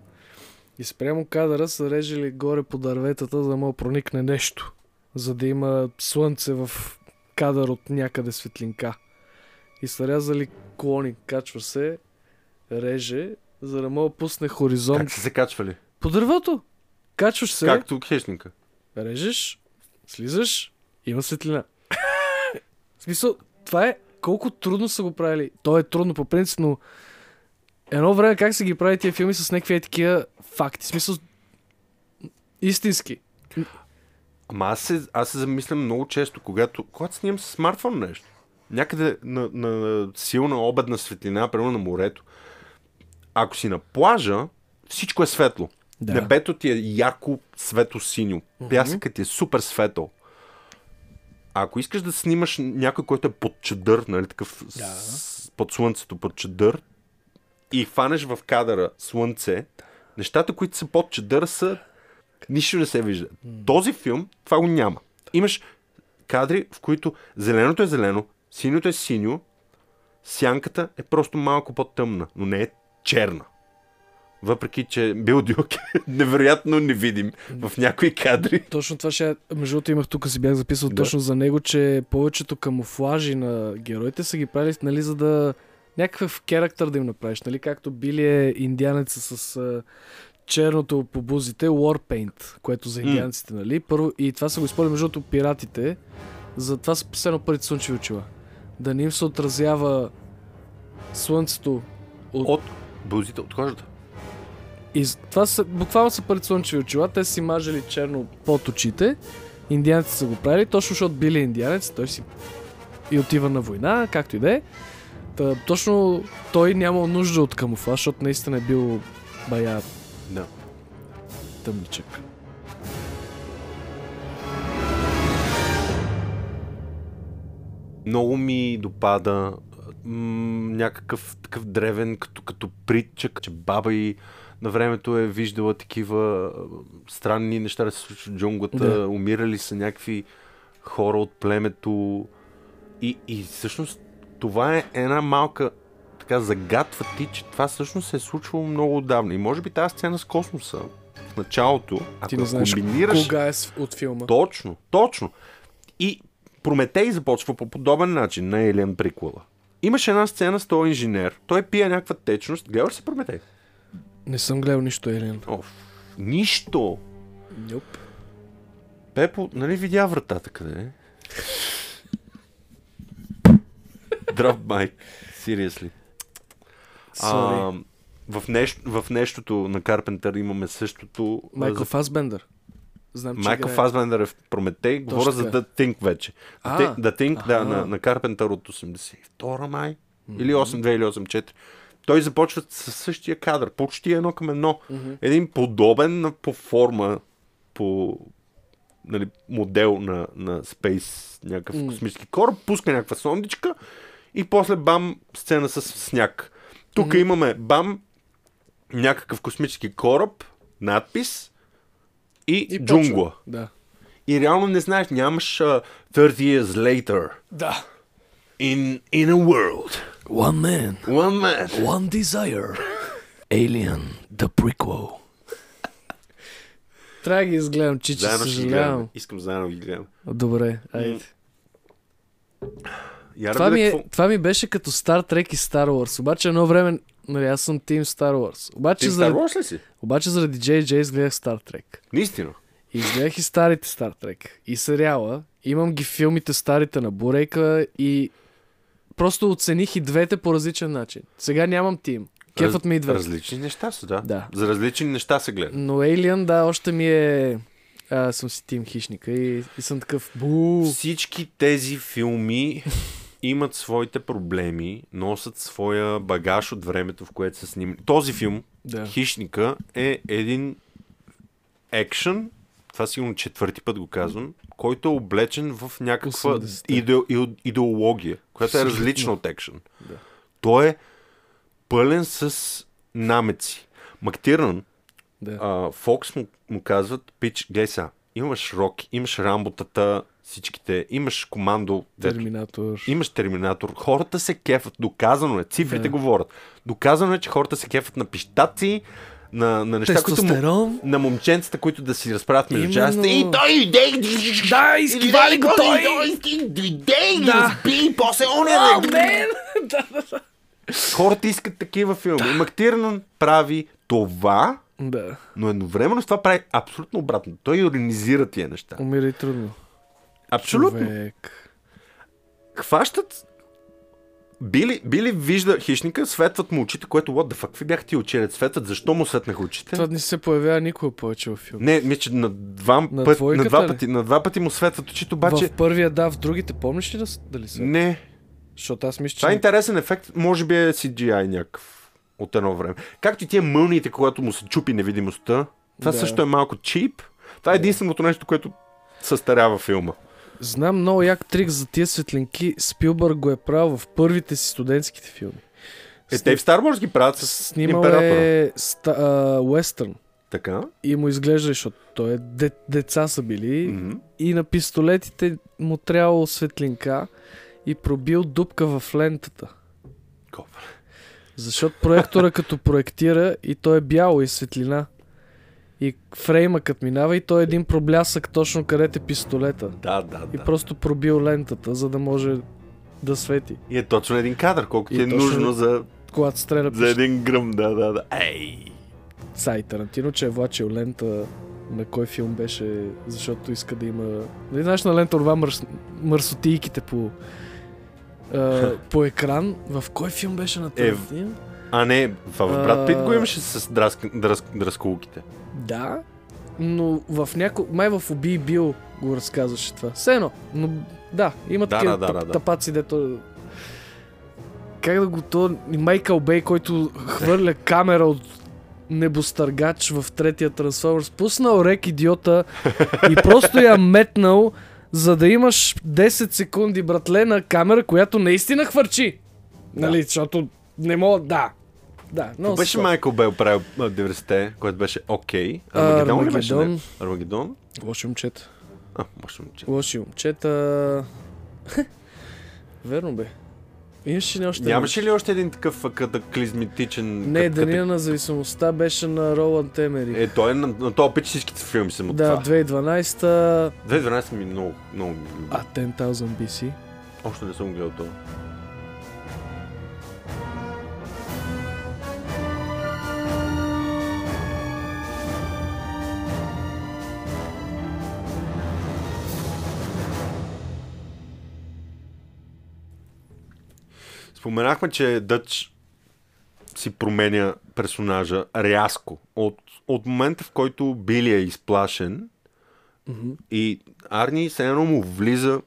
[SPEAKER 2] И спрямо кадъра са режели горе по дърветата, за да мога проникне нещо. За да има слънце в кадър от някъде светлинка. И са рязали клони, качва се, реже, за да мога да пусне хоризонт
[SPEAKER 1] как са се качвали?
[SPEAKER 2] по дървото. Качваш се,
[SPEAKER 1] Както хищника.
[SPEAKER 2] режеш, слизаш, има светлина. [LAUGHS] В смисъл, това е колко трудно са го правили. То е трудно по принцип, но едно време как са ги правили тия филми с някакви е такива факти. В смисъл, истински.
[SPEAKER 1] Ама аз се, аз се замислям много често, когато, когато снимам с смартфон нещо. Някъде на, на, на силна обедна светлина, примерно на морето. Ако си на плажа, всичко е светло.
[SPEAKER 2] Да.
[SPEAKER 1] Да. Небето ти е ярко светло-синьо. Пясъкът ти е супер светъл. А ако искаш да снимаш някой, който е под чадър, нали, такъв да. с, под слънцето, под чадър, и хванеш в кадъра слънце, нещата, които са под чадър са нищо не се вижда. Този филм, това го няма. Имаш кадри, в които зеленото е зелено, синьото е синьо, сянката е просто малко по-тъмна, но не е черна. Въпреки, че Бил Дюк е [LAUGHS] невероятно невидим в някои кадри.
[SPEAKER 2] Точно това ще... Между другото имах тук, си бях записал да.
[SPEAKER 1] Да.
[SPEAKER 2] точно за него, че повечето камуфлажи на героите са ги правили, нали, за да... Някакъв керактър да им направиш, нали? Както били е индианеца с а, черното по бузите, Warpaint, което за индианците, нали? Първо, и това са го използвали, между другото, пиратите. За това са последно първите слънчеви очила. Да не им се отразява слънцето
[SPEAKER 1] От бузите, от кожата.
[SPEAKER 2] и с- това са, буквално са предслънчеви очила, те си мажели черно под очите. Индианците са го правили, точно защото били индианец, той си и отива на война, както и да е. Та, точно той нямал нужда от камуфлаж, защото наистина е бил бая
[SPEAKER 1] Да.
[SPEAKER 2] тъмничък.
[SPEAKER 1] Много ми допада м- някакъв такъв древен, като, като притча, че баба и на времето е виждала такива а, странни неща да се случват в джунглата,
[SPEAKER 2] Да.
[SPEAKER 1] да. умирали са някакви хора от племето и, и всъщност това е една малка така загатва ти, че това всъщност се е случвало много отдавна. И може би тази сцена с космоса в началото, ако
[SPEAKER 2] Ти
[SPEAKER 1] я
[SPEAKER 2] не знаеш
[SPEAKER 1] комбинираш...
[SPEAKER 2] кога е с- от филма.
[SPEAKER 1] Точно, точно. И Прометей започва по подобен начин на Елен приквела. Имаше една сцена с този инженер. Той пие някаква течност. Гледаш се Прометей?
[SPEAKER 2] Не съм гледал нищо Елен.
[SPEAKER 1] Оф. Нищо.
[SPEAKER 2] Yep.
[SPEAKER 1] Пепо, нали видя вратата къде е? Драп майк. Seriously.
[SPEAKER 2] Sorry.
[SPEAKER 1] А, в, нещо, в нещото на Карпентър имаме същото. а,
[SPEAKER 2] Майкъл
[SPEAKER 1] за-
[SPEAKER 2] Фасбендър. Знам, че
[SPEAKER 1] Майкъл
[SPEAKER 2] играе.
[SPEAKER 1] Фасбендер е в Прометей. Говоря за
[SPEAKER 2] така.
[SPEAKER 1] The Think вече. The
[SPEAKER 2] А,
[SPEAKER 1] Think- The Think,
[SPEAKER 2] аха.
[SPEAKER 1] да, на, на Карпентър от 82 май. Или 8-2 или 8-4. Той започва със същия кадър. Почти едно към едно. Един подобен на, по форма, по нали, модел на, на Space, някакъв космически кораб, пуска някаква сондичка и после бам сцена с сняг. Тук имаме бам някакъв космически кораб, надпис и,
[SPEAKER 2] И почва.
[SPEAKER 1] джунгла.
[SPEAKER 2] Да.
[SPEAKER 1] И реално не знаеш, нямаш uh, 30 years later
[SPEAKER 2] Да.
[SPEAKER 1] in, in a world.
[SPEAKER 2] One man,
[SPEAKER 1] One man.
[SPEAKER 2] one desire. Alien, the prequel. Трябва да ги изгледам, че, че
[SPEAKER 1] Заедно ще ги
[SPEAKER 2] съжалявам.
[SPEAKER 1] гледам. Искам заедно да ги гледам.
[SPEAKER 2] Добре, айде.
[SPEAKER 1] Я
[SPEAKER 2] Това ми, е,
[SPEAKER 1] какво...
[SPEAKER 2] това ми беше като Star Trek и Star Wars. Обаче едно време, нали, аз съм Team Star Wars. Обаче,
[SPEAKER 1] Ти Star
[SPEAKER 2] заради,
[SPEAKER 1] Wars ли си?
[SPEAKER 2] обаче заради JJ изгледах Star Trek.
[SPEAKER 1] Наистина.
[SPEAKER 2] И изгледах и старите Star Trek. И сериала. Имам ги филмите старите на Бурейка и просто оцених и двете по различен начин. Сега нямам тим. Кефът ми и двете.
[SPEAKER 1] Различни неща са, да.
[SPEAKER 2] Да.
[SPEAKER 1] За различни неща се гледа.
[SPEAKER 2] Но Alien, да, още ми е... А, съм си тим хищника и, и съм такъв... Бу.
[SPEAKER 1] Всички тези филми имат своите проблеми, носят своя багаж от времето, в което са снимали. Този филм,
[SPEAKER 2] Да.
[SPEAKER 1] Хищника, е един екшън, това сигурно четвърти път го казвам, който е облечен в някаква
[SPEAKER 2] 80-те.
[SPEAKER 1] иде, иде, идеология, която е
[SPEAKER 2] Абсолютно.
[SPEAKER 1] различна от екшън. Да. Той е пълен с намеци. Мактиран,
[SPEAKER 2] Да.
[SPEAKER 1] а, Фокс му, му казват, пич, гледай сега, имаш Рок, имаш Рамботата, всичките, имаш Командо, дето-
[SPEAKER 2] Терминатор.
[SPEAKER 1] имаш Терминатор, хората се кефат, доказано е, цифрите
[SPEAKER 2] Да.
[SPEAKER 1] говорят. Доказано е, че хората се кефат на пищаци, на, на неща, които
[SPEAKER 2] Тестостерон.
[SPEAKER 1] му, на момченцата, които да си разправят между частите. И
[SPEAKER 2] Именно.
[SPEAKER 1] той иде,
[SPEAKER 2] Да, изкивали го той!
[SPEAKER 1] Иде, и
[SPEAKER 2] Да.
[SPEAKER 1] разби, после он е Хората искат такива филми. Мактирнан прави това,
[SPEAKER 2] Да.
[SPEAKER 1] но едновременно с това прави абсолютно обратно. Той иронизира тия неща.
[SPEAKER 2] Умира и трудно.
[SPEAKER 1] Абсолютно.
[SPEAKER 2] Човек.
[SPEAKER 1] Хващат Били, Били вижда хищника, светват му очите, което what the fuck, какви бяха ти очи, ред светват, защо му светнаха очите?
[SPEAKER 2] Това не се появява никога повече в филм.
[SPEAKER 1] Не, мисля, че на два,
[SPEAKER 2] На
[SPEAKER 1] път, на
[SPEAKER 2] двойката
[SPEAKER 1] два,
[SPEAKER 2] ли?
[SPEAKER 1] пъти, на два пъти му светват очите, обаче...
[SPEAKER 2] В първия, да, в другите помниш ли да с- дали са?
[SPEAKER 1] Не,
[SPEAKER 2] Защото аз мисля, че...
[SPEAKER 1] това е интересен ефект, може би е CGI някакъв от едно време. Както и тия мълниите, когато му се чупи невидимостта, това
[SPEAKER 2] Да.
[SPEAKER 1] също е малко чип. Това е единственото нещо, което състарява филма.
[SPEAKER 2] Знам много як трик за тия светлинки. Спилбърг го е правил в първите си студентските филми.
[SPEAKER 1] Е, те и в Star Wars ги правят с
[SPEAKER 2] Снимал
[SPEAKER 1] императора.
[SPEAKER 2] е ста, а, уестърн.
[SPEAKER 1] Така.
[SPEAKER 2] И му изглежда, защото той е де, деца са били.
[SPEAKER 1] Мгм.
[SPEAKER 2] И на пистолетите му трябвало светлинка и пробил дупка в лентата.
[SPEAKER 1] Копа.
[SPEAKER 2] Защото
[SPEAKER 1] [LAUGHS]
[SPEAKER 2] проектора като проектира и то е бяло и светлина. И фрейма като минава и той е един проблясък точно където е пистолета.
[SPEAKER 1] Да, да,
[SPEAKER 2] И
[SPEAKER 1] да.
[SPEAKER 2] просто пробил лентата, за да може да свети.
[SPEAKER 1] И е точно един кадър, колкото
[SPEAKER 2] И
[SPEAKER 1] е
[SPEAKER 2] точно-
[SPEAKER 1] нужно за,
[SPEAKER 2] Когато стреля
[SPEAKER 1] за един гръм. Да, да, да. Ей!
[SPEAKER 2] Сай Тарантино, че е влачил лента на кой филм беше, защото иска да има... Нали знаеш на лента това мърс... мърсотийките по... А, по екран. В кой филм беше на Тарантино?
[SPEAKER 1] А не, в в
[SPEAKER 2] А.
[SPEAKER 1] Брат Пит го имаше с драск, драск, драскулките.
[SPEAKER 2] Да. Но в няко... Май в Уби и Бил го разказваше това. Все едно. Но да, има
[SPEAKER 1] Да,
[SPEAKER 2] такива
[SPEAKER 1] да, да, да, да.
[SPEAKER 2] тапаци, дето... Как да го то... и Майкъл Бей, който хвърля камера от небостъргач в третия трансформер, пуснал рек идиота и просто я метнал, за да имаш 10 секунди, братле, на камера, която наистина хвърчи. Нали, защото не мога... Да. Да, но...
[SPEAKER 1] Но беше Майкъл Бел правил 90-те, което беше окей. Армагедон ли беше? не? Армагедон?
[SPEAKER 2] Лоши момчета.
[SPEAKER 1] А, може момче.
[SPEAKER 2] Лоши момчета. [LAUGHS] Верно бе. Имаше ли още?
[SPEAKER 1] Нямаше ли още един такъв а, катаклизматичен...
[SPEAKER 2] Не,
[SPEAKER 1] кат-
[SPEAKER 2] Деня
[SPEAKER 1] ката-
[SPEAKER 2] на зависимостта беше на Роланд Емери.
[SPEAKER 1] Е, той е на, на този пич всичките филми са му
[SPEAKER 2] да,
[SPEAKER 1] това.
[SPEAKER 2] 2012
[SPEAKER 1] 2012 ми е много, много ми люби.
[SPEAKER 2] а 10,000 BC.
[SPEAKER 1] Още не съм гледал това. Споменахме, че Дъч си променя персонажа рязко. От, от момента, в който Били е изплашен и Арни се едно му влиза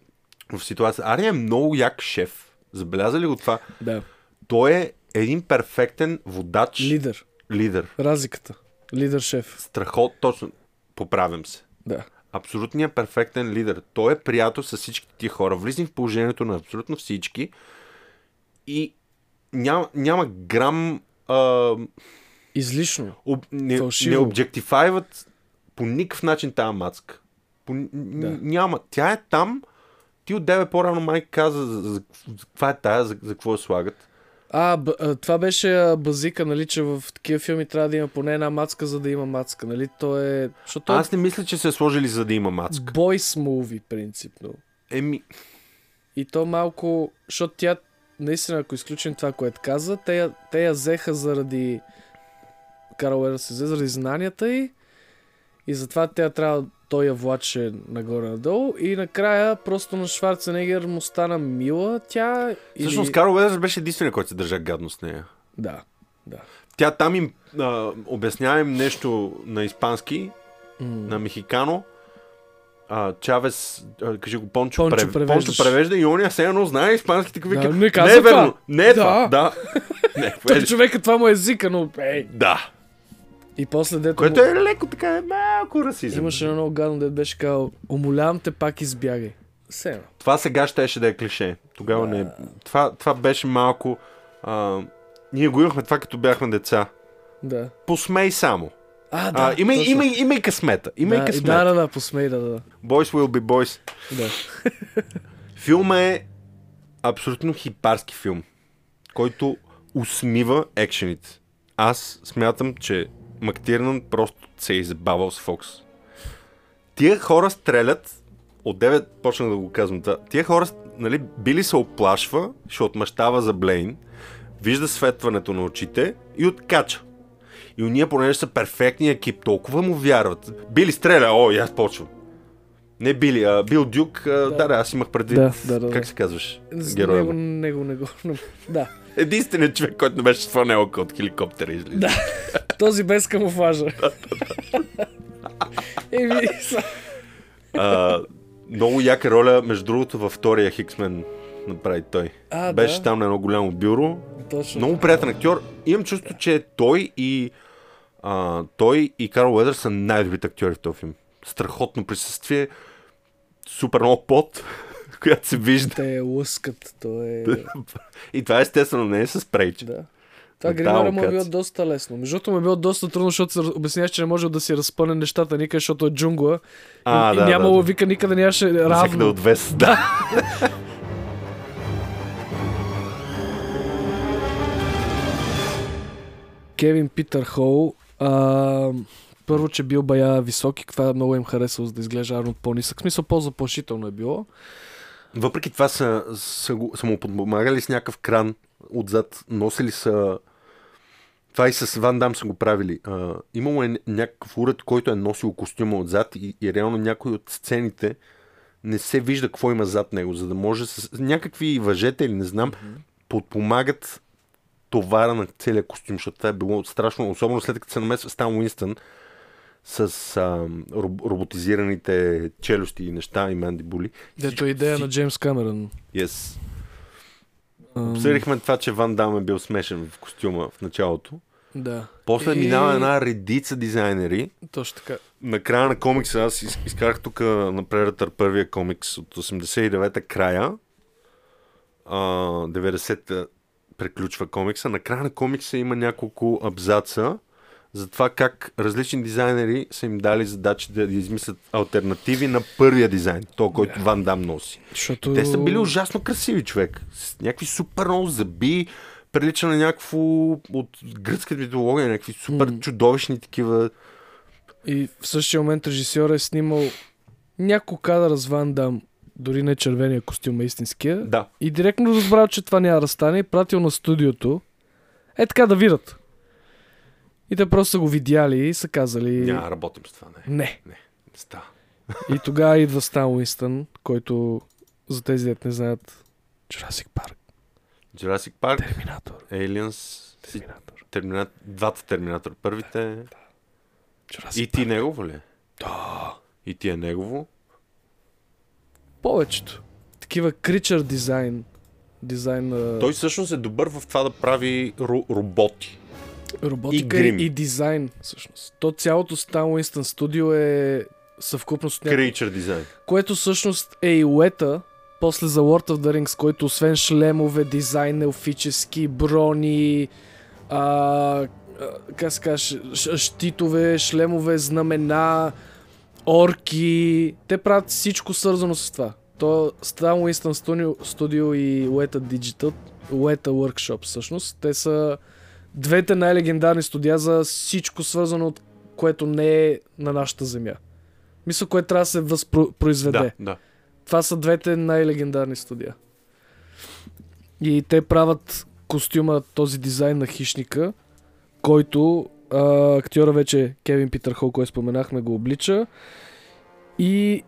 [SPEAKER 1] в ситуация. Арни е много як шеф. Забелязали го това?
[SPEAKER 2] Да.
[SPEAKER 1] Той е един перфектен водач.
[SPEAKER 2] Лидер.
[SPEAKER 1] Лидер.
[SPEAKER 2] Разликата. Лидер шеф.
[SPEAKER 1] Страхот, точно. Поправям се.
[SPEAKER 2] Да.
[SPEAKER 1] Абсолютният перфектен лидер. Той е приятел с всички ти хора. Влиза в положението на абсолютно всички и няма, няма грам а,
[SPEAKER 2] Излишно.
[SPEAKER 1] об, не,
[SPEAKER 2] Фалшиво.
[SPEAKER 1] не обжектифайват по никакъв начин тази мацка. По, н-
[SPEAKER 2] Да.
[SPEAKER 1] н- Няма. Тя е там. Ти от деве по-рано май каза за, за, за, каква е тая, за, за какво я слагат.
[SPEAKER 2] А, б, а, това беше а, базика, нали, че в такива филми трябва да има поне една мацка, за да има мацка, нали? То е... Защото
[SPEAKER 1] Аз не мисля, че се е сложили за да има мацка.
[SPEAKER 2] бойс муви, принципно.
[SPEAKER 1] Еми,
[SPEAKER 2] И то малко, защото тя, наистина, ако изключим това, което каза, те, я- те я взеха заради Карл Уер се взе заради знанията й и затова тя трябва той я влаче нагоре-надолу и накрая просто на Шварценегер му стана мила тя или...
[SPEAKER 1] всъщност Карл Уедърс беше единствения, който се държа гадно с нея.
[SPEAKER 2] Да, да.
[SPEAKER 1] Тя там им а, обяснява им нещо на испански, на мехикано. А, Чавес, а, кажи го, Пончо,
[SPEAKER 2] Пончо
[SPEAKER 1] прев...
[SPEAKER 2] превеждаш.
[SPEAKER 1] Пончо превежда и оня все едно знае испански така вика.
[SPEAKER 2] Да, не каза
[SPEAKER 1] е верно,
[SPEAKER 2] това.
[SPEAKER 1] не е
[SPEAKER 2] Да.
[SPEAKER 1] това.
[SPEAKER 2] [LAUGHS]
[SPEAKER 1] Да. не, е
[SPEAKER 2] Той
[SPEAKER 1] верно.
[SPEAKER 2] човека това му е езика, но... Ей.
[SPEAKER 1] да.
[SPEAKER 2] И после дето
[SPEAKER 1] Което
[SPEAKER 2] му...
[SPEAKER 1] е леко така, е малко расизъм.
[SPEAKER 2] имаше едно много гадно, дето беше казал, умолявам те, пак избягай. Все едно.
[SPEAKER 1] Това сега щеше да е клише. Тогава не. Това, това беше малко. А, ние го имахме това, като бяхме деца.
[SPEAKER 2] Да.
[SPEAKER 1] Посмей само.
[SPEAKER 2] А, да.
[SPEAKER 1] А, има, и-
[SPEAKER 2] точно.
[SPEAKER 1] има, и- има и късмета. Има и
[SPEAKER 2] да, и
[SPEAKER 1] късмета.
[SPEAKER 2] да, да, да, посмей, да, да.
[SPEAKER 1] Boys will be boys.
[SPEAKER 2] да.
[SPEAKER 1] Филма е абсолютно хипарски филм, който усмива екшените. Аз смятам, че Мактирнан просто се е избавал с Фокс. Тия хора стрелят, от 9 почнах да го казвам, да. тия хора, нали, Били се оплашва, ще отмъщава за Блейн, вижда светването на очите и откача. И уния, понеже са перфектния екип, толкова му вярват. Били стреля, о, и аз почвам. Не Били, а Бил Дюк. Да, да, да аз имах предвид.
[SPEAKER 2] Да, да, да,
[SPEAKER 1] как
[SPEAKER 2] да.
[SPEAKER 1] се казваш?
[SPEAKER 2] С
[SPEAKER 1] Героя.
[SPEAKER 2] него,
[SPEAKER 1] му?
[SPEAKER 2] него, него. Да.
[SPEAKER 1] Единственият човек, който не беше сванел око от хеликоптера излиза. Да.
[SPEAKER 2] Този
[SPEAKER 1] [LAUGHS]
[SPEAKER 2] без камуфлажа. Еми, са-
[SPEAKER 1] А, много яка роля, между другото, във втория Хиксмен направи той.
[SPEAKER 2] А,
[SPEAKER 1] беше
[SPEAKER 2] да.
[SPEAKER 1] там на едно голямо бюро.
[SPEAKER 2] точно.
[SPEAKER 1] Много приятен актьор. Имам чувство, че той и а, той и Карл Уедър са най-добрите актьори в този филм. Страхотно присъствие, супер много пот, [LAUGHS] която се вижда.
[SPEAKER 2] Те лъскат. То е...
[SPEAKER 1] и това естествено не е с прейч.
[SPEAKER 2] да.
[SPEAKER 1] Да,
[SPEAKER 2] Това гримера му е
[SPEAKER 1] лукаци.
[SPEAKER 2] било доста лесно. Между другото му е било доста трудно, защото се раз- обясняваш, че не може да си разпъне нещата никъде, защото е джунгла.
[SPEAKER 1] А,
[SPEAKER 2] и,
[SPEAKER 1] да,
[SPEAKER 2] и нямало
[SPEAKER 1] да, да.
[SPEAKER 2] вика никъде нямаше
[SPEAKER 1] Всеки да е
[SPEAKER 2] равно.
[SPEAKER 1] отвес. Да.
[SPEAKER 2] Кевин Питър Хол. А, първо, че бил бая висок и това много им харесало, за да изглежда Арнолд по-нисък. В смисъл, по-заплашително е било.
[SPEAKER 1] Въпреки това са, са, го- са му подпомагали с някакъв кран отзад. Носили са... Това и с Ван Дам са го правили. А, имало е ня- някакъв уред, който е носил костюма отзад и, и реално някой от сцените не се вижда какво има зад него, за да може с някакви въжета или не знам, подпомагат товара на целия костюм, защото това е било страшно, особено след като се намесва Стан Уинстън с а, роб- роботизираните челюсти и неща и мандибули.
[SPEAKER 2] Дето е идея на Джеймс Камерън.
[SPEAKER 1] Yes.
[SPEAKER 2] Ам,
[SPEAKER 1] Обсъдихме това, че Ван Дам е бил смешен в костюма в началото.
[SPEAKER 2] Да.
[SPEAKER 1] После
[SPEAKER 2] И-
[SPEAKER 1] минава една редица дизайнери.
[SPEAKER 2] Точно така.
[SPEAKER 1] На края на комикса аз из- изкарах тук на прератър първия комикс от 89-та края. А, 90-та преключва комикса. На края на комикса има няколко абзаца за това как различни дизайнери са им дали задачи да измислят альтернативи на първия дизайн, то, който Ван Дам носи.
[SPEAKER 2] Защото...
[SPEAKER 1] Те са били ужасно красиви, човек. С някакви супер много зъби, прилича на някакво от гръцката митология, някакви супер чудовищни такива.
[SPEAKER 2] И в същия момент режисьора е снимал няколко кадъра с Ван Дам, дори не червения костюм, а истинския.
[SPEAKER 1] Да.
[SPEAKER 2] И директно разбрал, че това няма да стане и пратил на студиото. Е така да видят. И те просто са го видяли и са казали...
[SPEAKER 1] Няма, работим с това, не.
[SPEAKER 2] Не.
[SPEAKER 1] Не става.
[SPEAKER 2] И тогава идва Стан Уинстън, който за тези дет не знаят Jurassic Park,
[SPEAKER 1] Jurassic Park,
[SPEAKER 2] Терминатор,
[SPEAKER 1] Aliens, си-
[SPEAKER 2] Терминатор,
[SPEAKER 1] Терминат... двата Терминатор, първите.
[SPEAKER 2] Jurassic
[SPEAKER 1] И ти е негово ли? Да. И ти е негово.
[SPEAKER 2] Повечето. Такива кричър дизайн. Дизайн на
[SPEAKER 1] Той всъщност е добър в това да прави ро- роботи.
[SPEAKER 2] роботика
[SPEAKER 1] и грим.
[SPEAKER 2] и, и дизайн, всъщност. То цялото Stan Winston Studio е съвкупност от някакво,
[SPEAKER 1] Creature дизайн.
[SPEAKER 2] което всъщност е и уета, после за Lord of the Rings, който освен шлемове, дизайн, елфически, брони, а, а, как се каже, щ- щитове, шлемове, знамена, орки. Те правят всичко свързано с това. То Stan Winston Studio, Studio и Weta Digital, Weta Workshop всъщност, те са двете най-легендарни студия за всичко свързано от което не е на нашата земя. Мисля, което трябва да се възпроизведе.
[SPEAKER 1] Да, да.
[SPEAKER 2] Това са двете най-легендарни студия. И те правят костюма, този дизайн на хищника, който а, актьора вече Кевин Питър Хол, който споменахме, го облича. И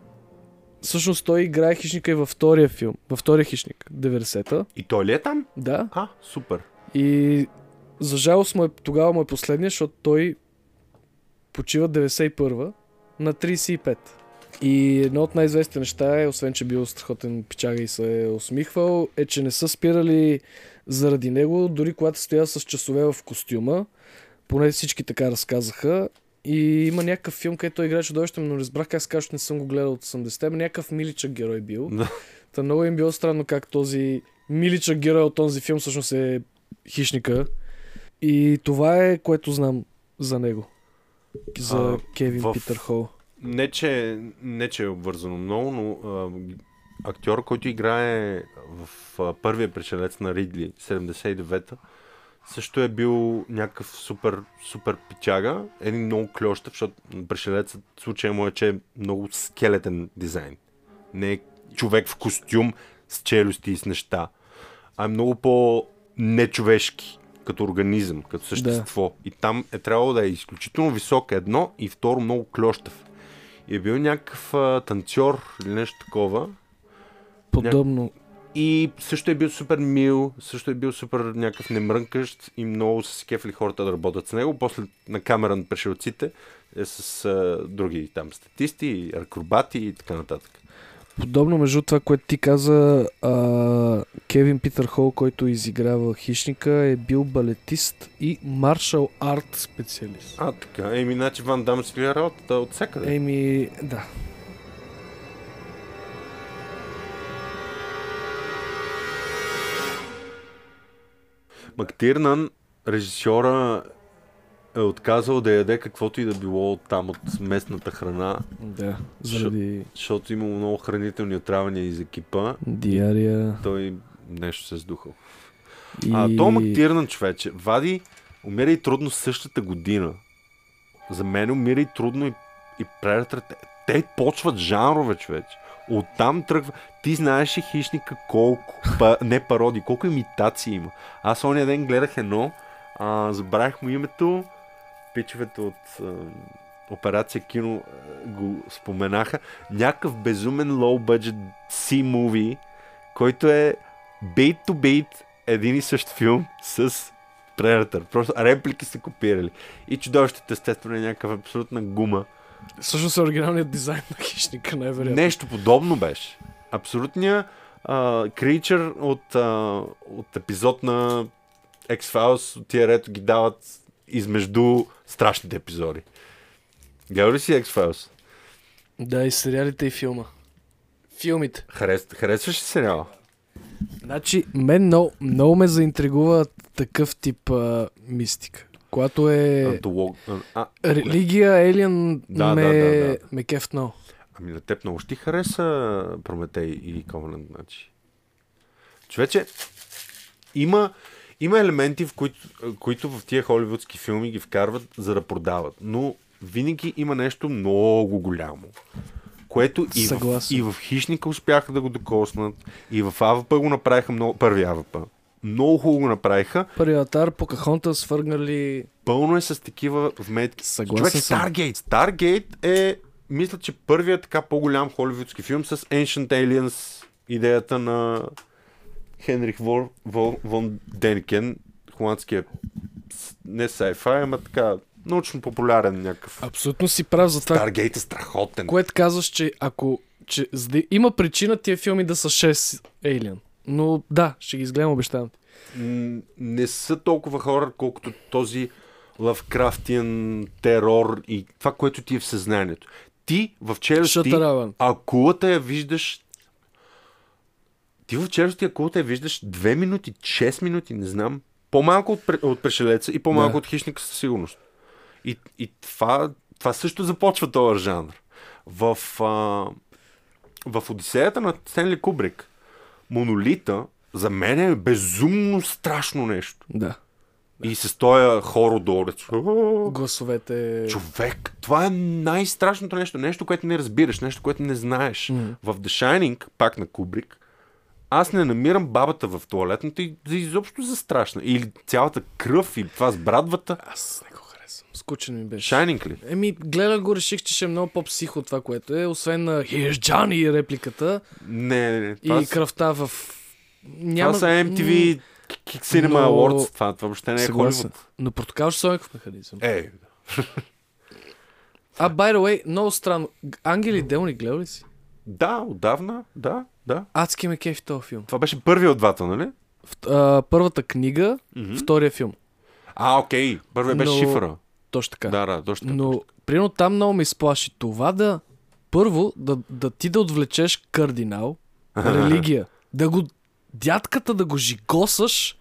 [SPEAKER 2] всъщност той играе хищника и във втория филм, във втория хищник, 90-та.
[SPEAKER 1] И той ли е там?
[SPEAKER 2] Да.
[SPEAKER 1] А, супер.
[SPEAKER 2] И за жалост му е, тогава му е последния, защото той почива 91-а на 35. И едно от най-известните неща е, освен че бил страхотен пичага и се е усмихвал, е, че не са спирали заради него, дори когато стоя с часове в костюма. Поне всички така разказаха. И има някакъв филм, където той играе чудовище, но не разбрах как се казва, защото не съм го гледал от 80-те, но някакъв миличък герой е бил.
[SPEAKER 1] Да.
[SPEAKER 2] Та много им било странно как този миличък герой от този филм всъщност е хищника. И това е, което знам за него. За
[SPEAKER 1] А,
[SPEAKER 2] Кевин
[SPEAKER 1] в-
[SPEAKER 2] Питър Хол.
[SPEAKER 1] не че, не че е обвързано много, но а, актьор, който играе в а, първия пришелец на Ридли, 79-та, също е бил някакъв супер, супер пичага, един много клюща, защото пришелецът случая му е, че е много скелетен дизайн. Не е човек в костюм с челюсти и с неща, а е много по-нечовешки като организъм, като същество. И там е трябвало да е изключително висок едно и второ много клющав. И е бил някакъв а, танцор или нещо такова.
[SPEAKER 2] Подобно.
[SPEAKER 1] И също е бил супер мил, също е бил супер някакъв немрънкащ и много са се кефли хората да работят с него. После на камера на пришелците е с а, други там статисти, акробати и така нататък.
[SPEAKER 2] Подобно между това, което ти каза, а, Кевин Питър Хол, който изиграва хищника, е бил балетист и маршал арт специалист.
[SPEAKER 1] А, така. Еми, значи Ван Дам си гледа работата от всякъде.
[SPEAKER 2] Еми, да.
[SPEAKER 1] Мактирнан, режисьора е отказал да яде каквото и да било там от местната храна,
[SPEAKER 2] Да. Заради
[SPEAKER 1] защото имало много хранителни отравяния из екипа.
[SPEAKER 2] диария.
[SPEAKER 1] Той нещо се сдухал.
[SPEAKER 2] И...
[SPEAKER 1] А е- то Мактирнан, човече, Вади умира и трудно същата година. За мен умира и трудно и, и Predator. Те, те почват жанрове, човече. Оттам тръгва. Ти знаеш ли хищника колко, па, не пароди, колко имитации има. Аз ония ден гледах едно, а, забравих му името, пичовете от а, операция кино а, го споменаха. Някакъв безумен low budget C-movie, който е бейт to бейт един и същ филм с Predator. Просто реплики са копирали. И чудовището естествено е някаква абсолютна гума.
[SPEAKER 2] Всъщност е оригиналният дизайн на хищника, най-вероятно.
[SPEAKER 1] Нещо подобно беше. Абсолютния кричър от, а, от епизод на X-Files, от тия рето ги дават измежду страшните епизоди. Гледал ли си X-Files?
[SPEAKER 2] Да, и сериалите и филма. Филмите.
[SPEAKER 1] Харес, харесваш ли сериала?
[SPEAKER 2] Значи, мен много, много ме заинтригува такъв тип а, мистика. Когато е
[SPEAKER 1] Антолог... А, а,
[SPEAKER 2] религия, елиен,
[SPEAKER 1] Да,
[SPEAKER 2] ме,
[SPEAKER 1] да, да, да.
[SPEAKER 2] ме кефт много.
[SPEAKER 1] Ами на теб много ще ти хареса Прометей и Covenant, значи. Човече, има, има елементи, в които, които в тия холивудски филми ги вкарват, за да продават. Но винаги има нещо много голямо. Което и в,
[SPEAKER 2] Съгласен.
[SPEAKER 1] и в Хищника успяха да го докоснат, и в АВП го направиха много... Първи АВП. Много хубаво го направиха.
[SPEAKER 2] Първи аватар, Покахонта, свъргнали...
[SPEAKER 1] Пълно е с такива вметки.
[SPEAKER 2] Съгласен
[SPEAKER 1] Човек,
[SPEAKER 2] съм.
[SPEAKER 1] Старгейт. Старгейт е, мисля, че първият така по-голям холивудски филм с Ancient Aliens, идеята на Хенрих Вор, Вор, Вон Денкен, холандския с- не sci-fi, ама така научно популярен някакъв.
[SPEAKER 2] Абсолютно си прав за това,
[SPEAKER 1] Старгейт е страхотен.
[SPEAKER 2] което казваш, че ако... Че, за да има причина тия филми да са 6 Alien. Но да, ще ги изгледам, обещавам ти.
[SPEAKER 1] М, не са толкова хора, колкото този лавкрафтиен терор и това, което ти е в съзнанието. Ти в челюсти,
[SPEAKER 2] Шатараван.
[SPEAKER 1] акулата я виждаш ти в челюсти акулата я виждаш 2 минути, 6 минути, не знам. По-малко от, пре- от пришелеца и по-малко
[SPEAKER 2] Да.
[SPEAKER 1] от хищника със сигурност. И, и това, това също започва този жанр. В, а, в Одисеята на Стенли Кубрик монолита за мен е безумно страшно нещо.
[SPEAKER 2] Да.
[SPEAKER 1] И с този хородорец.
[SPEAKER 2] Гласовете...
[SPEAKER 1] Човек, това е най-страшното нещо. Нещо, което не разбираш, нещо, което не знаеш. Mm. В The Shining, пак на Кубрик, аз не намирам бабата в туалетната и за изобщо за страшна. Или цялата кръв и това с брадвата.
[SPEAKER 2] Аз не го харесвам. Скучен ми беше.
[SPEAKER 1] Shining ли?
[SPEAKER 2] Еми, гледах го, реших, че ще е много по-психо това, което е. Освен на Here's Johnny репликата
[SPEAKER 1] Не, не, не.
[SPEAKER 2] и
[SPEAKER 1] Това, са,
[SPEAKER 2] кръвта в... Няма...
[SPEAKER 1] това са MTV K- K- Cinema
[SPEAKER 2] Но-
[SPEAKER 1] Awards. Това, това въобще не е
[SPEAKER 2] Съгласен.
[SPEAKER 1] Холивуд.
[SPEAKER 2] Но протокол ще слагах в механизъм.
[SPEAKER 1] Е,
[SPEAKER 2] А, by the way, много странно. Г- Ангели Делни гледал ли си?
[SPEAKER 1] да, отдавна, да, да.
[SPEAKER 2] Адски ме кефи този филм.
[SPEAKER 1] Това беше първият от двата, нали?
[SPEAKER 2] В, а, първата книга, втория филм.
[SPEAKER 1] А, окей. Първият беше
[SPEAKER 2] Но-
[SPEAKER 1] шифъра.
[SPEAKER 2] Точно така.
[SPEAKER 1] Да, да, точно. така.
[SPEAKER 2] Но, примерно там много ме изплаши това да... Първо, да, да ти да отвлечеш
[SPEAKER 1] [LAUGHS]
[SPEAKER 2] кардинал, религия, да го... Дядката да го жигосаш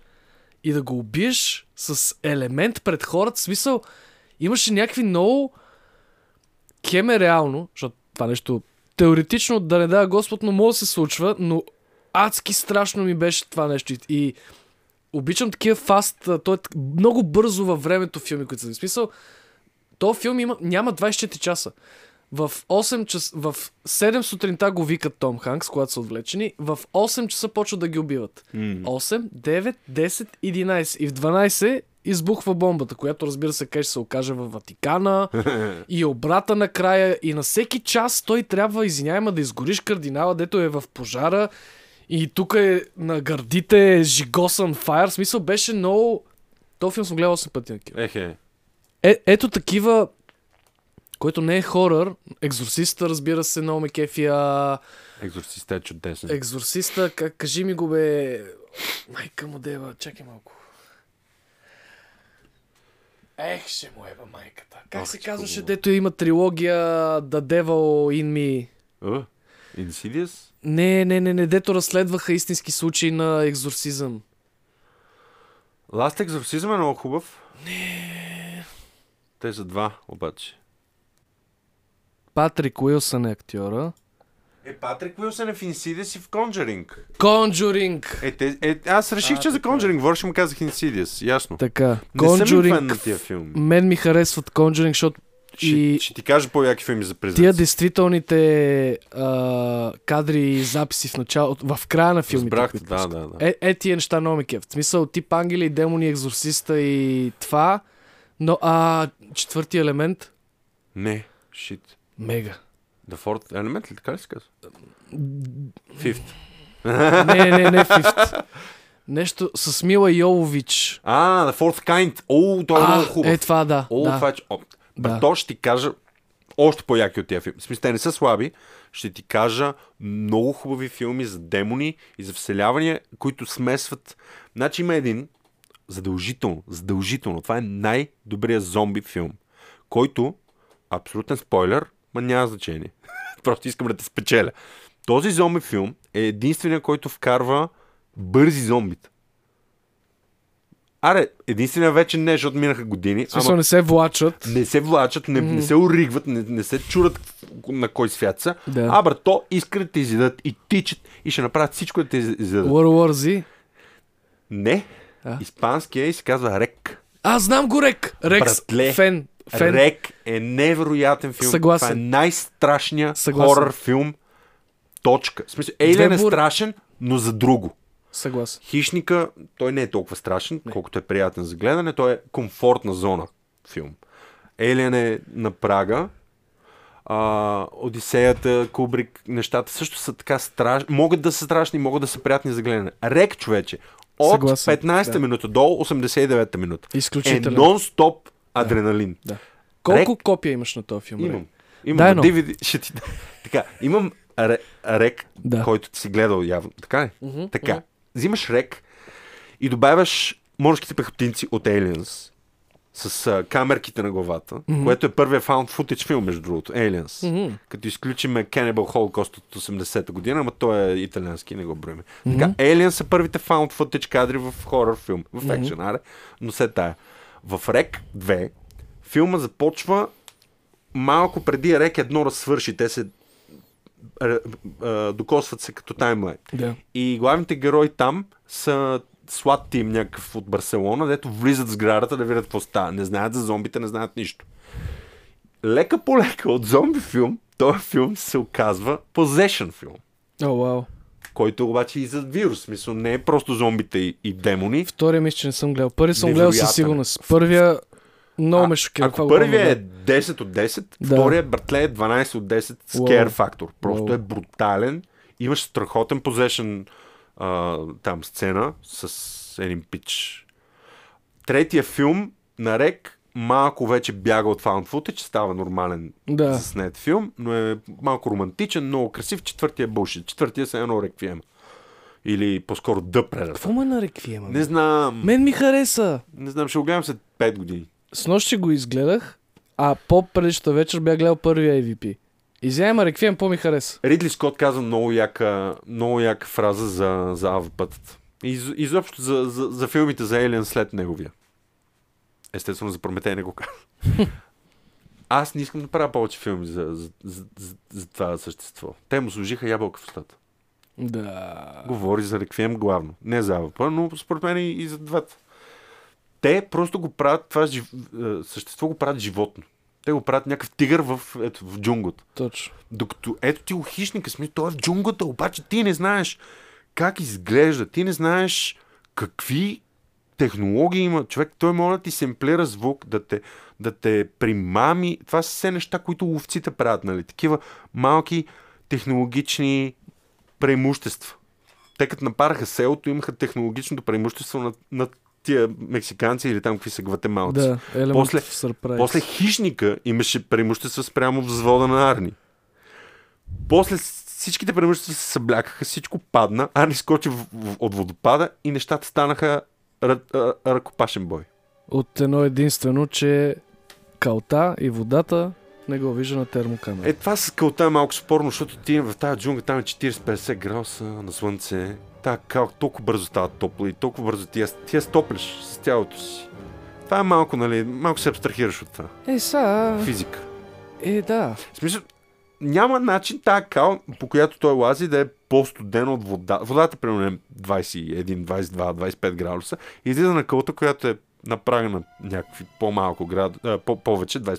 [SPEAKER 2] и да го убиеш с елемент пред хората. В смисъл, имаше някакви много... Кем е реално, защото това нещо теоретично да не дава Господ, но може да се случва, но адски страшно ми беше това нещо. И- И обичам такива фаст, а, той е так- много бързо във времето филми, които са в смисъл. То филм има, няма 24 часа. В 8 час, в 7 сутринта го викат Том Ханкс, когато са отвлечени. В 8 часа почват да ги убиват. 8, 9, 10, 11 и в 12 избухва бомбата, която разбира се къде ще се окаже във Ватикана и обрата накрая и на всеки час той трябва, извинявай, ма да изгориш кардинала, дето е в пожара и тук е на гърдите е жигосан фаер. В смисъл беше много... То филм съм гледал 8 пъти на кино.
[SPEAKER 1] Ехе.
[SPEAKER 2] Е, ето такива, който не е хорър, екзорциста, разбира се, много ме кефия,
[SPEAKER 1] Екзорциста е чудесен.
[SPEAKER 2] екзорциста, как, кажи ми го бе, майка му дева, чакай малко. Ех, ще му ева майката. Как
[SPEAKER 1] Ох,
[SPEAKER 2] се
[SPEAKER 1] че
[SPEAKER 2] казваше,
[SPEAKER 1] хубаво.
[SPEAKER 2] дето има трилогия The Devil in Me?
[SPEAKER 1] Е, Insidious?
[SPEAKER 2] Не, не, не, не, дето разследваха истински случаи на екзорсизъм.
[SPEAKER 1] Last Exorcism е много хубав. Не. Те са два, обаче.
[SPEAKER 2] Патрик Уилсън е актьора.
[SPEAKER 1] Е, Патрик Уилсън е в Insidious и в Conjuring.
[SPEAKER 2] Конджуринг!
[SPEAKER 1] Е, те, е аз реших, че за Conjuring говориш и му казах Insidious, ясно.
[SPEAKER 2] Така,
[SPEAKER 1] Не съм фен на
[SPEAKER 2] Конджуринг
[SPEAKER 1] тия филми.
[SPEAKER 2] Мен ми харесват Conjuring, защото
[SPEAKER 1] И...
[SPEAKER 2] и
[SPEAKER 1] Ще, ще ти кажа по-яки филми за
[SPEAKER 2] тия
[SPEAKER 1] признаци.
[SPEAKER 2] действителните а, кадри и записи в началото, в края на филмите.
[SPEAKER 1] Разбрахте,
[SPEAKER 2] които
[SPEAKER 1] да,
[SPEAKER 2] пускат.
[SPEAKER 1] да, да.
[SPEAKER 2] Е, е тия неща много ме кефят. В смисъл, тип ангели, демони, екзорциста и това. Но, а, четвърти елемент,
[SPEAKER 1] Не, shit.
[SPEAKER 2] мега.
[SPEAKER 1] The Fourth Element ли така ли се казва? Fifth.
[SPEAKER 2] Не, не, не, фифт. Нещо с Мила Йовович.
[SPEAKER 1] А, The Fourth Kind. О, той е
[SPEAKER 2] А,
[SPEAKER 1] много хубав.
[SPEAKER 2] е това, да.
[SPEAKER 1] О,
[SPEAKER 2] да.
[SPEAKER 1] това е... че- О,
[SPEAKER 2] Да.
[SPEAKER 1] Брато, ще ти кажа още по-яки от тия филми. В смисъл, те не са слаби. Ще ти кажа много хубави филми за демони и за вселявания, които смесват... Значи има един, задължително, задължително. Това е най-добрият зомби филм, който, абсолютен спойлер, ма няма значение. [LAUGHS] Просто искам да те спечеля. Този зомби филм е единствения, който вкарва бързи зомбита. Аре, единствения вече не, защото минаха години.
[SPEAKER 2] В смисъл, не се влачат.
[SPEAKER 1] Не се влачат, не, не се оригват, не, не се чурат на кой свят са.
[SPEAKER 2] Да.
[SPEAKER 1] А, брат, то искат да те изядат и тичат и ще направят всичко да те из- изядат.
[SPEAKER 2] World War Z.
[SPEAKER 1] Не.
[SPEAKER 2] А?
[SPEAKER 1] Испанския и се казва Рек.
[SPEAKER 2] А, знам го Рек. Рекс,
[SPEAKER 1] Братле,
[SPEAKER 2] фен. Фен.
[SPEAKER 1] Рек е невероятен филм.
[SPEAKER 2] Съгласен.
[SPEAKER 1] Това е най-страшният
[SPEAKER 2] Съгласен.
[SPEAKER 1] хорър филм. Точка. В смисъл, Ейлен е
[SPEAKER 2] бур-
[SPEAKER 1] страшен, но за друго.
[SPEAKER 2] Съгласен.
[SPEAKER 1] Хищника, той не е толкова страшен, колкото е приятен за гледане. Той е комфортна зона филм. Елиан е на прага. А, Одисеята, Кубрик, нещата също са така страшни. Могат да са страшни, могат да са приятни за гледане. Рек, човече. От
[SPEAKER 2] Съгласен,
[SPEAKER 1] 15-та
[SPEAKER 2] да.
[SPEAKER 1] минута до 89-та минута.
[SPEAKER 2] Изключителен.
[SPEAKER 1] Е нон-стоп адреналин.
[SPEAKER 2] Да. Колко
[SPEAKER 1] Рек-
[SPEAKER 2] копия имаш на този филм? Рек?
[SPEAKER 1] Имам. Имам
[SPEAKER 2] Дай
[SPEAKER 1] Дай,
[SPEAKER 2] едно.
[SPEAKER 1] DVD. Ще ти... дам. [LAUGHS] така, имам ре, рек,
[SPEAKER 2] Да.
[SPEAKER 1] да. който ти си гледал явно. Така ли? така. Взимаш рек и добавяш морските пехотинци от Aliens с а, камерките на главата, което е първият found footage филм, между другото, Aliens. Като изключиме Cannibal Holocaust от 80-та година, ама той е италиански, не го броим. Така, Aliens са първите found footage кадри в хорър филм, в екшен, аре, но се тая. В Рек 2 филма започва малко преди Рек 1 разсвърши. Те се р- а, докосват се като таймлайн.
[SPEAKER 2] Да.
[SPEAKER 1] И главните герои там са слад тим някакъв от Барселона, дето влизат в сградата да видят какво става. Не знаят за зомбите, не знаят нищо. Лека по лека от зомби филм, този филм се оказва позешен филм,
[SPEAKER 2] О, вау.
[SPEAKER 1] който обаче е и за вирус. В Смисъл, не е просто зомбите и, и демони.
[SPEAKER 2] Втория мисля, че не съм гледал. Първи съм гледал със
[SPEAKER 1] Невероятен е.
[SPEAKER 2] сигурност. Първия много ме шокира.
[SPEAKER 1] Ако първият е 10 от 10,
[SPEAKER 2] Да.
[SPEAKER 1] втория братле е 12 от 10
[SPEAKER 2] Уау.
[SPEAKER 1] скер фактор. Просто
[SPEAKER 2] Уау.
[SPEAKER 1] е брутален. Имаш страхотен позешен а, там сцена с един пич. Третия филм на Рек малко вече бяга от found footage, става нормален
[SPEAKER 2] Да.
[SPEAKER 1] заснет филм, но е малко романтичен, много красив. Четвъртия е бълшит. Четвъртия са едно реквием. Или по-скоро дъпрелер.
[SPEAKER 2] Какво ме на реквиема?
[SPEAKER 1] Не
[SPEAKER 2] бе?
[SPEAKER 1] знам.
[SPEAKER 2] Мен ми хареса.
[SPEAKER 1] Не знам, ще го гледам след 5 години.
[SPEAKER 2] С нощи го изгледах, а по-предишната вечер бях гледал първия AVP. Изяема реквием, по-ми хареса.
[SPEAKER 1] Ридли Скот каза много яка, много яка фраза за, за авопътът. И Из, изобщо за, за, за филмите за Елиан след неговия. Естествено, за Прометей не го каза. Аз не искам да правя повече филми за, за, за, за, за това същество. Те му служиха ябълка в устата.
[SPEAKER 2] Да.
[SPEAKER 1] Говори за реквием главно. Не за авопа, но според мен и- и за двата. Те просто го правят, това жив... е, същество го правят животно. Те го правят някакъв тигър в, ето, в джунглата.
[SPEAKER 2] Точно.
[SPEAKER 1] Докато ето ти го хищника, смисъл, той е в джунглата, обаче ти не знаеш как изглежда, ти не знаеш какви технологии има. Човек, той може да ти семплера звук, да те, да те примами. Това са все неща, които ловците правят, нали? Такива малки технологични преимущества. Те като напараха селото, имаха технологичното преимущество на, на тия мексиканци или там какви са гватемалци.
[SPEAKER 2] Да, елемент
[SPEAKER 1] После-
[SPEAKER 2] после, в сърпрайз.
[SPEAKER 1] После хищника имаше преимущество спрямо взвода на Арни. После с- всичките преимущества се съблякаха, всичко падна, Арни скочи в, в, от водопада и нещата станаха ръ, а, ръкопашен бой.
[SPEAKER 2] От едно единствено, че калта и водата не го вижда на термокамера.
[SPEAKER 1] Е, това с кълта е малко спорно, защото ти в тази джунгла там е 40-50 градуса на слънце. Та кал толкова бързо става топла и толкова бързо ти я, ти я стоплеш с тялото си. Това е малко, нали, малко се абстрахираш от това.
[SPEAKER 2] Е, са,
[SPEAKER 1] Физика.
[SPEAKER 2] е, да.
[SPEAKER 1] В смисъл, няма начин тази кал, по която той лази, да е по-студена от вода. Водата, примерно, е 21, 22, 25 градуса. и Излиза на кълта, която е на прага на някакви по-малко град, а, по- повече, 25,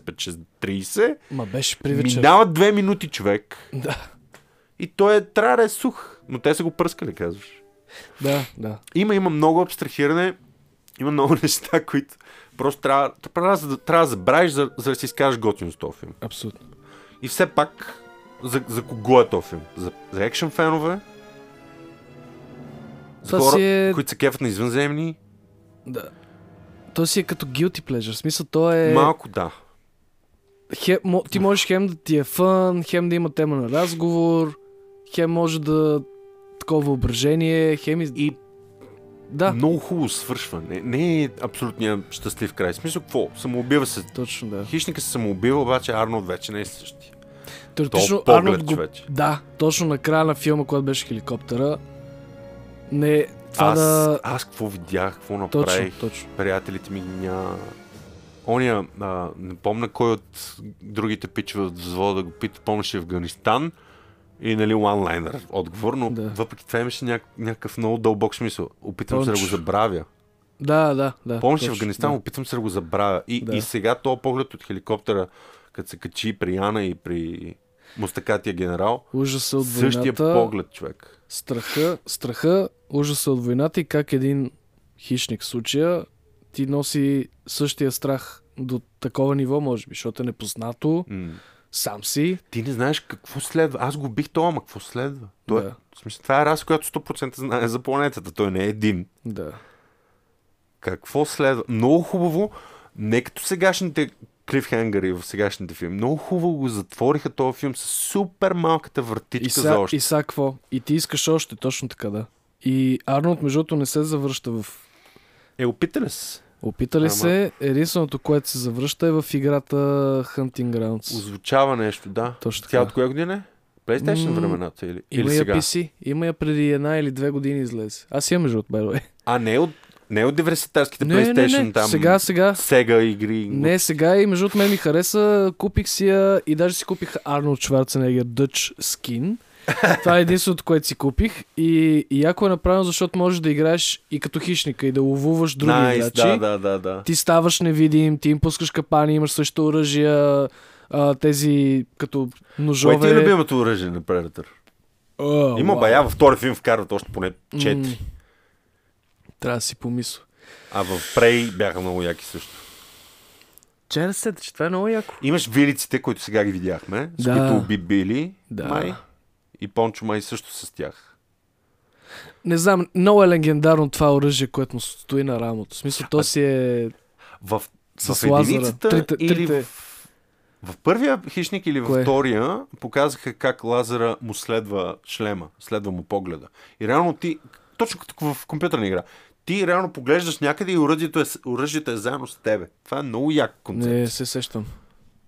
[SPEAKER 1] 6,
[SPEAKER 2] Ма беше
[SPEAKER 1] 30.
[SPEAKER 2] при вечер.
[SPEAKER 1] Минават две минути човек.
[SPEAKER 2] Да,
[SPEAKER 1] И той е, трябва да е сух. Но те са го пръскали, казваш.
[SPEAKER 2] да, да.
[SPEAKER 1] Има, има много абстрахиране. Има много [LAUGHS] неща, които просто трябва, трябва, да- трябва да забравиш, за, за да си изкажеш готино с този филм.
[SPEAKER 2] Абсолютно.
[SPEAKER 1] И все пак, за, за кого е този филм? За, за екшен фенове? За
[SPEAKER 2] Това
[SPEAKER 1] хора,
[SPEAKER 2] си е-
[SPEAKER 1] които се кефят на извънземни?
[SPEAKER 2] Да. То си е като guilty pleasure. В смисъл, то е...
[SPEAKER 1] Е... Малко да.
[SPEAKER 2] Хем, мо- ти можеш хем да ти е фън, хем да има тема на разговор, хем може да такова въображение, хем и...
[SPEAKER 1] И-
[SPEAKER 2] Да,
[SPEAKER 1] Много хубаво свършва. Не, не е абсолютния щастлив край. В смисъл, какво? Самоубива се.
[SPEAKER 2] точно да.
[SPEAKER 1] Хищника се самоубива, обаче Арнолд вече не е същия.
[SPEAKER 2] Теоретично
[SPEAKER 1] поглед,
[SPEAKER 2] Арнолд го...
[SPEAKER 1] човече.
[SPEAKER 2] Да, точно на края на филма, когато беше хеликоптера, не... Това
[SPEAKER 1] аз,
[SPEAKER 2] да...
[SPEAKER 1] аз какво видях, какво
[SPEAKER 2] Точно,
[SPEAKER 1] направих,
[SPEAKER 2] точно.
[SPEAKER 1] приятелите ми няма... Оня, а, не помня кой от другите пичове от взвода го пита, помниш ли Афганистан и нали онлайнер отговор, но да.
[SPEAKER 2] Да.
[SPEAKER 1] въпреки това имаше ня- някакъв много дълбок смисъл. Опитвам се да
[SPEAKER 2] Точно.
[SPEAKER 1] го забравя.
[SPEAKER 2] Да, да, да.
[SPEAKER 1] Помниш ли
[SPEAKER 2] точно,
[SPEAKER 1] Афганистан,
[SPEAKER 2] да.
[SPEAKER 1] опитвам се да го забравя. И,
[SPEAKER 2] Да.
[SPEAKER 1] и сега то поглед от хеликоптера, като се качи при Яна и при мустакатия генерал,
[SPEAKER 2] Ужаса от войната.
[SPEAKER 1] същия поглед човек.
[SPEAKER 2] Страха, страха, ужаса от войната и как един хищник в случая ти носи същия страх до такова ниво, може би, защото е непознато,
[SPEAKER 1] М.
[SPEAKER 2] сам си.
[SPEAKER 1] Ти не знаеш какво следва. Аз го бих това, ама какво следва? Той, да.
[SPEAKER 2] Да.
[SPEAKER 1] в смисъл, това е раз, която 100% знае за планетата. Той не е един.
[SPEAKER 2] Да.
[SPEAKER 1] Какво следва? Много хубаво, не като сегашните клифхенгъри в сегашните филми. Много хубаво го затвориха този филм с супер малката вратичка
[SPEAKER 2] И
[SPEAKER 1] за
[SPEAKER 2] са,
[SPEAKER 1] още.
[SPEAKER 2] и са какво? И ти искаш още, точно така, да. И Арнолд, между другото, не се завръща в...
[SPEAKER 1] Е, опитали се.
[SPEAKER 2] Опитали
[SPEAKER 1] Ама-
[SPEAKER 2] се, единственото, което се завръща е в играта Hunting Grounds.
[SPEAKER 1] Озвучава нещо, да.
[SPEAKER 2] Точно така.
[SPEAKER 1] Тя от коя година е? PlayStation
[SPEAKER 2] М,
[SPEAKER 1] времената или,
[SPEAKER 2] Има
[SPEAKER 1] или
[SPEAKER 2] я
[SPEAKER 1] сега?
[SPEAKER 2] PC, има я преди една или две години излезе. Аз имам между от by the way.
[SPEAKER 1] А не е от, не от диверситарските
[SPEAKER 2] Не, не,
[SPEAKER 1] Е, PlayStation
[SPEAKER 2] не,
[SPEAKER 1] там.
[SPEAKER 2] сега, сега,
[SPEAKER 1] Сега игри.
[SPEAKER 2] Не, сега и между другото мен ми хареса, купих си я и даже си купих Арнолд Шварценегер Dutch Skin. [LAUGHS] Това е единственото, което си купих и, и яко е направено, защото можеш да играеш и като хищника и да ловуваш други значи.
[SPEAKER 1] Nice, да,
[SPEAKER 2] играчи.
[SPEAKER 1] да, да, да.
[SPEAKER 2] Ти ставаш невидим, ти им пускаш капани, имаш също оръжия, а, тези като ножове.
[SPEAKER 1] Кое ти е любимото оръжие на Predator?
[SPEAKER 2] А,
[SPEAKER 1] Има
[SPEAKER 2] уау.
[SPEAKER 1] бая във втори филм вкарват още поне 4.
[SPEAKER 2] М. Трябва да си помисля.
[SPEAKER 1] А в Prey бяха много яки също.
[SPEAKER 2] Чера се, че това е много яко.
[SPEAKER 1] Имаш вилиците, които сега ги видяхме, с
[SPEAKER 2] Да.
[SPEAKER 1] които уби Били,
[SPEAKER 2] Да.
[SPEAKER 1] май. И Пончо май също с тях.
[SPEAKER 2] Не знам, много е легендарно това оръжие, което му стои на рамото. В смисъл, то си е
[SPEAKER 1] В,
[SPEAKER 2] С
[SPEAKER 1] в
[SPEAKER 2] лазера.
[SPEAKER 1] единицата
[SPEAKER 2] Трите-
[SPEAKER 1] или
[SPEAKER 2] трите.
[SPEAKER 1] в... В първия хищник или във
[SPEAKER 2] Кое?
[SPEAKER 1] втория показаха как лазера му следва шлема, следва му погледа. И реално ти, точно като в компютърна игра, ти реално поглеждаш някъде и оръжието е, с- оръжието е заедно с тебе. Това е много як концепт.
[SPEAKER 2] Не се сещам.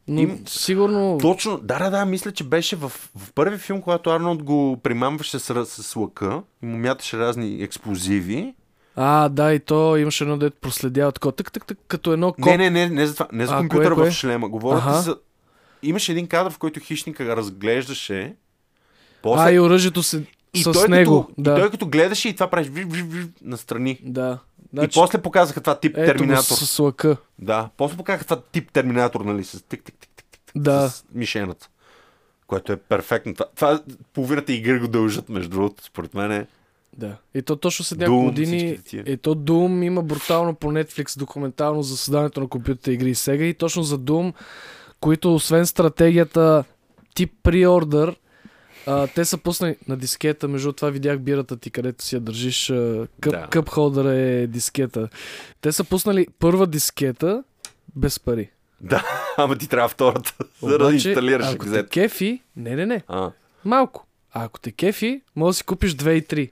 [SPEAKER 2] Но
[SPEAKER 1] Им-
[SPEAKER 2] сигурно...
[SPEAKER 1] Точно, да, да, да, мисля, че беше в, в първи филм, когато Арнолд го примамваше с, ръ- с лъка и му мяташе разни експлозиви.
[SPEAKER 2] А, да, и то имаше едно дете проследява такова. Тък, тък, тък, като едно коп.
[SPEAKER 1] Не, не, не, не за това, не за
[SPEAKER 2] А,
[SPEAKER 1] компютъра
[SPEAKER 2] кое, кое?
[SPEAKER 1] в шлема. Говоря ти
[SPEAKER 2] Аха.
[SPEAKER 1] за... Имаше един кадър, в който хищника га разглеждаше. После...
[SPEAKER 2] а, и оръжието се
[SPEAKER 1] и
[SPEAKER 2] с
[SPEAKER 1] той, е
[SPEAKER 2] него.
[SPEAKER 1] Като,
[SPEAKER 2] да.
[SPEAKER 1] и той като гледаше и това правиш вив, вив, вив, настрани.
[SPEAKER 2] да. Значи,
[SPEAKER 1] Значи... И после показаха това тип
[SPEAKER 2] ето го
[SPEAKER 1] терминатор.
[SPEAKER 2] с, с лъка.
[SPEAKER 1] Да, после показаха това тип терминатор, нали, с тик-тик-тик-тик
[SPEAKER 2] Да.
[SPEAKER 1] с мишената. Което е перфектно. Това, това половината игри го дължат, между другото, според мен. Е.
[SPEAKER 2] Да. И то точно след няколко
[SPEAKER 1] Doom,
[SPEAKER 2] години.
[SPEAKER 1] всичките тия.
[SPEAKER 2] И то Doom има брутално по Netflix документално за създанието на компютърните игри и сега. И точно за Doom, които освен стратегията тип pre-order, а, те са пуснали на дискета. Между това видях бирата ти, където си я държиш. а, Къп,
[SPEAKER 1] Да.
[SPEAKER 2] да. къпхолдъра е дискета. Те са пуснали първа дискета без пари.
[SPEAKER 1] Да, ама ти трябва втората, [LAUGHS] за да инсталираш
[SPEAKER 2] ако те
[SPEAKER 1] екзет.
[SPEAKER 2] кефи, не, не, не,
[SPEAKER 1] А,
[SPEAKER 2] малко. А ако те кефи, може да си купиш 2 и 3.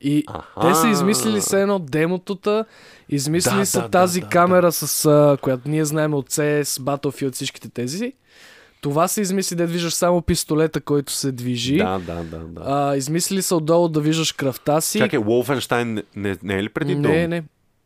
[SPEAKER 2] И те са
[SPEAKER 1] Аха.
[SPEAKER 2] измислили се едно демотота, измислили
[SPEAKER 1] Да,
[SPEAKER 2] са
[SPEAKER 1] да,
[SPEAKER 2] тази
[SPEAKER 1] да, да,
[SPEAKER 2] камера, с, а, която ние знаем от CS, Battlefield, всичките тези. Това се измисли да виждаш само пистолета, който се движи.
[SPEAKER 1] да, да, да, да.
[SPEAKER 2] А, измислили са отдолу да виждаш кръвта си.
[SPEAKER 1] Чакай, Wolfenstein не, не, не е ли преди Doom?
[SPEAKER 2] не, не.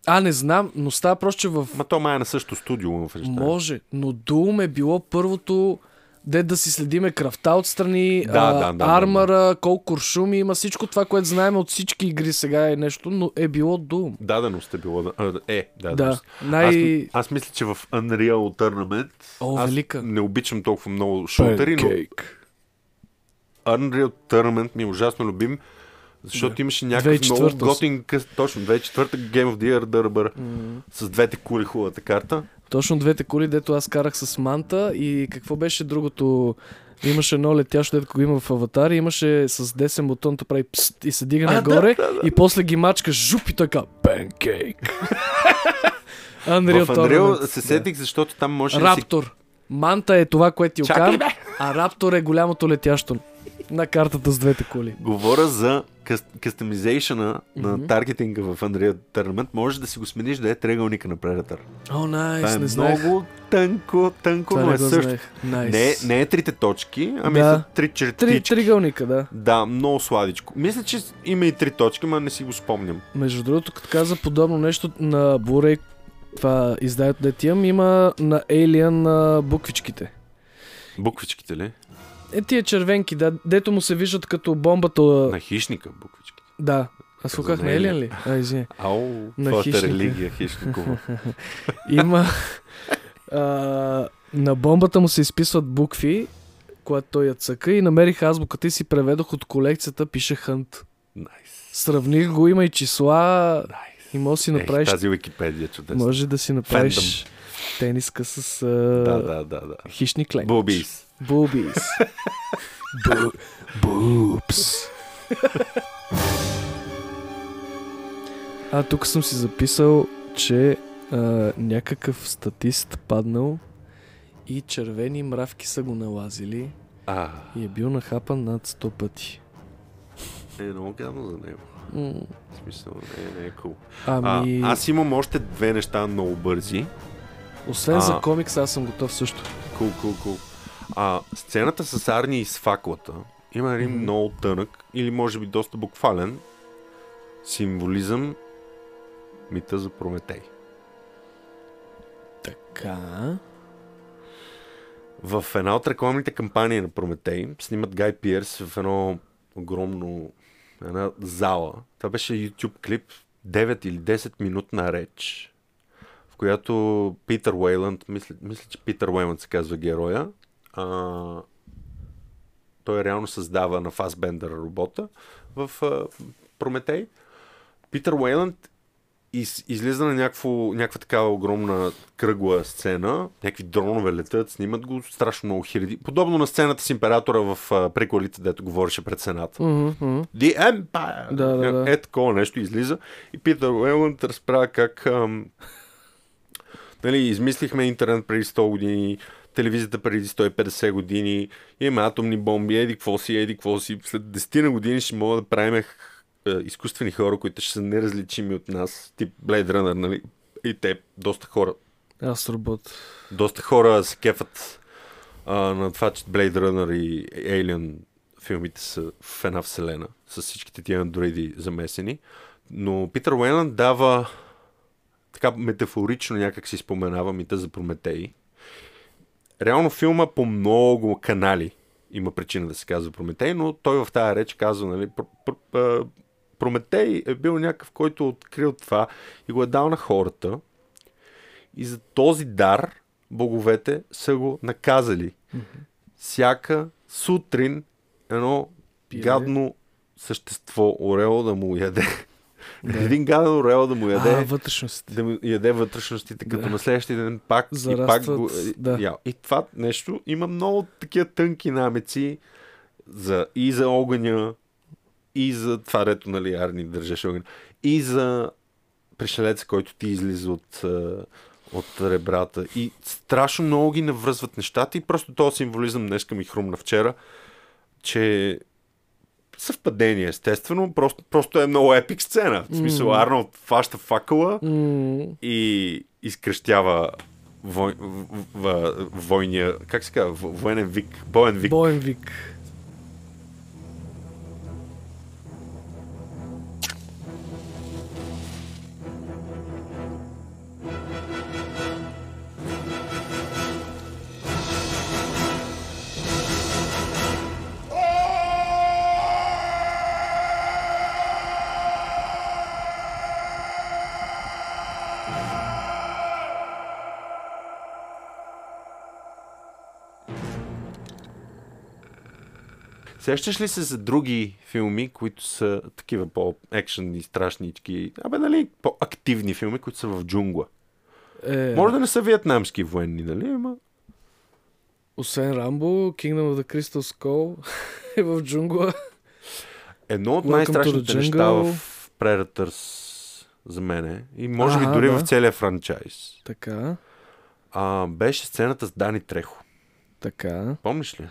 [SPEAKER 2] А, не знам, но става просто, че в
[SPEAKER 1] Ма то май е на същото студио Wolfenstein.
[SPEAKER 2] Може, но Doom е било първото де да си следиме кръвта отстрани,
[SPEAKER 1] Да,
[SPEAKER 2] а,
[SPEAKER 1] да, да, да, да.
[SPEAKER 2] армара, колко куршуми има, всичко това, което знаем от всички игри сега е нещо, но е било Doom.
[SPEAKER 1] Даденост е било. да- а, Е,
[SPEAKER 2] Да,
[SPEAKER 1] даденост.
[SPEAKER 2] най...
[SPEAKER 1] Аз, аз мисля, че в Unreal Tournament
[SPEAKER 2] О,
[SPEAKER 1] аз
[SPEAKER 2] велика.
[SPEAKER 1] не обичам толкова много шутери, но Unreal Tournament ми е ужасно любим, защото имаше някакъв
[SPEAKER 2] 2004-та.
[SPEAKER 1] много готин къс... Точно, 2004-та Game of the Year Дърбър с двете кули хубавата карта.
[SPEAKER 2] Точно двете коли, дето аз карах с манта и какво беше другото? Имаше едно летящо, дето го има в аватар, и имаше с десен бутон, то прави пст и се дига нагоре и после ги мачка жуп и така
[SPEAKER 1] [LAUGHS]
[SPEAKER 2] панкейк. Unreal
[SPEAKER 1] в Unreal
[SPEAKER 2] Tournament,
[SPEAKER 1] се
[SPEAKER 2] да.
[SPEAKER 1] сетих, защото там може да си...
[SPEAKER 2] Раптор. Манта е това, което ти
[SPEAKER 1] Чакай,
[SPEAKER 2] окам,
[SPEAKER 1] бе!
[SPEAKER 2] а Раптор е голямото летящо на картата с двете коли.
[SPEAKER 1] Говоря за къс... кастомизейшена на таргетинга в Unreal Tournament. Може да си го смениш да е триъгълника на Predator.
[SPEAKER 2] О, найс,
[SPEAKER 1] Това е
[SPEAKER 2] не знаех.
[SPEAKER 1] много тънко, тънко,
[SPEAKER 2] Това
[SPEAKER 1] но
[SPEAKER 2] не
[SPEAKER 1] е
[SPEAKER 2] го
[SPEAKER 1] също.
[SPEAKER 2] знаех. Найс.
[SPEAKER 1] Не, не е трите точки, ами
[SPEAKER 2] Да.
[SPEAKER 1] са три
[SPEAKER 2] Три,
[SPEAKER 1] чертички.
[SPEAKER 2] тригълника, да.
[SPEAKER 1] Да, много сладичко. Мисля, че има и три точки, ма не си го спомням.
[SPEAKER 2] Между другото, като каза подобно нещо на Бурей, това изданието да ти имам, има на Alien на буквичките.
[SPEAKER 1] Буквичките ли?
[SPEAKER 2] Е, тия червенки, да, дето му се виждат като бомбата.
[SPEAKER 1] На хищника буквичките.
[SPEAKER 2] Да. Аз го
[SPEAKER 1] За
[SPEAKER 2] казах на
[SPEAKER 1] Alien.
[SPEAKER 2] Alien ли? А, извиня.
[SPEAKER 1] Ау,
[SPEAKER 2] На
[SPEAKER 1] твоята
[SPEAKER 2] хищника.
[SPEAKER 1] религия
[SPEAKER 2] [LAUGHS]
[SPEAKER 1] хищникова.
[SPEAKER 2] Има. а, на бомбата му се изписват букви, когато той я цъка и намерих азбуката и си преведох от колекцията, пише Хънт.
[SPEAKER 1] Найс.
[SPEAKER 2] Сравних го, има и числа и може да си
[SPEAKER 1] Ех,
[SPEAKER 2] направиш...
[SPEAKER 1] тази Википедия чудесна.
[SPEAKER 2] Може да си направиш тениска с а,
[SPEAKER 1] Да, да, да, да.
[SPEAKER 2] хищни клен.
[SPEAKER 1] Бубис.
[SPEAKER 2] Бубис.
[SPEAKER 1] [LAUGHS]
[SPEAKER 2] Бу- Бупс. А, тук съм си записал, че а, някакъв статист паднал и червени мравки са го налазили
[SPEAKER 1] А,
[SPEAKER 2] и е бил нахапан над 100 пъти.
[SPEAKER 1] е много гадно за него.
[SPEAKER 2] М,
[SPEAKER 1] В смисъл, не, не е cool. А,
[SPEAKER 2] Ами,
[SPEAKER 1] аз имам още две неща много бързи.
[SPEAKER 2] освен
[SPEAKER 1] а.
[SPEAKER 2] за комикс, аз съм готов също.
[SPEAKER 1] Кул, кул, кул. А, сцената с Арни и с факлата има един много тънък или може би доста буквален символизъм мита за Прометей.
[SPEAKER 2] Така.
[SPEAKER 1] В една от рекламните кампании на Прометей снимат Гай Пиерс в едно огромно една зала. Това беше YouTube клип 9 или 10 минутна реч, в която Питър Уейланд, мисля, мисля че Питър Уейланд се казва героя, а, той реално създава на Фасбендър робота в а, Прометей. Питър Уейланд из, излиза на някакво, някаква такава огромна кръгла сцена, някакви дронове летят, снимат го страшно много хиляди. Подобно на сцената с императора в а, приколите, дето говореше пред сената.
[SPEAKER 2] Мгм,
[SPEAKER 1] The Empire!
[SPEAKER 2] Mm-hmm, Да, да, да.
[SPEAKER 1] Е такова нещо излиза и Питър Уейланд разправя как ам, нали, измислихме интернет преди 100 години, телевизията преди 150 години, имаме атомни бомби, еди какво си, еди какво си. След 10 на години ще мога да правим е, изкуствени хора, които ще са неразличими от нас, тип Blade Runner, нали? И те, доста хора,
[SPEAKER 2] Аз робот.
[SPEAKER 1] доста хора се кефат а, на това, че Blade Runner и Alien филмите са в една вселена, с всичките тия андроиди замесени. Но Питър Уейланд дава така метафорично някак си споменава мита за Прометей. Реално филма по много канали има причина да се казва Прометей, но той в тази реч казва, нали, пр- пр- а, Прометей е бил някакъв, който е открил това и го е дал на хората. И за този дар боговете са го наказали. Всяка сутрин едно
[SPEAKER 2] Пиле.
[SPEAKER 1] гадно същество, орел да му яде. [LAUGHS] Един гаден орел да му яде.
[SPEAKER 2] А, вътрешност.
[SPEAKER 1] да му яде вътрешностите, като
[SPEAKER 2] Да.
[SPEAKER 1] на следващия ден пак и пак
[SPEAKER 2] Зарастват,
[SPEAKER 1] го...
[SPEAKER 2] да.
[SPEAKER 1] Я. И това нещо има много такива тънки намеци за, и за огъня, и за това рето, нали, Арни държеше огъня, и за пришелеца, който ти излиза от, а, от ребрата. И страшно много ги навръзват нещата и просто този символизъм днеска ми хрумна вчера, че съвпадение, естествено, просто, просто е много епик сцена. В смисъл, Арнолд фаща факъла,
[SPEAKER 2] М,
[SPEAKER 1] и изкръщява вой, в, в, войния, как се казва, в- военен вик, боен вик.
[SPEAKER 2] Боен вик.
[SPEAKER 1] Сещаш ли се за други филми, които са такива по-екшен и страшнички, абе нали, по-активни филми, които са в джунгла?
[SPEAKER 2] Е,
[SPEAKER 1] Може да не са виетнамски военни, нали, ама...
[SPEAKER 2] Освен Рамбо, Kingdom of the Crystal Skull [LAUGHS] е в джунгла.
[SPEAKER 1] Едно от
[SPEAKER 2] Welcome to
[SPEAKER 1] най-страшните
[SPEAKER 2] the
[SPEAKER 1] неща в
[SPEAKER 2] jungle.
[SPEAKER 1] Predators за мене, и може би
[SPEAKER 2] Ага,
[SPEAKER 1] дори
[SPEAKER 2] да.
[SPEAKER 1] в целия франчайз,
[SPEAKER 2] Така,
[SPEAKER 1] а, беше сцената с Дани Трехо.
[SPEAKER 2] така.
[SPEAKER 1] Помниш ли?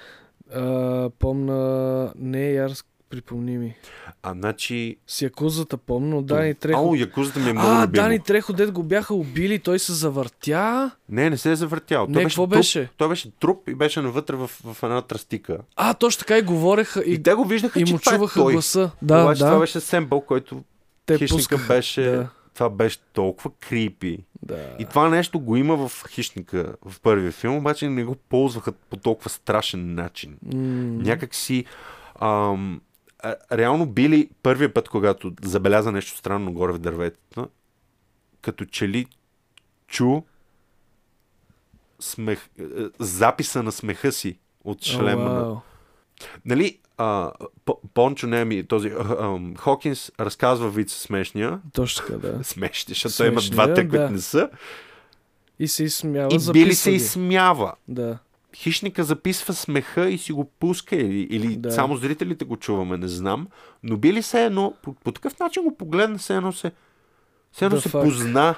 [SPEAKER 2] А, помна... Не, Ярск, припомни ми.
[SPEAKER 1] А, значи...
[SPEAKER 2] С Якузата помна, но Дани
[SPEAKER 1] Ало,
[SPEAKER 2] Трехо...
[SPEAKER 1] Якузата ми е много
[SPEAKER 2] А,
[SPEAKER 1] любимо.
[SPEAKER 2] Дани Трехо, дед го бяха убили, той се завъртя.
[SPEAKER 1] Не, не се е завъртял.
[SPEAKER 2] Не,
[SPEAKER 1] той
[SPEAKER 2] какво
[SPEAKER 1] беше?
[SPEAKER 2] беше?
[SPEAKER 1] Труп, той беше труп и беше навътре в, в една тръстика.
[SPEAKER 2] А, точно така и говореха
[SPEAKER 1] И,
[SPEAKER 2] и,
[SPEAKER 1] те го виждаха,
[SPEAKER 2] и
[SPEAKER 1] че
[SPEAKER 2] му
[SPEAKER 1] това е
[SPEAKER 2] чуваха
[SPEAKER 1] той.
[SPEAKER 2] гласа. Да,
[SPEAKER 1] Обаче
[SPEAKER 2] да.
[SPEAKER 1] това беше сембъл, който
[SPEAKER 2] те
[SPEAKER 1] хищника
[SPEAKER 2] пускаха.
[SPEAKER 1] беше...
[SPEAKER 2] Да,
[SPEAKER 1] Това беше толкова крипи.
[SPEAKER 2] да.
[SPEAKER 1] И това нещо го има в Хищника в първия филм, обаче не го ползваха по толкова страшен начин.
[SPEAKER 2] М,
[SPEAKER 1] Някак си... Ам, а- реално били първия път, когато забеляза нещо странно горе в дърветата, като че ли чу смех, е, е, записа на смеха си от шлема.
[SPEAKER 2] О,
[SPEAKER 1] Oh,
[SPEAKER 2] вау.
[SPEAKER 1] Нали, а, П- Пончо, не ми, този а, ам, Хокинс разказва вид с смешния.
[SPEAKER 2] Точно така, да.
[SPEAKER 1] Смешни, защото той има
[SPEAKER 2] Смешния,
[SPEAKER 1] двата, които
[SPEAKER 2] да.
[SPEAKER 1] не са.
[SPEAKER 2] И се изсмява,
[SPEAKER 1] И били се
[SPEAKER 2] записва ги.
[SPEAKER 1] изсмява.
[SPEAKER 2] Да.
[SPEAKER 1] хищника записва смеха и си го пуска или, или да.
[SPEAKER 2] Да.
[SPEAKER 1] само зрителите го чуваме, не знам. Но били се едно, по, по такъв начин го погледна, се едно се, се, едно
[SPEAKER 2] The
[SPEAKER 1] се
[SPEAKER 2] fuck?
[SPEAKER 1] позна.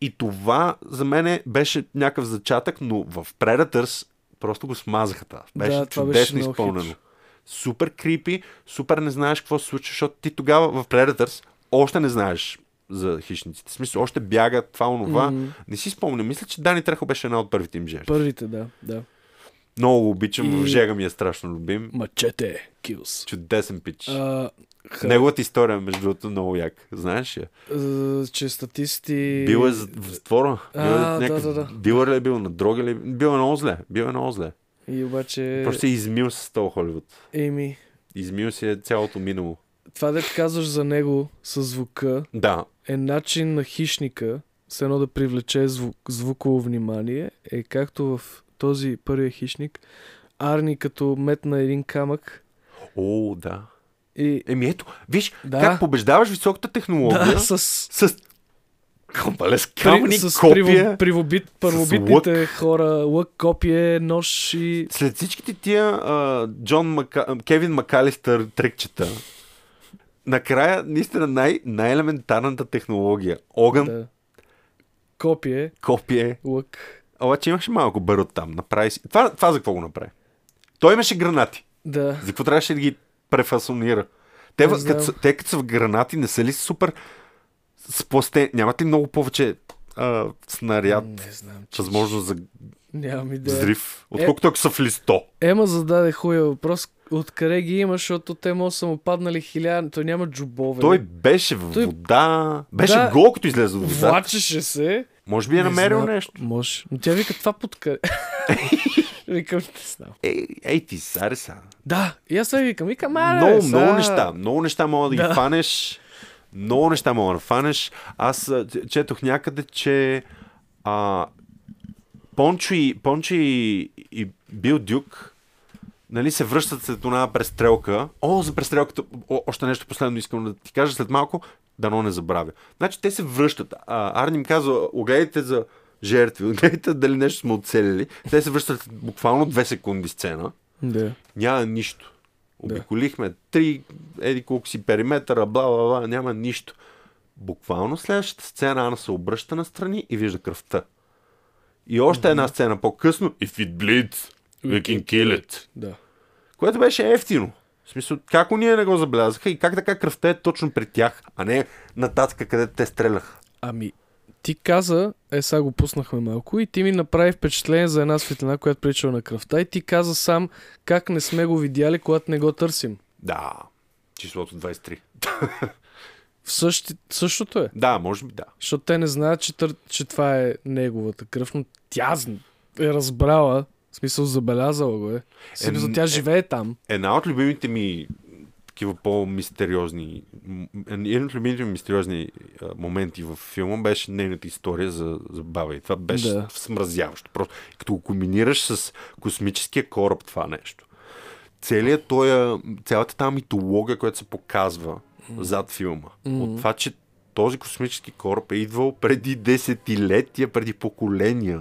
[SPEAKER 1] И това за мен е, беше някакъв зачатък, но в Predators просто го смазаха това. Беше
[SPEAKER 2] Да, това беше
[SPEAKER 1] чудесно
[SPEAKER 2] много
[SPEAKER 1] изпълнено.
[SPEAKER 2] хитро.
[SPEAKER 1] Супер крипи, супер не знаеш какво се случва, защото ти тогава в Predators още не знаеш за хищниците. В смисъл, още бягат, това, онова.
[SPEAKER 2] Мгм.
[SPEAKER 1] Не си спомням. Мисля, че Дани Трехо беше една от първите им жертви.
[SPEAKER 2] Първите, да, да.
[SPEAKER 1] Много го обичам,
[SPEAKER 2] И-
[SPEAKER 1] в Жега ми е страшно любим.
[SPEAKER 2] Мачете, килс.
[SPEAKER 1] Чудесен пич.
[SPEAKER 2] А, ха,
[SPEAKER 1] Неговата история, между другото, е много як. Знаеш ли?
[SPEAKER 2] а, че статисти...
[SPEAKER 1] Бил е за- в затвора. Бил е
[SPEAKER 2] А, да,
[SPEAKER 1] някакъв
[SPEAKER 2] да, да.
[SPEAKER 1] Дилър ли е бил, на дрога ли е бил? Бил е много зле. Бил е много зле.
[SPEAKER 2] И обаче...
[SPEAKER 1] Просто се е измил с този Холивуд.
[SPEAKER 2] Еми,
[SPEAKER 1] Измил си е цялото минало.
[SPEAKER 2] това да казваш за него със звука
[SPEAKER 1] Да.
[SPEAKER 2] е начин на хищника, с едно да привлече звук, звуково внимание, е както в този първия хищник, Арни като метна един камък
[SPEAKER 1] О, да.
[SPEAKER 2] и...
[SPEAKER 1] Еми ето, виж
[SPEAKER 2] Да.
[SPEAKER 1] как побеждаваш високата технология
[SPEAKER 2] Да, [LAUGHS] с...
[SPEAKER 1] с Компале с камъни,
[SPEAKER 2] При, с
[SPEAKER 1] копия.
[SPEAKER 2] приво, привобит, първобитните хора, лък, копие, нож и...
[SPEAKER 1] След всичките тия а, Джон Мака... Кевин Макалистър трикчета, накрая наистина най- най-елементарната технология. Огън, да.
[SPEAKER 2] Да. Копие,
[SPEAKER 1] копие,
[SPEAKER 2] лък.
[SPEAKER 1] обаче имаше малко бърот там. Направи си. Това, това за какво го направи? Той имаше гранати.
[SPEAKER 2] Да.
[SPEAKER 1] За какво трябваше да ги префасонира? Те,
[SPEAKER 2] Не
[SPEAKER 1] в-
[SPEAKER 2] знам.
[SPEAKER 1] като, са- те като са в гранати, не са ли супер спластени? Нямат ли много повече а, снаряд,
[SPEAKER 2] Не знам, че Е,
[SPEAKER 1] възможност за
[SPEAKER 2] нямам идея.
[SPEAKER 1] взрив, отколкото ако са в листо?
[SPEAKER 2] Ема зададе хубавия въпрос. Откъде ги има, защото те му са му паднали хиляда, той няма джубове.
[SPEAKER 1] Той беше в
[SPEAKER 2] Той-
[SPEAKER 1] вода. Беше
[SPEAKER 2] Да.
[SPEAKER 1] гол, като излезе от водата.
[SPEAKER 2] влачеше се.
[SPEAKER 1] Може би е намерил
[SPEAKER 2] знам.
[SPEAKER 1] нещо.
[SPEAKER 2] Може. Но тя вика
[SPEAKER 1] [LAUGHS]
[SPEAKER 2] това подкъде. Викам, не знам.
[SPEAKER 1] Ей, ей ти, аре са.
[SPEAKER 2] Да, и аз сега викам, викам, аре,
[SPEAKER 1] Много,
[SPEAKER 2] са.
[SPEAKER 1] много неща. Много неща мога да, ги фанеш. Много неща мога да фанеш. Аз а, ч- четох някъде, че а, Пончо и, Пончо и, и Бил Дюк нали, се връщат след една престрелка. О, за престрелката, о, още нещо последно искам да ти кажа след малко, дано не забравя. Значи те се връщат. А, Арни им казва, огледайте за жертви, [LAUGHS] огледайте дали нещо сме оцелили. Те се връщат след буквално две секунди сцена.
[SPEAKER 2] Да.
[SPEAKER 1] Няма нищо. Обиколихме три, еди колко си периметъра, бла, бла, бла, няма нищо. Буквално следващата сцена Ана се обръща настрани и вижда кръвта. И още една сцена по-късно. If it bleeds, we can kill it.
[SPEAKER 2] Да.
[SPEAKER 1] Което беше ефтино. В смисъл, как ние не го забелязаха и как така кръвта е точно при тях, а не нататък, където те стреляха.
[SPEAKER 2] Ами, ти каза, е сега го пуснахме малко и ти ми направи впечатление за една светлина, която прилича на кръвта и ти каза сам как не сме го видяли, когато не го търсим.
[SPEAKER 1] Да, числото 23.
[SPEAKER 2] В същи... Същото е.
[SPEAKER 1] Да, може би да.
[SPEAKER 2] Защото те не знаят, че, тър... че това е неговата кръв, но тя зн- е разбрала, в смисъл забелязала го е. В смисъл,
[SPEAKER 1] н-
[SPEAKER 2] тя
[SPEAKER 1] е-
[SPEAKER 2] живее там.
[SPEAKER 1] Една от любимите ми такива по-мистериозни, м- един от любимите ми мистериозни а, моменти в филма беше нейната история за, за баба и това беше
[SPEAKER 2] Да.
[SPEAKER 1] да. смразяващо. Просто като го комбинираш с космическия кораб това нещо. Целият тоя, цялата тази митология, която се показва зад филма, от това, че този космически кораб е идвал преди десетилетия, преди поколения.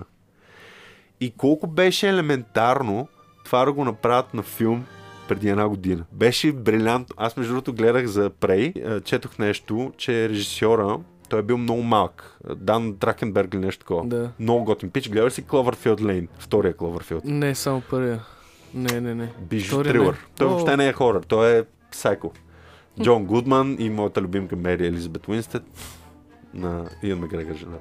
[SPEAKER 1] И колко беше елементарно това да го направят на филм преди една година. Беше брилянтно. Аз между другото гледах за Прей, е, четох нещо, че режисьора, той е бил много малък. Е, Дан Дракенберг или нещо такова.
[SPEAKER 2] Да.
[SPEAKER 1] Много готин пич. Гледаш си Cloverfield Lane, втория Cloverfield.
[SPEAKER 2] Не, само първия. Не, не, не.
[SPEAKER 1] Бижу
[SPEAKER 2] Втория
[SPEAKER 1] трилър.
[SPEAKER 2] не.
[SPEAKER 1] Той
[SPEAKER 2] О.
[SPEAKER 1] въобще не е хорър, той е псайко. Джон Гудман и моята любимка Мери Елизабет Уинстед на Иан Макгрегор жена.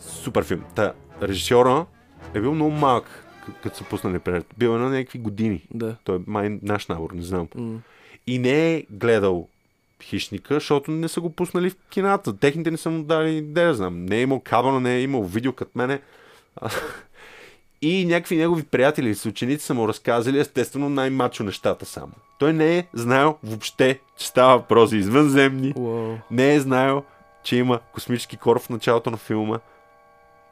[SPEAKER 1] Супер филм. Та, режисьора е бил много малък, к- като са пуснали пред. Бил е на някакви години.
[SPEAKER 2] Да.
[SPEAKER 1] Той е май наш набор, не знам. И не е гледал хищника, защото не са го пуснали в кината. Техните не са му дали, да я знам. Не е имал кабана, не е имал видео като мене. [LAUGHS] И някакви негови приятели с ученици са му разказали, естествено, най-мачо нещата само. Той не е знаел въобще, че става въпрос за извънземни.
[SPEAKER 2] Уау.
[SPEAKER 1] Не е знаел, че има космически кораб в началото на филма.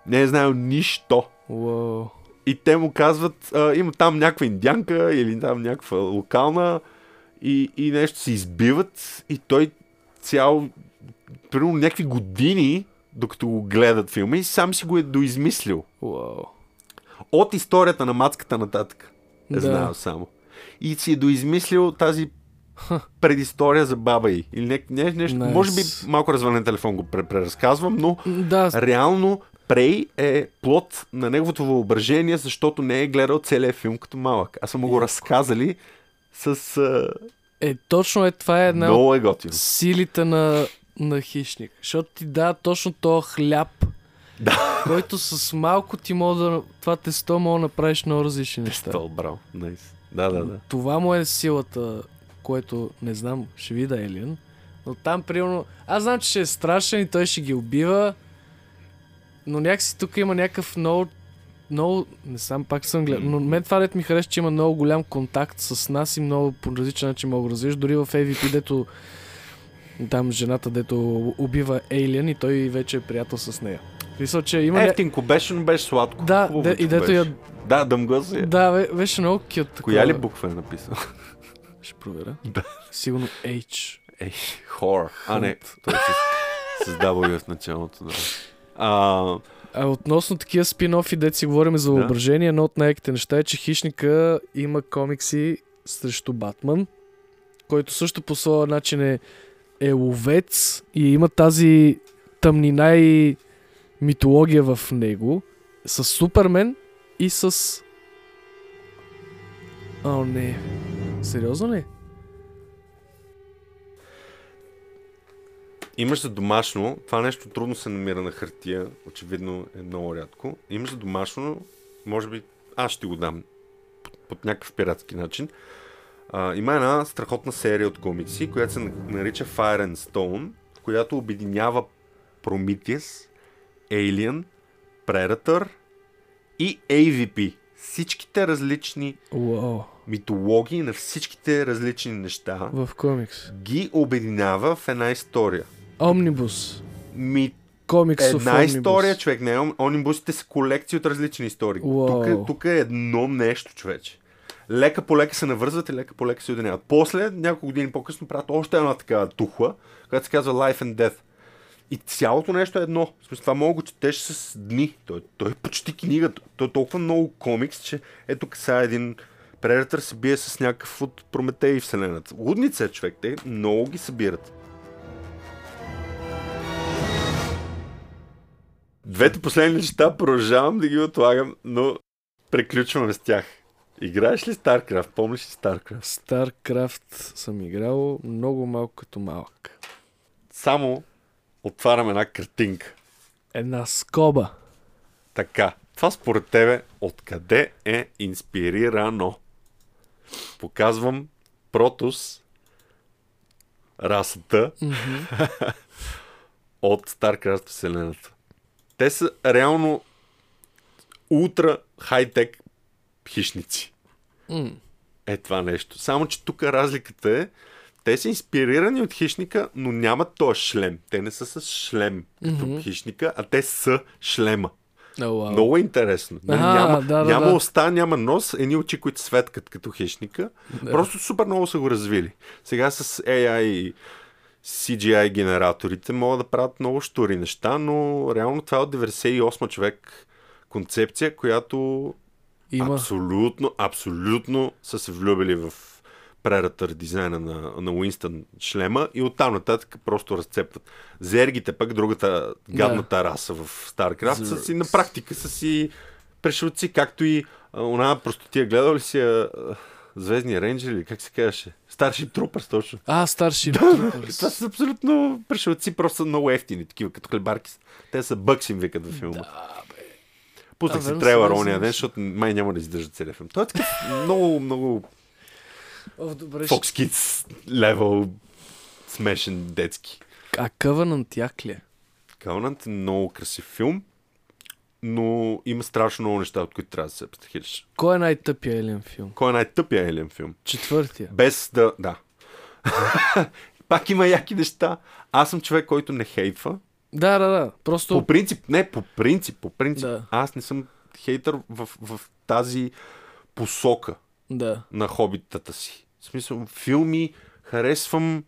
[SPEAKER 1] Не е знаел нищо.
[SPEAKER 2] Уау.
[SPEAKER 1] И те му казват, а, има там някаква индянка или там някаква локална и, и нещо се избиват и той цял, примерно някакви години, докато го гледат филма и сам си го е доизмислил.
[SPEAKER 2] Уау.
[SPEAKER 1] От историята на мацката нататък е
[SPEAKER 2] Да.
[SPEAKER 1] да. знаел само. И си е доизмислил тази предистория за баба й. Или не, не, нещо.
[SPEAKER 2] Nice.
[SPEAKER 1] Може би малко развален телефон го пре- преразказвам, но
[SPEAKER 2] Да, с-
[SPEAKER 1] реално Прей е плод на неговото въображение, защото не е гледал целия филм като малък. Аз съм му го разказали с... Uh,
[SPEAKER 2] е, точно е, това е една от
[SPEAKER 1] много е готино.
[SPEAKER 2] силите на, на хищник. Защото ти дава точно този хляб, да. който с малко ти може да... Това тесто може да направиш много различни неща.
[SPEAKER 1] Стол, браво. Nice. Да, да, да.
[SPEAKER 2] Това му е силата, което не знам, ще видя Елиан. Но там, примерно, аз знам, че ще е страшен и той ще ги убива. Но някакси тук има някакъв много... Много... Не знам, пак съм гледал. Но мен това ред ми харесва, че има много голям контакт с нас и много по различен начин мога да развиш. Дори в AVP, дето... Там жената, дето убива Ейлиан и той вече е приятел с нея. Мисля, че има... ня-
[SPEAKER 1] Ефтинко беше, но беше сладко.
[SPEAKER 2] Да,
[SPEAKER 1] Хубаво,
[SPEAKER 2] да,
[SPEAKER 1] че
[SPEAKER 2] и дето
[SPEAKER 1] беше.
[SPEAKER 2] я...
[SPEAKER 1] Да, дъмгъса я.
[SPEAKER 2] Да, бе- беше много кют.
[SPEAKER 1] Коя ли буква е написал?
[SPEAKER 2] Ще проверя. Да. Сигурно H.
[SPEAKER 1] Ей, хора. А, не. Той е с, с W в началото. Да. А,
[SPEAKER 2] А относно такива спин-офи, дето си говорим за въображение, едно от най-яките неща е, че Хищника има комикси срещу Батман, който също по своя начин е, е ловец и има тази тъмнина и митология в него с Супермен и с... О, не. Сериозно ли?
[SPEAKER 1] Имаш за домашно, това нещо трудно се намира на хартия, очевидно е много рядко. Имаш за домашно, може би аз ще го дам под, под някакъв пиратски начин. А, има една страхотна серия от комикси, която се на- нарича Fire and Stone, която обединява Prometheus, Alien, Predator и AVP. Всичките различни
[SPEAKER 2] Уау.
[SPEAKER 1] митологии на всичките различни неща
[SPEAKER 2] В комикс.
[SPEAKER 1] ги обединява в една история.
[SPEAKER 2] Омнибус.
[SPEAKER 1] Ми
[SPEAKER 2] Комиксов
[SPEAKER 1] Една
[SPEAKER 2] омнибус.
[SPEAKER 1] история, Е, човек. Не, он- онибусите са колекции от различни истории.
[SPEAKER 2] Уау.
[SPEAKER 1] Тук, тук е едно нещо, човече. лека по лека се навързват и лека по лека се уединяват. После, няколко години по-късно, правят още една такава тухла, която се казва Life and Death. И цялото нещо е едно. В смисъл, това мога го четеш с дни. Той, той е почти книга. Той е толкова много комикс, че ето сега един Predator се бие с някакъв от Прометей и Вселената. Лудница е човек. Те много ги събират. Двете последни неща продължавам да ги отлагам, но приключваме с тях. Играеш ли StarCraft? Помниш ли StarCraft?
[SPEAKER 2] StarCraft съм играл много малко като малък.
[SPEAKER 1] Само отварям една картинка.
[SPEAKER 2] Една скоба.
[SPEAKER 1] Така, това според тебе откъде е инспирирано? Показвам Протус, расата, [LAUGHS] от StarCraft вселената. Те са реално ултра хайтек хищници. Е това нещо. Само, че тук разликата е, те са инспирирани от хищника, но нямат този шлем. Те не са с шлем като хищника, а те са шлема.
[SPEAKER 2] Oh, wow.
[SPEAKER 1] Много е интересно. Нали,
[SPEAKER 2] Аха,
[SPEAKER 1] няма,
[SPEAKER 2] да, да,
[SPEAKER 1] няма
[SPEAKER 2] да.
[SPEAKER 1] уста, няма нос, едни очи, които светкат като хищника. Просто супер много са го развили. Сега с AI и CGI генераторите могат да правят много штури неща, но реално това е от 98 човек концепция, която
[SPEAKER 2] Има.
[SPEAKER 1] абсолютно, абсолютно са се влюбили в Predator дизайна на, на Уинстън шлема и оттам нататък просто разцепват. Зергите пък, другата гадната раса в StarCraft, са си на практика са си пришелци, както и а, она просто ти гледал ли си а, а, Звездни рейнджери, или как се казваше? Старши трупър, точно.
[SPEAKER 2] А, старши.
[SPEAKER 1] Това са абсолютно пришелци, просто са много ефтини, такива като хлебарки. са. Те са бъкс им викат във филма. Да, Пуснах
[SPEAKER 2] А,
[SPEAKER 1] си
[SPEAKER 2] верно,
[SPEAKER 1] трейлър
[SPEAKER 2] съгласен
[SPEAKER 1] ония ден,
[SPEAKER 2] съм.
[SPEAKER 1] защото май няма да издържа целия филм. Той е такъв много, много
[SPEAKER 2] О, добре, ще...
[SPEAKER 1] Fox Kids level смешен детски.
[SPEAKER 2] А Къванант як ли е?
[SPEAKER 1] Covenant е много красив филм, но има страшно много неща, от които трябва да се абстрахираш.
[SPEAKER 2] Кой е най-тъпия елен филм?
[SPEAKER 1] Кой е най-тъпия елен филм?
[SPEAKER 2] Четвъртия.
[SPEAKER 1] Без да... Да. [LAUGHS] Пак има яки неща. Аз съм човек, който не хейтва.
[SPEAKER 2] Да, да, да. Просто...
[SPEAKER 1] По принцип, не, по принцип, по принцип.
[SPEAKER 2] Да.
[SPEAKER 1] Аз не съм хейтър в, в тази посока
[SPEAKER 2] Да.
[SPEAKER 1] на хобитата си. В смисъл, филми харесвам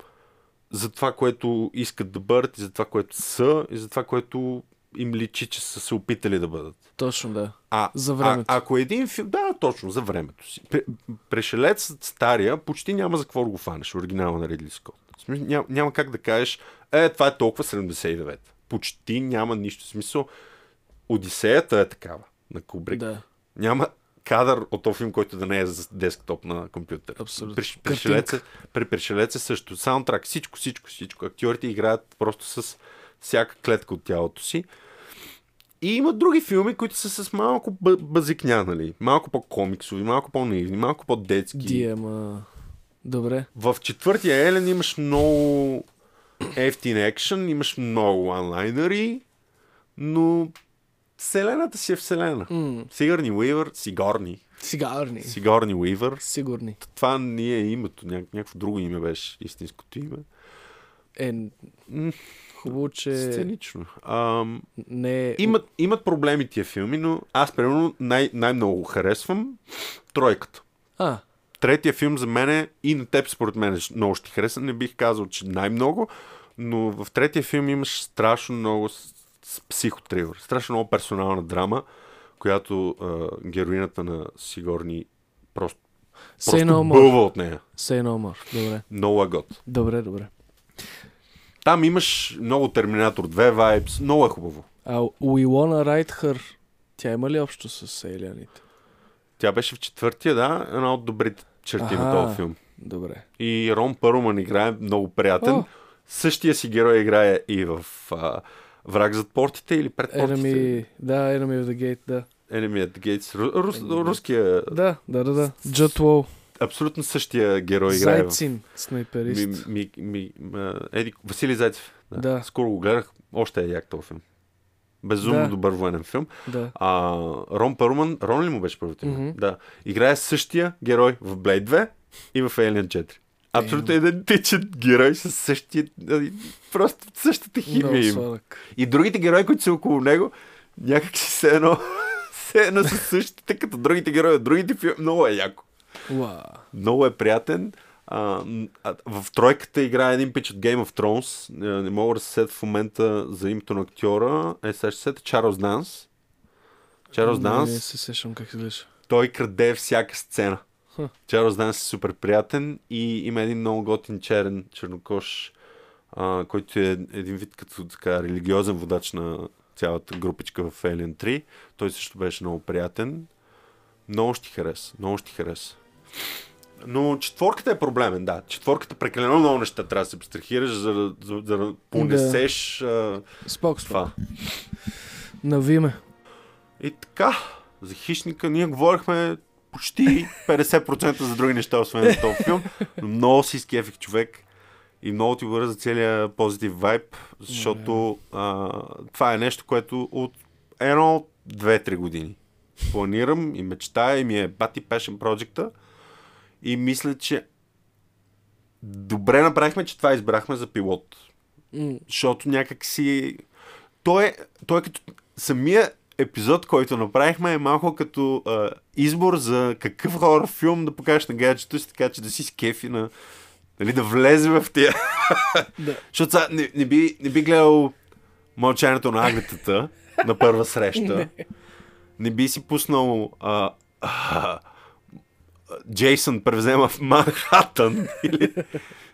[SPEAKER 1] за това, което искат да бъдат и за това, което са и за това, което им личи, че са се опитали да бъдат.
[SPEAKER 2] Точно да.
[SPEAKER 1] А,
[SPEAKER 2] За времето.
[SPEAKER 1] А, ако един филм... Да, точно, за времето си. Пре- Прешелец стария почти няма за какво да го фанеш, оригинала на Ридли Скот. В смисъл, Ням, няма как да кажеш, е, това е толкова 79. Почти няма нищо. В смисъл, Одисеята е такава на Кубрик.
[SPEAKER 2] Да.
[SPEAKER 1] Няма кадър от този филм, който да не е за десктоп на компютър.
[SPEAKER 2] Абсолютно.
[SPEAKER 1] При, пришелеца, при пришелеца също. Саундтрак, всичко, всичко, всичко. Актьорите играят просто с всяка клетка от тялото си. И има други филми, които са с малко ба- базикня, нали? Малко по-комиксови, малко по-наивни, малко по-детски.
[SPEAKER 2] Диема. Добре.
[SPEAKER 1] В четвъртия Елен имаш много ефтин екшен, имаш много онлайнери, но вселената си е вселена. Mm. Сигарни Уивър, Сигарни.
[SPEAKER 2] Сигарни.
[SPEAKER 1] Сигарни Уивър.
[SPEAKER 2] Сигурни.
[SPEAKER 1] Това не е името, ня- някакво друго име беше истинското име.
[SPEAKER 2] Е, хубаво, че
[SPEAKER 1] Сценично. Ам,
[SPEAKER 2] не е...
[SPEAKER 1] имат, имат проблеми тия филми, но аз примерно най- най-много го харесвам Тройката.
[SPEAKER 2] А,
[SPEAKER 1] Третия филм за мен е и на теб според мен много ще ти хареса. Не бих казал, че най-много, но в третия филм имаш страшно много с- с психотрилър. Страшно много персонална драма, която а, героината на Сигорни просто,
[SPEAKER 2] Say no
[SPEAKER 1] просто
[SPEAKER 2] more.
[SPEAKER 1] бълва от нея.
[SPEAKER 2] Say no more. Добре.
[SPEAKER 1] Много е гот.
[SPEAKER 2] Добре, добре.
[SPEAKER 1] Там имаш много Терминатор 2 вайбс. Много е хубаво.
[SPEAKER 2] А We Wanna Ride Her, тя има ли общо с Елианите?
[SPEAKER 1] Тя беше в четвъртия, да, една от добрите черти на
[SPEAKER 2] Аха.
[SPEAKER 1] този филм.
[SPEAKER 2] Добре.
[SPEAKER 1] И Рон Пърман играе много приятен.
[SPEAKER 2] О.
[SPEAKER 1] Същия си герой играе и в а, Враг зад портите или пред портите.
[SPEAKER 2] Enemy, да, Enemy of the Gate, да.
[SPEAKER 1] Enemy at the Gates. Ру, рус, руския,
[SPEAKER 2] Да, да, да, да. Jet Wall.
[SPEAKER 1] абсолютно същия герой играе в...
[SPEAKER 2] Зайцин,
[SPEAKER 1] Ми,
[SPEAKER 2] снайперист.
[SPEAKER 1] ми, ми, а, Еди, Василий Зайцев. Да.
[SPEAKER 2] Да.
[SPEAKER 1] Скоро го гледах. Още е як този филм. Безумно
[SPEAKER 2] Да.
[SPEAKER 1] добър военен филм.
[SPEAKER 2] Да.
[SPEAKER 1] А, Рон Пърман, Рон ли му беше първото име?
[SPEAKER 2] Мгм.
[SPEAKER 1] Да. Играе същия герой в Blade 2 и в Alien 4. Абсолютно идентичен герой с същия, просто същата химия
[SPEAKER 2] Много
[SPEAKER 1] им.
[SPEAKER 2] сладък.
[SPEAKER 1] И другите герои, които са около него, [LAUGHS] някак си се едно, се едно са същите, като другите герои от другите филми. Много е яко.
[SPEAKER 2] Уа.
[SPEAKER 1] Много е приятен. А, м, а, в тройката играе един пич от Game of Thrones. А, Не мога да се сетя в момента за името на актьора. Е, сега ще се сетя Чарлз Данс. Чарлз
[SPEAKER 2] Не
[SPEAKER 1] Данс,
[SPEAKER 2] се сещам как изглежда.
[SPEAKER 1] той краде всяка сцена.
[SPEAKER 2] Хм.
[SPEAKER 1] Чарлз Данс е супер приятен и има един много готин черен чернокош, а, който е един вид като така религиозен водач на цялата групичка в Alien 3. Той също беше много приятен. Много ще ти хареса. Много ще ти хареса. Но четворката е проблемен, да. Четворката прекалено много неща трябва да се абстрахираш, за да, за, за да понесеш а,
[SPEAKER 2] Спок, спок.
[SPEAKER 1] това.
[SPEAKER 2] Навиме.
[SPEAKER 1] И така, за хищника ние говорихме почти 50% за други неща, освен за този филм. Но много си изкефих човек. И много ти благодаря за целия позитив вайб, защото а, това е нещо, което от едно, две-три години планирам и мечтая и ми е бати Passion Project и мисля, че добре направихме, че това избрахме за пилот.
[SPEAKER 2] М.
[SPEAKER 1] Защото някак си... Той, е- той е като... Самия епизод, който направихме е малко като а, избор за какъв хора филм да покажеш на гаджето си, така че да си скефи на... Нали, да влезе в тия...
[SPEAKER 2] Да.
[SPEAKER 1] Защото сега не, не, би, не би гледал мълчанието на агнетата на първа среща. не. би си пуснал а, а, Джейсън превзема в Манхатън. Или...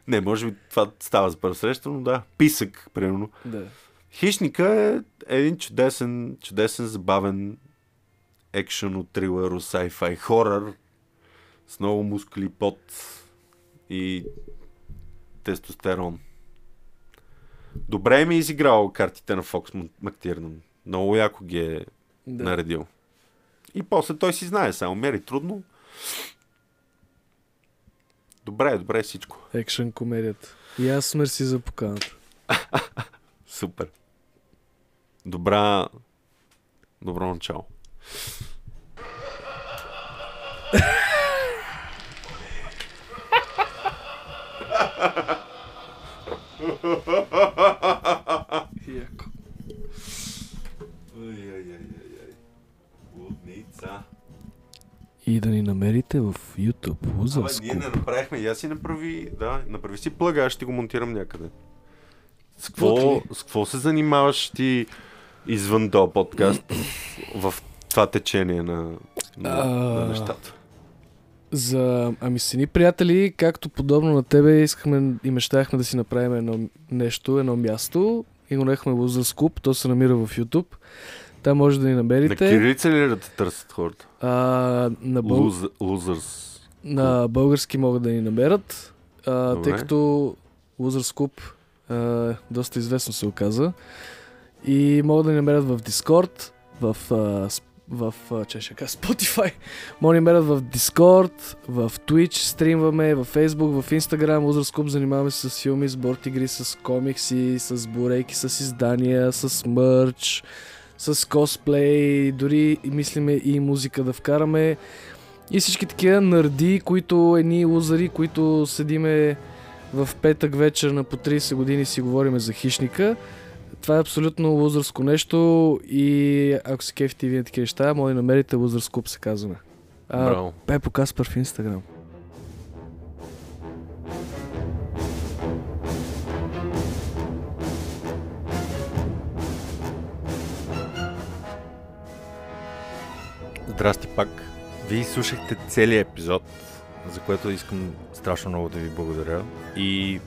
[SPEAKER 1] Не, може би това става за първа среща, но да. Писък, примерно.
[SPEAKER 2] Да.
[SPEAKER 1] Хищника е един чудесен, чудесен, забавен екшен от трилър, sci-fi, хорър с много мускули, пот и тестостерон. Добре ми е изиграл картите на Фокс Мон- Мактирнан. Много яко ги е
[SPEAKER 2] Да.
[SPEAKER 1] наредил. И после той си знае, само мери трудно. Добре, добре е всичко.
[SPEAKER 2] Екшен комедията. И аз мерси за поканата.
[SPEAKER 1] Супер. Добра... Добро начало.
[SPEAKER 2] Яко.
[SPEAKER 1] Лудница.
[SPEAKER 2] И да ни намерите в YouTube.
[SPEAKER 1] Абе,
[SPEAKER 2] Лузавско.
[SPEAKER 1] ние не направихме. Я си направи... Да, направи си плъга, аз ще го монтирам някъде. С какво,
[SPEAKER 2] Какво
[SPEAKER 1] с какво се занимаваш ти извън този подкаст в това течение на, на, на
[SPEAKER 2] А.
[SPEAKER 1] нещата?
[SPEAKER 2] За... Ами си ни приятели, както подобно на тебе, искахме и мечтахме да си направим едно нещо, едно място. И го нехме Лузърс клуб, то се намира в YouTube. Там може да ни
[SPEAKER 1] На
[SPEAKER 2] намерите.
[SPEAKER 1] кирилица ли да те търсят хората?
[SPEAKER 2] А, на, бъл...
[SPEAKER 1] Луз, лузърс.
[SPEAKER 2] на български могат да ни намерят, а,
[SPEAKER 1] Добре.
[SPEAKER 2] тъй като Лузърс клуб а, доста известно се оказа. И могат да ни намерят в Discord, в, а, сп- в а, че ще кажа, Spotify. [LAUGHS] Може да ни намерят в Discord, в Twitch стримваме, в Facebook, в Instagram. Лузърс клуб занимаваме се с филми, с борт игри, с комикси, с бурейки, с издания, с мърч, с косплей. Дори и мислиме и музика да вкараме. И всички такива нърди, които едни лузари, които седиме в петък вечер на по 30 години си говориме за хищника. Това е абсолютно лузърско нещо и ако се кефите и вие на такива неща, може да намерите лузърс клуб, се казваме. А,
[SPEAKER 1] Браво.
[SPEAKER 2] Пепо Каспар в Инстаграм.
[SPEAKER 7] Здрасти пак. Вие слушахте целият епизод, за което искам страшно много да ви благодаря. И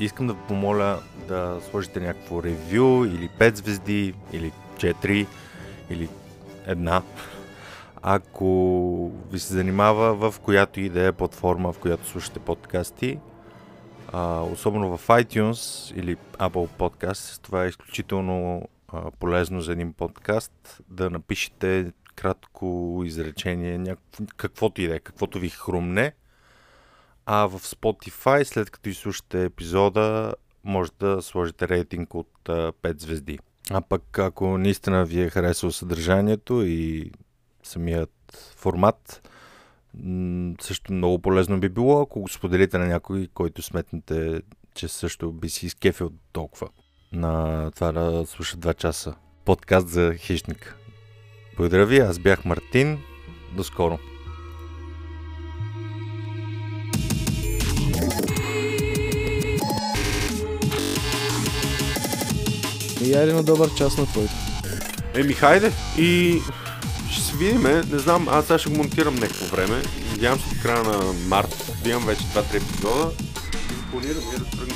[SPEAKER 7] искам да ви помоля да сложите някакво ревю или 5 звезди, или 4, или една. Ако ви се занимава в която и да е платформа, в която слушате подкасти, а, особено в iTunes или Apple Podcast, това е изключително а, полезно за един подкаст да напишете кратко изречение, някакво, каквото и да е, каквото ви хрумне. А в Spotify, след като изслушате епизода, може да сложите рейтинг от а, 5 звезди. А пък ако наистина ви е харесало съдържанието и самият формат, м, също много полезно би било, ако го споделите на някой, който сметнете, че също би си изкефил толкова на това да слуша 2 часа. Подкаст за хищник. Благодаря ви, аз бях Мартин. До скоро.
[SPEAKER 2] И айде на добър час на който.
[SPEAKER 1] Еми, хайде. Е, И ще се видим. е. Не знам, аз сега ще го монтирам някакво време. Надявам се до края на март. Да имам вече 2-3 епизода. Планирам я да тръгна.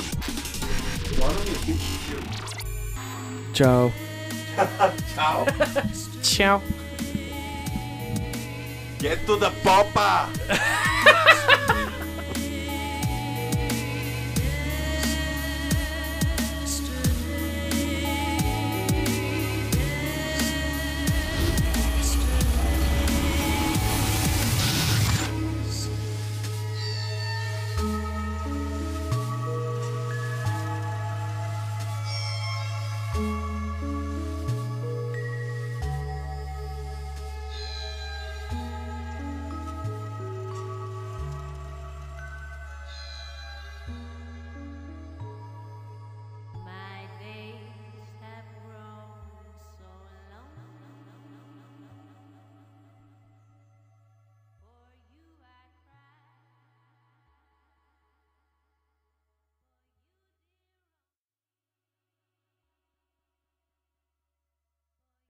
[SPEAKER 2] Чао.
[SPEAKER 6] Чао.
[SPEAKER 1] Get to the popa!